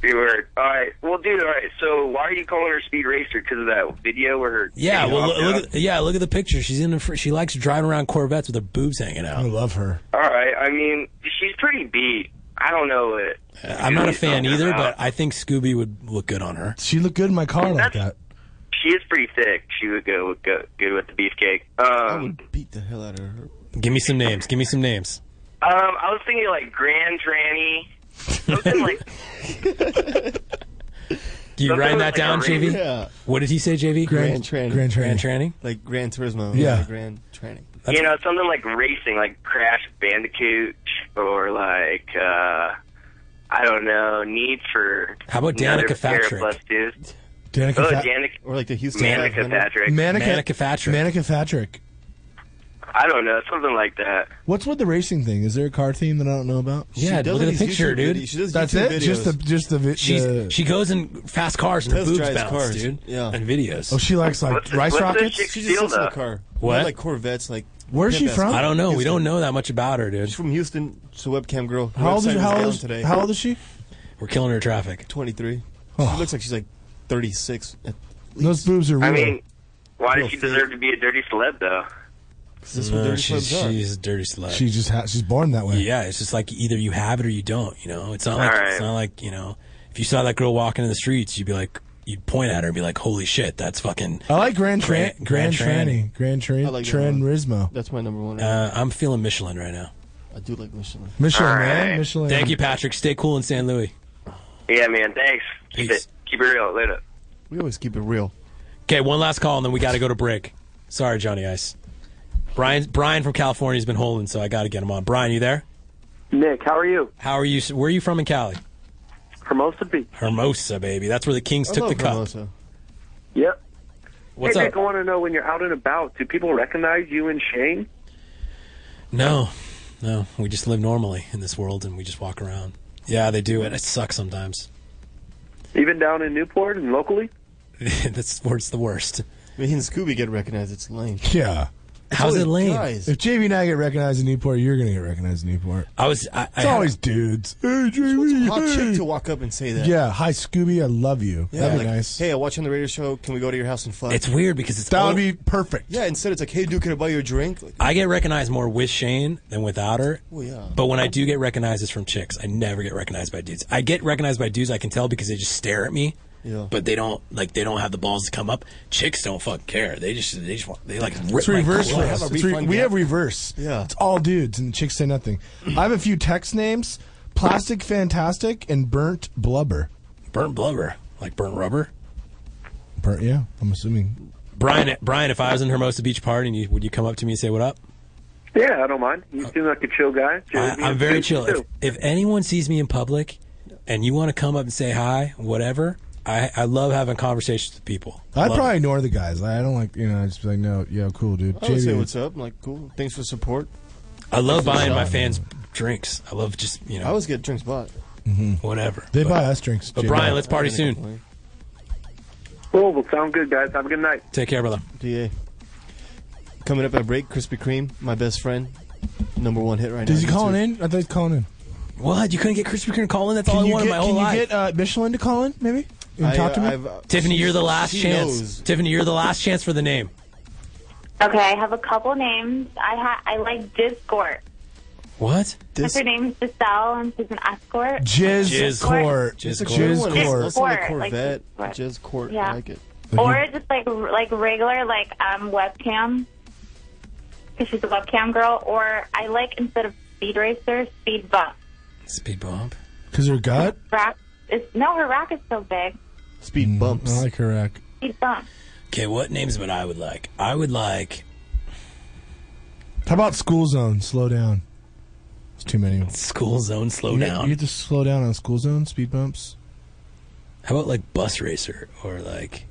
You were all right. Well, dude, all right. So, why are you calling her Speed Racer? Because of that video where her Yeah, you know, well, I'm look, down. look at, yeah, look at the picture. She's in. A, fr- she likes driving around Corvettes with her boobs hanging out. I love her. all right. I mean, she's pretty beat. I don't know it. Uh, I'm not a fan either, but I think Scooby would look good on her. She looked good in my car like that. She is pretty thick. She would go, would go good with the beefcake. Um, Beat the hell out of her. Give me some names. Give me some names. um, I was thinking like Grand Tranny, something like Do you Something writing that like down, a JV? ring. Yeah. What did he say, JV? Grand Tranny. Grand Tranny. Grand Tranny? Like Gran Turismo. Yeah. Grand Tranny. you know something like racing, like Crash Bandicoot, or like uh, I don't know, Need for How about another Danica pair of Patrick? Plus dudes. Danica oh, Fa- Danica, or like the Houston Danica Patrick. Patrick. Manica Patrick. I don't know, something like that. What's with the racing thing? Is there a car theme that I don't know about? Yeah, look at the picture, dude. That's it. Just the just the, vi- She's, the- she goes in fast cars and her Test boobs drives bounce, cars. dude. Yeah. And videos. Oh, she likes like rice rockets. She just sits in the car. What? Not Like Corvettes. Like. Where's she pimp-ass from? car. I don't know. We Houston. don't know that much about her, dude. She's from Houston. She's a webcam girl. Her How old is- website was how old down is- today. how old is she? Oh. We're killing her traffic. Twenty-three. She looks like she's like thirty-six. at Those boobs are real. I mean, why Real does she deserve to be a dirty celeb though? this No, what dirty she's, clubs are. she's a dirty slut. she just ha- she's born that way. yeah, it's just like either you have it or you don't. You know, it's not All like right. it's not like you know. If you saw that girl walking in the streets, you'd be like, you'd point at her and be like, "Holy shit, that's fucking." I like Grand Gran- Tran Grand Tranny Grand Tran like that Tran Rismo. That's my number one. Uh, I'm feeling Michelin right now. I do like Michelin. Michelin, man. Michelin. Thank you, Patrick. Stay cool in San Luis. Yeah, man. Thanks. Keep it, keep it real. Later. We always keep it real. Okay, one last call, and then we got to go to break. Sorry, Johnny Ice. Brian, Brian from California's been holding, so I got to get him on. Brian, you there? Nick, how are you? How are you? Where are you from in Cali? Hermosa Beach. Hermosa, baby. That's where the Kings I took the love cup. Hermosa. Yep. What's hey, up? Nick, I want to know when you're out and about, do people recognize you and Shane? No, No, we just live normally in this world and we just walk around. Yeah, they do it. It sucks sometimes. Even down in Newport and locally? That's where it's the worst. Me and Scooby get recognized. It's lame. Yeah. How's it lame? If JV and I get recognized in Newport, you're going to get recognized in Newport. I was. I, It's I- always dudes. Hey, JV. Hot hey. chick to walk up and say that. Yeah. Hi, Scooby. I love you. Yeah, That'd be like, nice. Hey, I watch on the radio show. Can we go to your house and fuck? It's weird because it's that all- would be perfect. Yeah, instead it's like, hey, dude, can I buy you a drink? Like, I get recognized more with Shane than without her. Oh, well, yeah. But when I do get recognized, it's from chicks. I never get recognized by dudes. I get recognized by dudes. I can tell because they just stare at me. Yeah. But they don't like. They don't have the balls to come up. Chicks don't fuck care. They just. They just want. They like. Rip It's reverse My for clothes. us. It's re- we have reverse. Yeah. It's all dudes and chicks say nothing. Mm. I have a few text names Plastic Fantastic and Burnt Blubber. burnt blubber, like burnt rubber. Burnt, yeah, I'm assuming. Brian, Brian, if I was in Hermosa Beach party, and you, would you come up to me and say what up? Yeah, I don't mind. You seem like a chill guy. I, Jamie, I'm very you chill. If, too. if anyone sees me in public, and you want to come up and say hi, whatever, I, I love having conversations with people. I'd Love it. probably ignore the guys. I don't like, you know, I'd just be like, no, yeah, cool, dude. I would say JV. what's up. I'm like, cool. Thanks for the support. I love Thanks for the buying my shot. fans drinks. I love just you know. I always get drinks bought. Whatever. Mm-hmm. They But- buy us drinks. But Jay. Brian, let's party soon. Cool. Well, sound good, guys. Have a good night. Take care, brother. Da. Coming up at break, Krispy Kreme, my best friend, number one hit right now. Is he on calling YouTube. in? I thought he's calling in. What? You couldn't get Krispy Kreme calling? That's all I you wanted get, my whole Can you life. get uh, Michelin to call in, maybe? And I, talk to uh, me? I've, uh, Tiffany, you're the last chance. Tiffany, you're the last chance for the name. Okay, I have a couple names. I ha- I like Discord. What? Dis- her name's Giselle, and she's an escort. Jizz Court. Jizz Jizz Court. That's a good one. Court. That's like Court, like Corvette. Jizz Court. Yeah. I like it. Or just like like regular like um webcam, because she's a webcam girl. Or I like instead of speed racer, speed bump. Speed bump. Because her gut? Rack is no, her rack is so big. Speed bumps. Mm, I like her rack. Speed bump. Okay, what names would I would like? I would like How about school zone? Slow down. It's too many. School zone, slow You- down. You have to slow down on school zone speed bumps. How about like bus racer or like?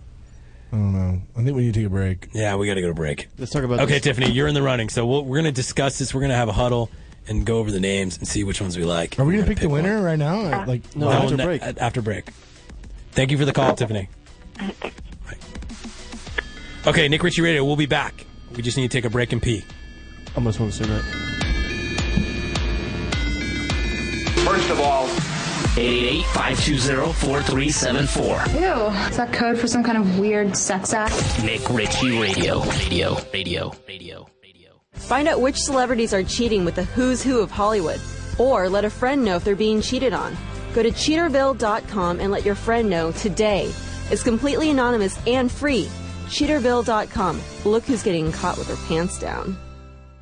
I don't know. I think we need to take a break. Yeah, we got to go to break. Let's talk about Okay, this. Tiffany, you're in the running. So we'll, we're gonna discuss this. We're gonna have a huddle and go over the names and see which ones we like. Are we gonna pick the winner right now? Or, Like No, after break. After break. Thank you for the call, Tiffany. Right. Okay, Nick Ritchie Radio. We'll be back. We just need to take a break and pee. I'm gonna smoke a cigarette. First of all, 888-520-4374. Ew, is that code for some kind of weird sex act? Nick Ritchie Radio. Radio. Radio. Radio. Find out which celebrities are cheating with the who's who of Hollywood, or let a friend know if they're being cheated on. Go to cheaterville.com and let your friend know today. It's completely anonymous and free. Cheaterville.com. Look who's getting caught with her pants down.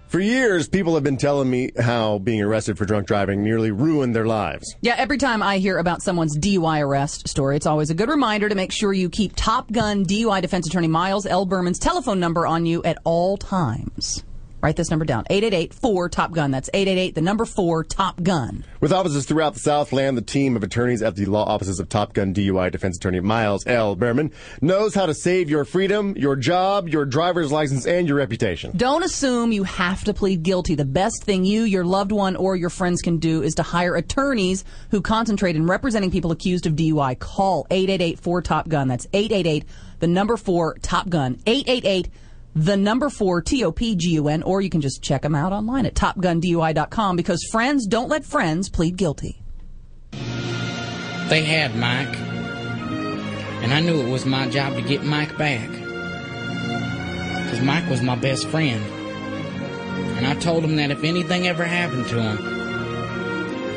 For years, people have been telling me how being arrested for drunk driving nearly ruined their lives. Yeah, every time I hear about someone's DUI arrest story, it's always a good reminder to make sure you keep Top Gun DUI defense attorney Miles L. Berman's telephone number on you at all times. Write this number down 888 4 Top Gun. That's 888 the number 4 Top Gun. With offices throughout the Southland, the team of attorneys at the law offices of Top Gun DUI defense attorney Miles L. Berman knows how to save your freedom, your job, your driver's license, and your reputation. Don't assume you have to plead guilty. The best thing you, your loved one, or your friends can do is to hire attorneys who concentrate in representing people accused of DUI. Call 888 4 Top Gun. That's 888 the number 4 Top Gun. 888 the number 4 T O P G U N, or you can just check them out online at topgundui.com because friends don't let friends plead guilty. They had Mike, and I knew it was my job to get Mike back. Because Mike was my best friend. And I told him that if anything ever happened to him,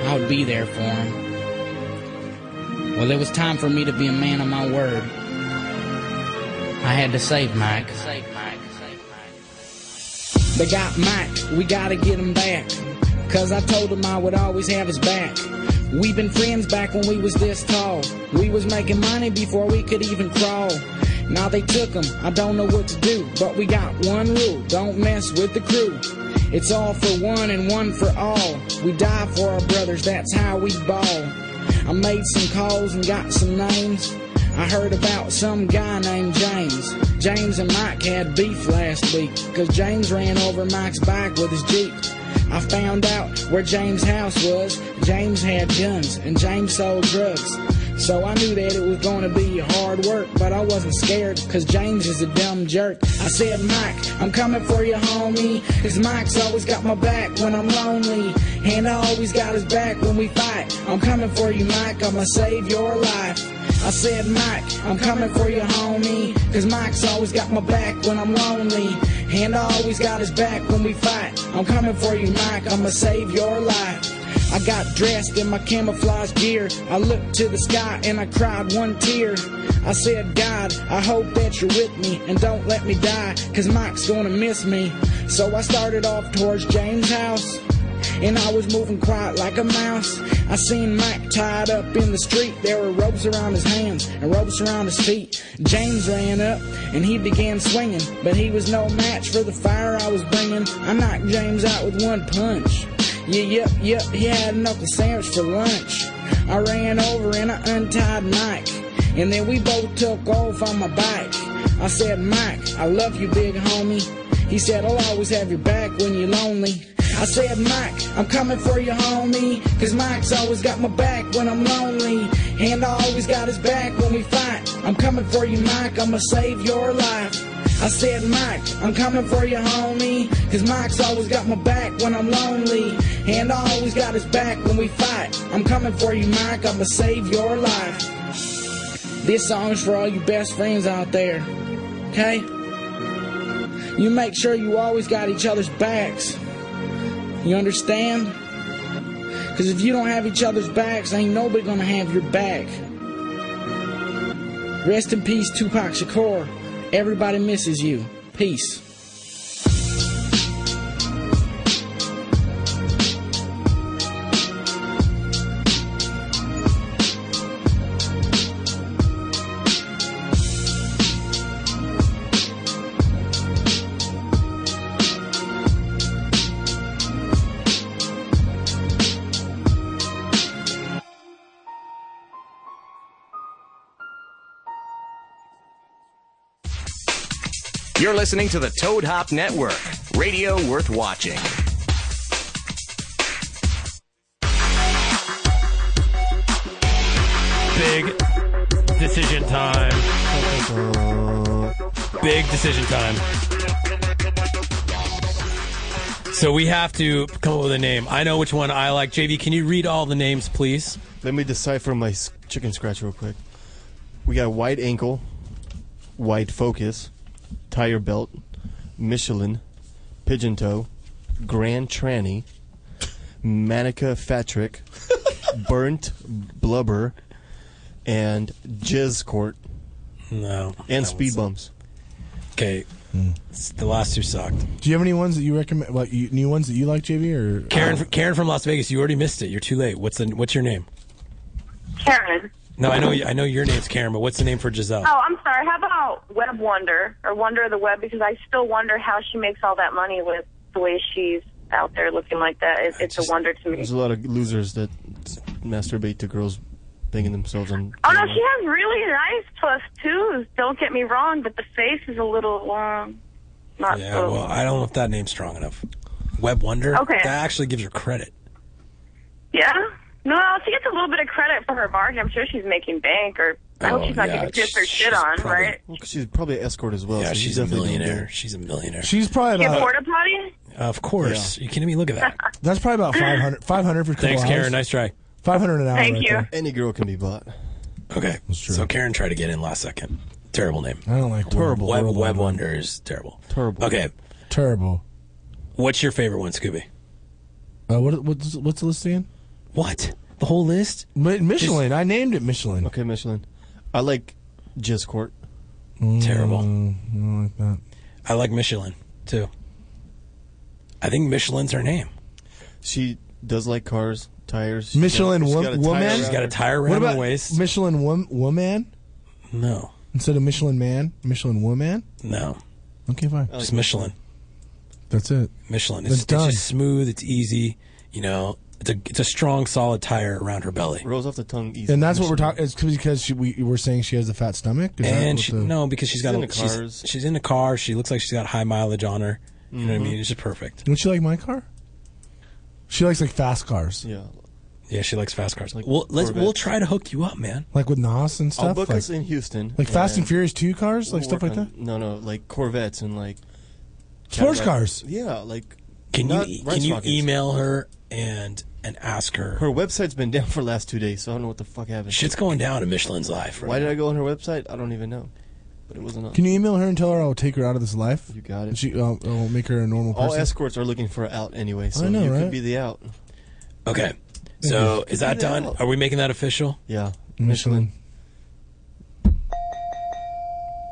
I would be there for him. Well, it was time for me to be a man of my word. I had to save Mike. Save Mike. They got Mike, we gotta get him back. Cause I told him I would always have his back. we been friends back when we was this tall. We was making money before we could even crawl. Now they took him, I don't know what to do. But we got one rule, don't mess with the crew. It's all for one and one for all. We die for our brothers, that's how we ball. I made some calls and got some names. I heard about some guy named James. James and Mike had beef last week, cause James ran over Mike's bike with his Jeep. I found out where James' house was. James had guns and James sold drugs. So I knew that it was going to be hard work, but I wasn't scared because James is a dumb jerk. I said, Mike, I'm coming for you, homie. Cause Mike's always got my back when I'm lonely. And I always got his back when we fight. I'm coming for you, Mike. I'ma save your life. I said, Mike, I'm coming for you, homie. Cause Mike's always got my back when I'm lonely. And I always got his back when we fight. I'm coming for you, Mike. I'ma save your life. I got dressed in my camouflage gear. I looked to the sky and I cried one tear. I said, God, I hope that you're with me and don't let me die, cause Mike's gonna miss me. So I started off towards James' house. And I was moving quiet like a mouse. I seen Mike tied up in the street. There were ropes around his hands and ropes around his feet. James ran up and he began swinging, but he was no match for the fire I was bringing. I knocked James out with one punch. Yeah, yep, yep, he had an Uncle Sandwich for lunch. I ran over and I untied Mike. And then we both took off on my bike. I said, Mike, I love you, big homie. He said, I'll always have your back when you're lonely. I said, Mike, I'm coming for you, homie. Cause Mike's always got my back when I'm lonely. And I always got his back when we fight. I'm coming for you, Mike, I'ma save your life. I said, Mike, I'm coming for you, homie. Cause Mike's always got my back when I'm lonely. And I always got his back when we fight. I'm coming for you, Mike, I'ma save your life. This song's for all you best friends out there. Okay? You make sure you always got each other's backs. You understand? Cause if you don't have each other's backs, ain't nobody gonna have your back. Rest in peace, Tupac Shakur. Everybody misses you. Peace. You're listening to the Toad Hop Network, radio worth watching. Big decision time. Big decision time. So we have to come up with a name. I know which one I like. JV, can you read all the names, please? Let me decipher my s- chicken scratch real quick. We got White Ankle, White Focus, Tire Belt, Michelin, Pigeon Toe, Grand Tranny, Manica Fatrick, Burnt Blubber, and Jizz Court. No. Mm. And Speed Bumps. Okay. The last two sucked. Do you have any ones that you recommend? Like you, new ones that you like, JV? Or Karen, Karen from Las Vegas, you already missed it. You're too late. What's the, What's your name? Karen. No, I know. I know your name's Karen, but what's the name for Giselle? Oh, I'm sorry. How about Web Wonder or Wonder of the Web? Because I still wonder how she makes all that money with the way she's out there looking like that. It, it's a wonder to me. There's a lot of losers that s- masturbate to girls banging themselves on. Oh no, she has really nice plus twos. Don't get me wrong, but the face is a little um, not Yeah, so. well, I don't know if that name's strong enough. Web Wonder. Okay. That actually gives her credit. Yeah. No, she gets a little bit of credit for her bargain. I'm sure she's making bank, or I hope Oh, she's not yeah, getting kissed or shit she's on, probably- right? Well, 'cause she's probably an escort as well. Yeah, so she's a definitely gonna millionaire. do it. She's a millionaire. She's probably Get about. porta potty? Of course. You kidding me? Look at that. That's probably about 500, 500 for a couple Thanks, hours. Karen. Nice try. Five hundred an hour. Thank right you. there. Any girl can be bought. Okay. So Karen tried to get in last second. Terrible name. I don't like Terrible. Web, Web, Web, Wonder is terrible. Terrible. Okay. Terrible. What's your favorite one, Scooby? Uh, what, what's what's the list again? What the whole list? Michelin. I named it Michelin. Okay, Michelin. I like Jizz Court. Terrible. Mm, I don't like that. I like Michelin too. I think Michelin's her name. She does like cars, tires. She's Michelin got- she's wo- got a tire woman. around her. What about Michelin wom- woman? No. Instead of Michelin man, Michelin woman. No. Okay, fine. Just Michelin. That's it. Michelin. That's It's, it's done. just smooth. It's easy. You know, it's a it's a strong, solid tire around her belly. Rolls off the tongue easy. and that's what we're talking. It's because she, we we're saying she has a fat stomach. Is that and what she the- no because she's got a, she's, she's Mm-hmm. in a car. She looks like she's got high mileage on her. You know what I Mhm. mean? It's just perfect. Don't you like my car? She likes like fast cars. Yeah. Yeah, she likes fast cars. well, let's Corvette. we'll try to hook you up, man. Like with Nas and stuff. I'll book like, us in Houston. Like Fast and Furious 2 cars? Like we'll stuff work like on- that? No, no, like Corvettes and like Sports Cadillac- cars. Yeah, like Can not you e-, Rice can you Rockets. email her and and ask her? Her website's been down for the last two days, so I don't know what the fuck happened. Shit's going down at Michelin's life. Right Why did I go on her website? I don't even know, but it wasn't on. Can you email her and tell her I'll take her out of this life? You got it. She, I'll, I'll make her a normal All person. escorts are looking for out anyway, so I know, you right? could be the out. Okay, so Could is be that the done? out. Are we making that official? Yeah, Michelin.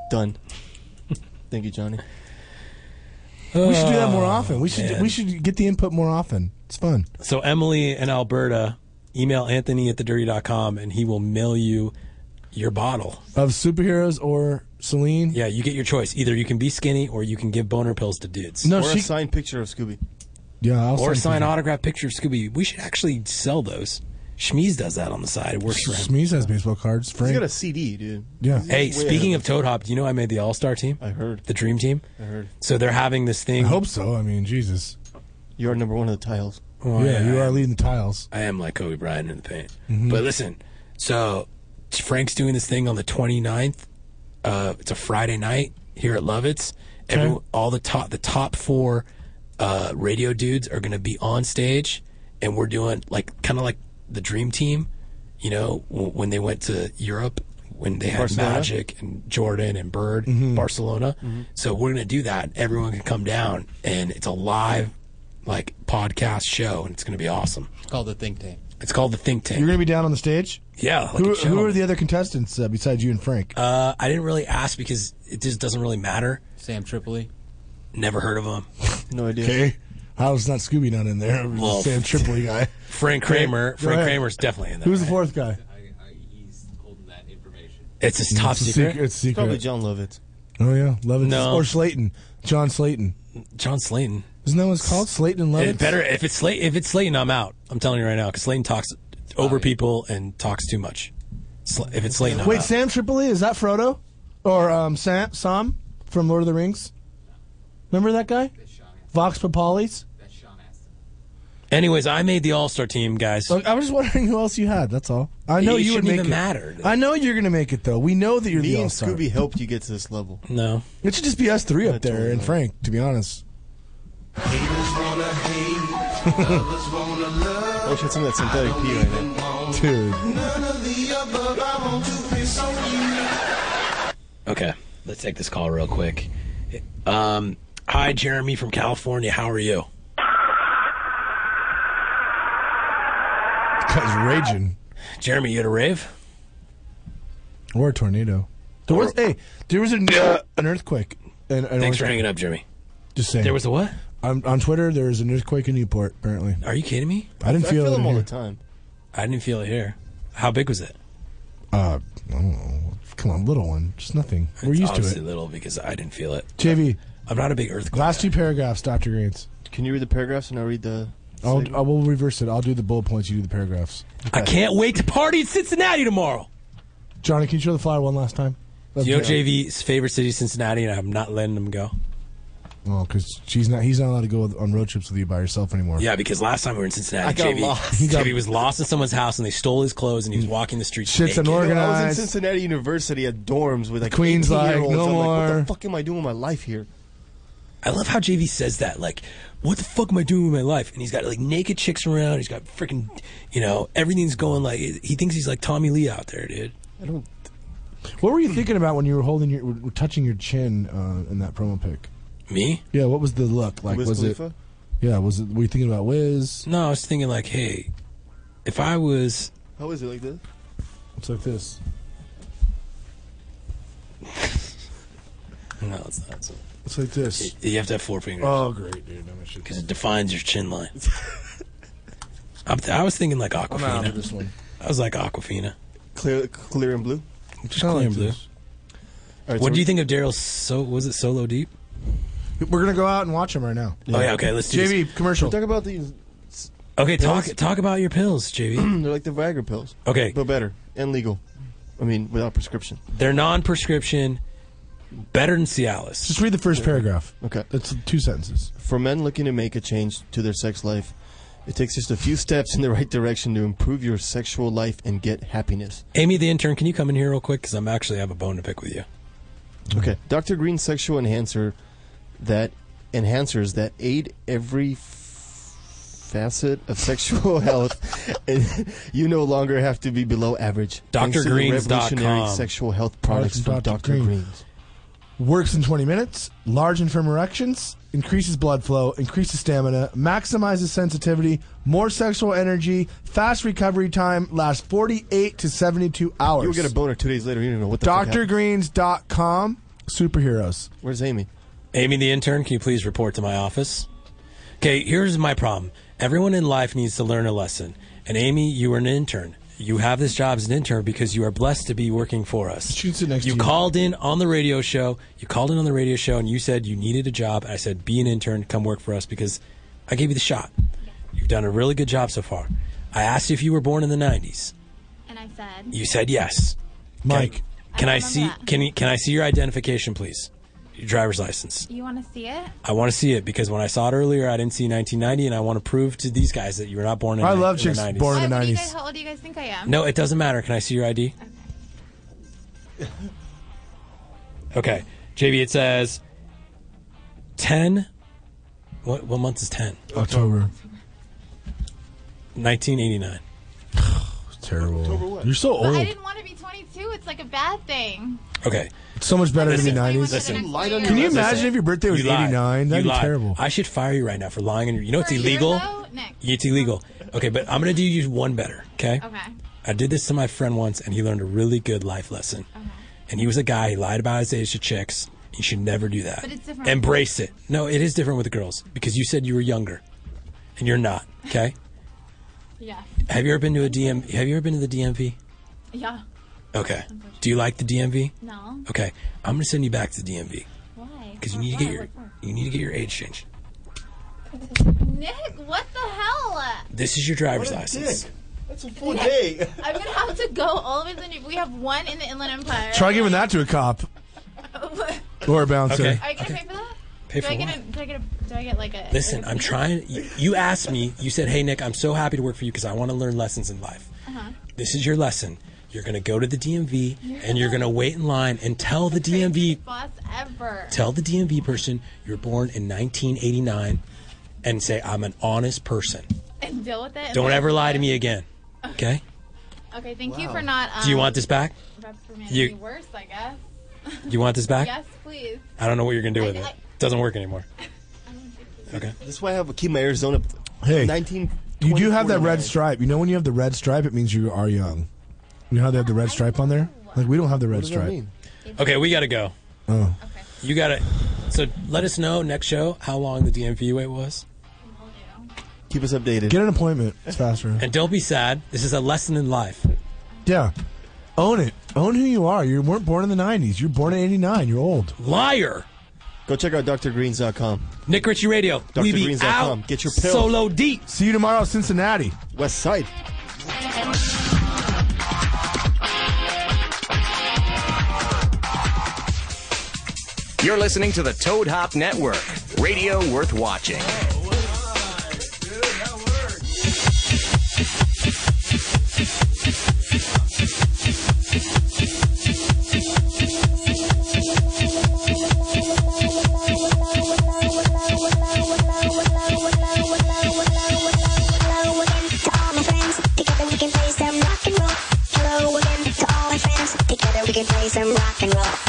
done. Thank you, Johnny. we should do that more often. Oh, We should man. we should get the input more often. It's fun. So Emily and Alberta, email Anthony at thedirty.com and he will mail you your bottle. Of superheroes or Celine? Yeah, you get your choice. Either you can be skinny or you can give boner pills to dudes. or a signed picture of Scooby. Yeah, I'll or send sign people. autograph picture of Scooby. We should actually sell those. Schmeez does that on the side. It works for him. Smeeze has baseball cards. Frank. He's got a CD, dude. Yeah. Hey, speaking of Toad Hop, do you know I made the All Star team? I heard the Dream Team. I heard. So they're having this thing. I hope so. I mean, Jesus. You are number one of the tiles. Oh, yeah, yeah. you are leading the tiles. I am like Kobe Bryant in the paint. Mhm. But listen, so Frank's doing this thing on the 29th. Uh, it's a Friday night here at Lovitz. Every, all the top the top four uh, radio dudes are going to be on stage, and we're doing like kind of like the Dream Team. You know, w- when they went to Europe, when they had Barcelona? Magic and Jordan and Bird, Barcelona. So we're going to do that. Everyone can come down, and it's a live like podcast show, and it's going to be awesome. It's called the think tank. It's called the Think Tank. You're going to be down on the stage? Yeah, like who, a who are gentleman. the other contestants uh, besides you and Frank? Uh, I didn't really ask because it just doesn't really matter. Sam Tripoli. Never heard of him. No idea. Okay. How's not Scooby not in there? Well, Sam Tripoli guy. Frank Kramer. Go Frank ahead. Kramer's definitely in there. Who's the fourth guy? It's his top It's a secret. secret- it's a secret. Probably John Lovitz. Oh, yeah. Levin. No. Or Slayton. John Slayton. John Slayton. Isn't that what it's called? Slayton and Levin? It better if it's Slayton. If it's Slayton, I'm out. I'm telling you right now because Slayton talks over people and talks too much. Sl- if it's Slayton, I'm Wait, out. Sam Tripoli? Is that Frodo? Or um, Sam, Sam from Lord of the Rings? Remember that guy? Vox Papalis? Anyways, I made the All Star team, guys. Look, I was just wondering who else you had. That's all. I know It you shouldn't would make even it. matter. I know you're going to make it though. We know that you're Me the and all-star. Scooby helped you get to this level. No, it should just be us three up there and Frank. To be honest, I wish I had some of that synthetic pee right now. dude. Okay, let's take this call real quick. Um, hi, Jeremy from California. How are you? Cause raging. Jeremy, you at a rave? Or a tornado. There was hey, there was an, uh, an earthquake. And, and Thanks for hanging up, Jeremy. Just saying. There was a what? On, on Twitter, there was an earthquake in Newport. Apparently, Are you kidding me? I didn't feel, it them in here. time. I didn't feel it here. How big was it? Uh, I don't know. Come on, little one. Just nothing. We're It's used to obviously it. little because I didn't feel it. JV. I'm not a big earthquake. Last two paragraphs, Doctor Greens. Can you read the paragraphs and I'll read the. I'll, I will reverse it. I'll do the bullet points. You do the paragraphs. I can't wait to party in Cincinnati tomorrow. Johnny, can you show the flyer one last time? Do you know JV's favorite city is Cincinnati, and I'm not letting him go. Oh, because she's not. He's not allowed to go on road trips with you by yourself anymore. Yeah, because last time we were in Cincinnati, I got JV, lost. He got- JV was lost in someone's house, and they stole his clothes, and he was walking the streets. Shit's naked. I was in Cincinnati University at dorms with like Queen's 18 year like, olds. no I'm like, what more. the fuck am I doing with my life here? I love how JV says that. Like, what the fuck am I doing with my life? And he's got like naked chicks around. He's got freaking, you know, everything's going like he thinks he's like Tommy Lee out there, dude. I don't. What were you thinking about when you were holding your, were touching your chin uh, in that promo pic? Me? Yeah. What was the look like? Wiz was Khalifa? it? Yeah. Was it? Were you thinking about Wiz? No, I was thinking like, hey, if I was How is it like this? It's like this. no, it's not. It's, It's like this. You you have to have four fingers. Oh, great, dude! I'm gonna because it defines your chin line. I'm th- I was thinking like I'm Aquafina. out of this one. I was like Aquafina. Clear, clear and blue. Just clear and blue. what right, so do we- you think of Daryl's? So was it solo deep? We're gonna go out and watch him right now. Oh yeah, okay, let's do JV this. commercial. Talk about these. Okay, talk Pills? talk about your pills, JV. They're like the Viagra pills. Okay. But better and legal. I mean, without prescription. They're non-prescription, better than Cialis. Just read the first paragraph. Okay. That's two sentences. For men looking to make a change to their sex life, It takes just a few steps in the right direction to improve your sexual life and get happiness. Amy, the intern, can you come in here real quick? Because I'm actually I have a bone to pick with you. Okay. Dr. Green sexual enhancer that enhancers that aid every f- facet of sexual health and you no longer have to be below average. Thanks to the revolutionary DrGreens.com. sexual health products from Dr. Green's. Works in 20 minutes, large and firm erections, increases blood flow, increases stamina, maximizes sensitivity, more sexual energy, fast recovery time, lasts 48 to 72 hours. You'll get a boner 2 days later, you don't know what the fuck happened. DrGreens.com, superheroes. Where's Amy? Amy, the intern, can you please report to my office? Okay, here's my problem. Everyone in life needs to learn a lesson. And Amy, you are an intern. You have this job as an intern because you are blessed to be working for us. you called in on the radio show. You called in on the radio show and you said you needed a job. I said, be an intern, come work for us because I gave you the shot. You've done a really good job so far. I asked you if you were born in the 90s. And I said, You said yes. Mike, can I see can you- can I see your identification please? Your driver's license. You want to see it? I want to see it because when I saw it earlier, I didn't see 1990, and I want to prove to these guys that you were not born in. I ni- love in chicks the 90s. born in the What do you guys, 90s. how old do you guys think I am? No, it doesn't matter. Can I see your ID? Okay, JB. It says ten. What what month is ten? October. 1989. Terrible. You're so But I didn't want to be 22. It's like a bad thing. Okay. It's so much better Listen, than the 90s. Listen, Can you imagine if your birthday was You lied. 89? That'd You be lied. terrible. I should fire you right now for lying. And you know it's For a year, illegal. though? Nick. It's illegal. Okay, but I'm gonna do you one better. Okay. Okay. I did this to my friend once, and he learned a really good life lesson. Uh-huh. And he was a guy. He lied about his age to chicks. You should never do that. But it's different. Embrace it. No, it is different with the girls because you said you were younger, and you're not. Okay. Yeah. Have you ever been to a DM? Have you ever been to the DMV? Yeah. Okay. Do you like the DMV? No. Okay. I'm gonna send you back to the DMV Why? because you need to get your you need to get your age changed. Nick, what the hell? This is your driver's What a license. That's a full day. I'm gonna have to go all over the. We have one in the Inland Empire. Try giving that to a cop or a bouncer. Are you gonna pay for that? Pay do for I get a, do I get a, do I get like a? Listen, I'm trying. You, you asked me. You said, "Hey Nick, I'm so happy to work for you because I want to learn lessons in life. Uh-huh. This is your lesson. You're gonna go to the DMV and you're gonna wait in line and tell the DMV, Boss ever. tell the DMV person you're born in 1989, and say I'm an honest person. And deal with it. and Don't then- ever lie to me again. Okay? Okay, thank you Wow. for not. Um, Do you want this back? reprimanding You- me worse, I guess. You want this back? Yes, please. I don't know what you're gonna do with it. Doesn't work anymore. Okay. That's why I have keep my ears zone up. Hey, 19 you do have that 2049. red stripe. You know when you have the red stripe, it means you are young. You know how they have the red stripe on there? Like we don't have the red does that stripe. mean? Okay, we gotta go. Oh. You gotta. So let us know next show how long the DMV wait was. Keep us updated. Get an appointment. It's faster. And don't be sad. This is a lesson in life. Yeah. Own it. Own who you are. You weren't born in the 90s. You're born in 89. You're old. Liar. Go check out drgreens.com. Nick Ritchie Radio. We be drgreens.com. out. Get your pill. Solo deep. See you tomorrow, Cincinnati. West Side. You're listening to the Toad Hop Network, radio worth watching. Together we can play some rock and roll.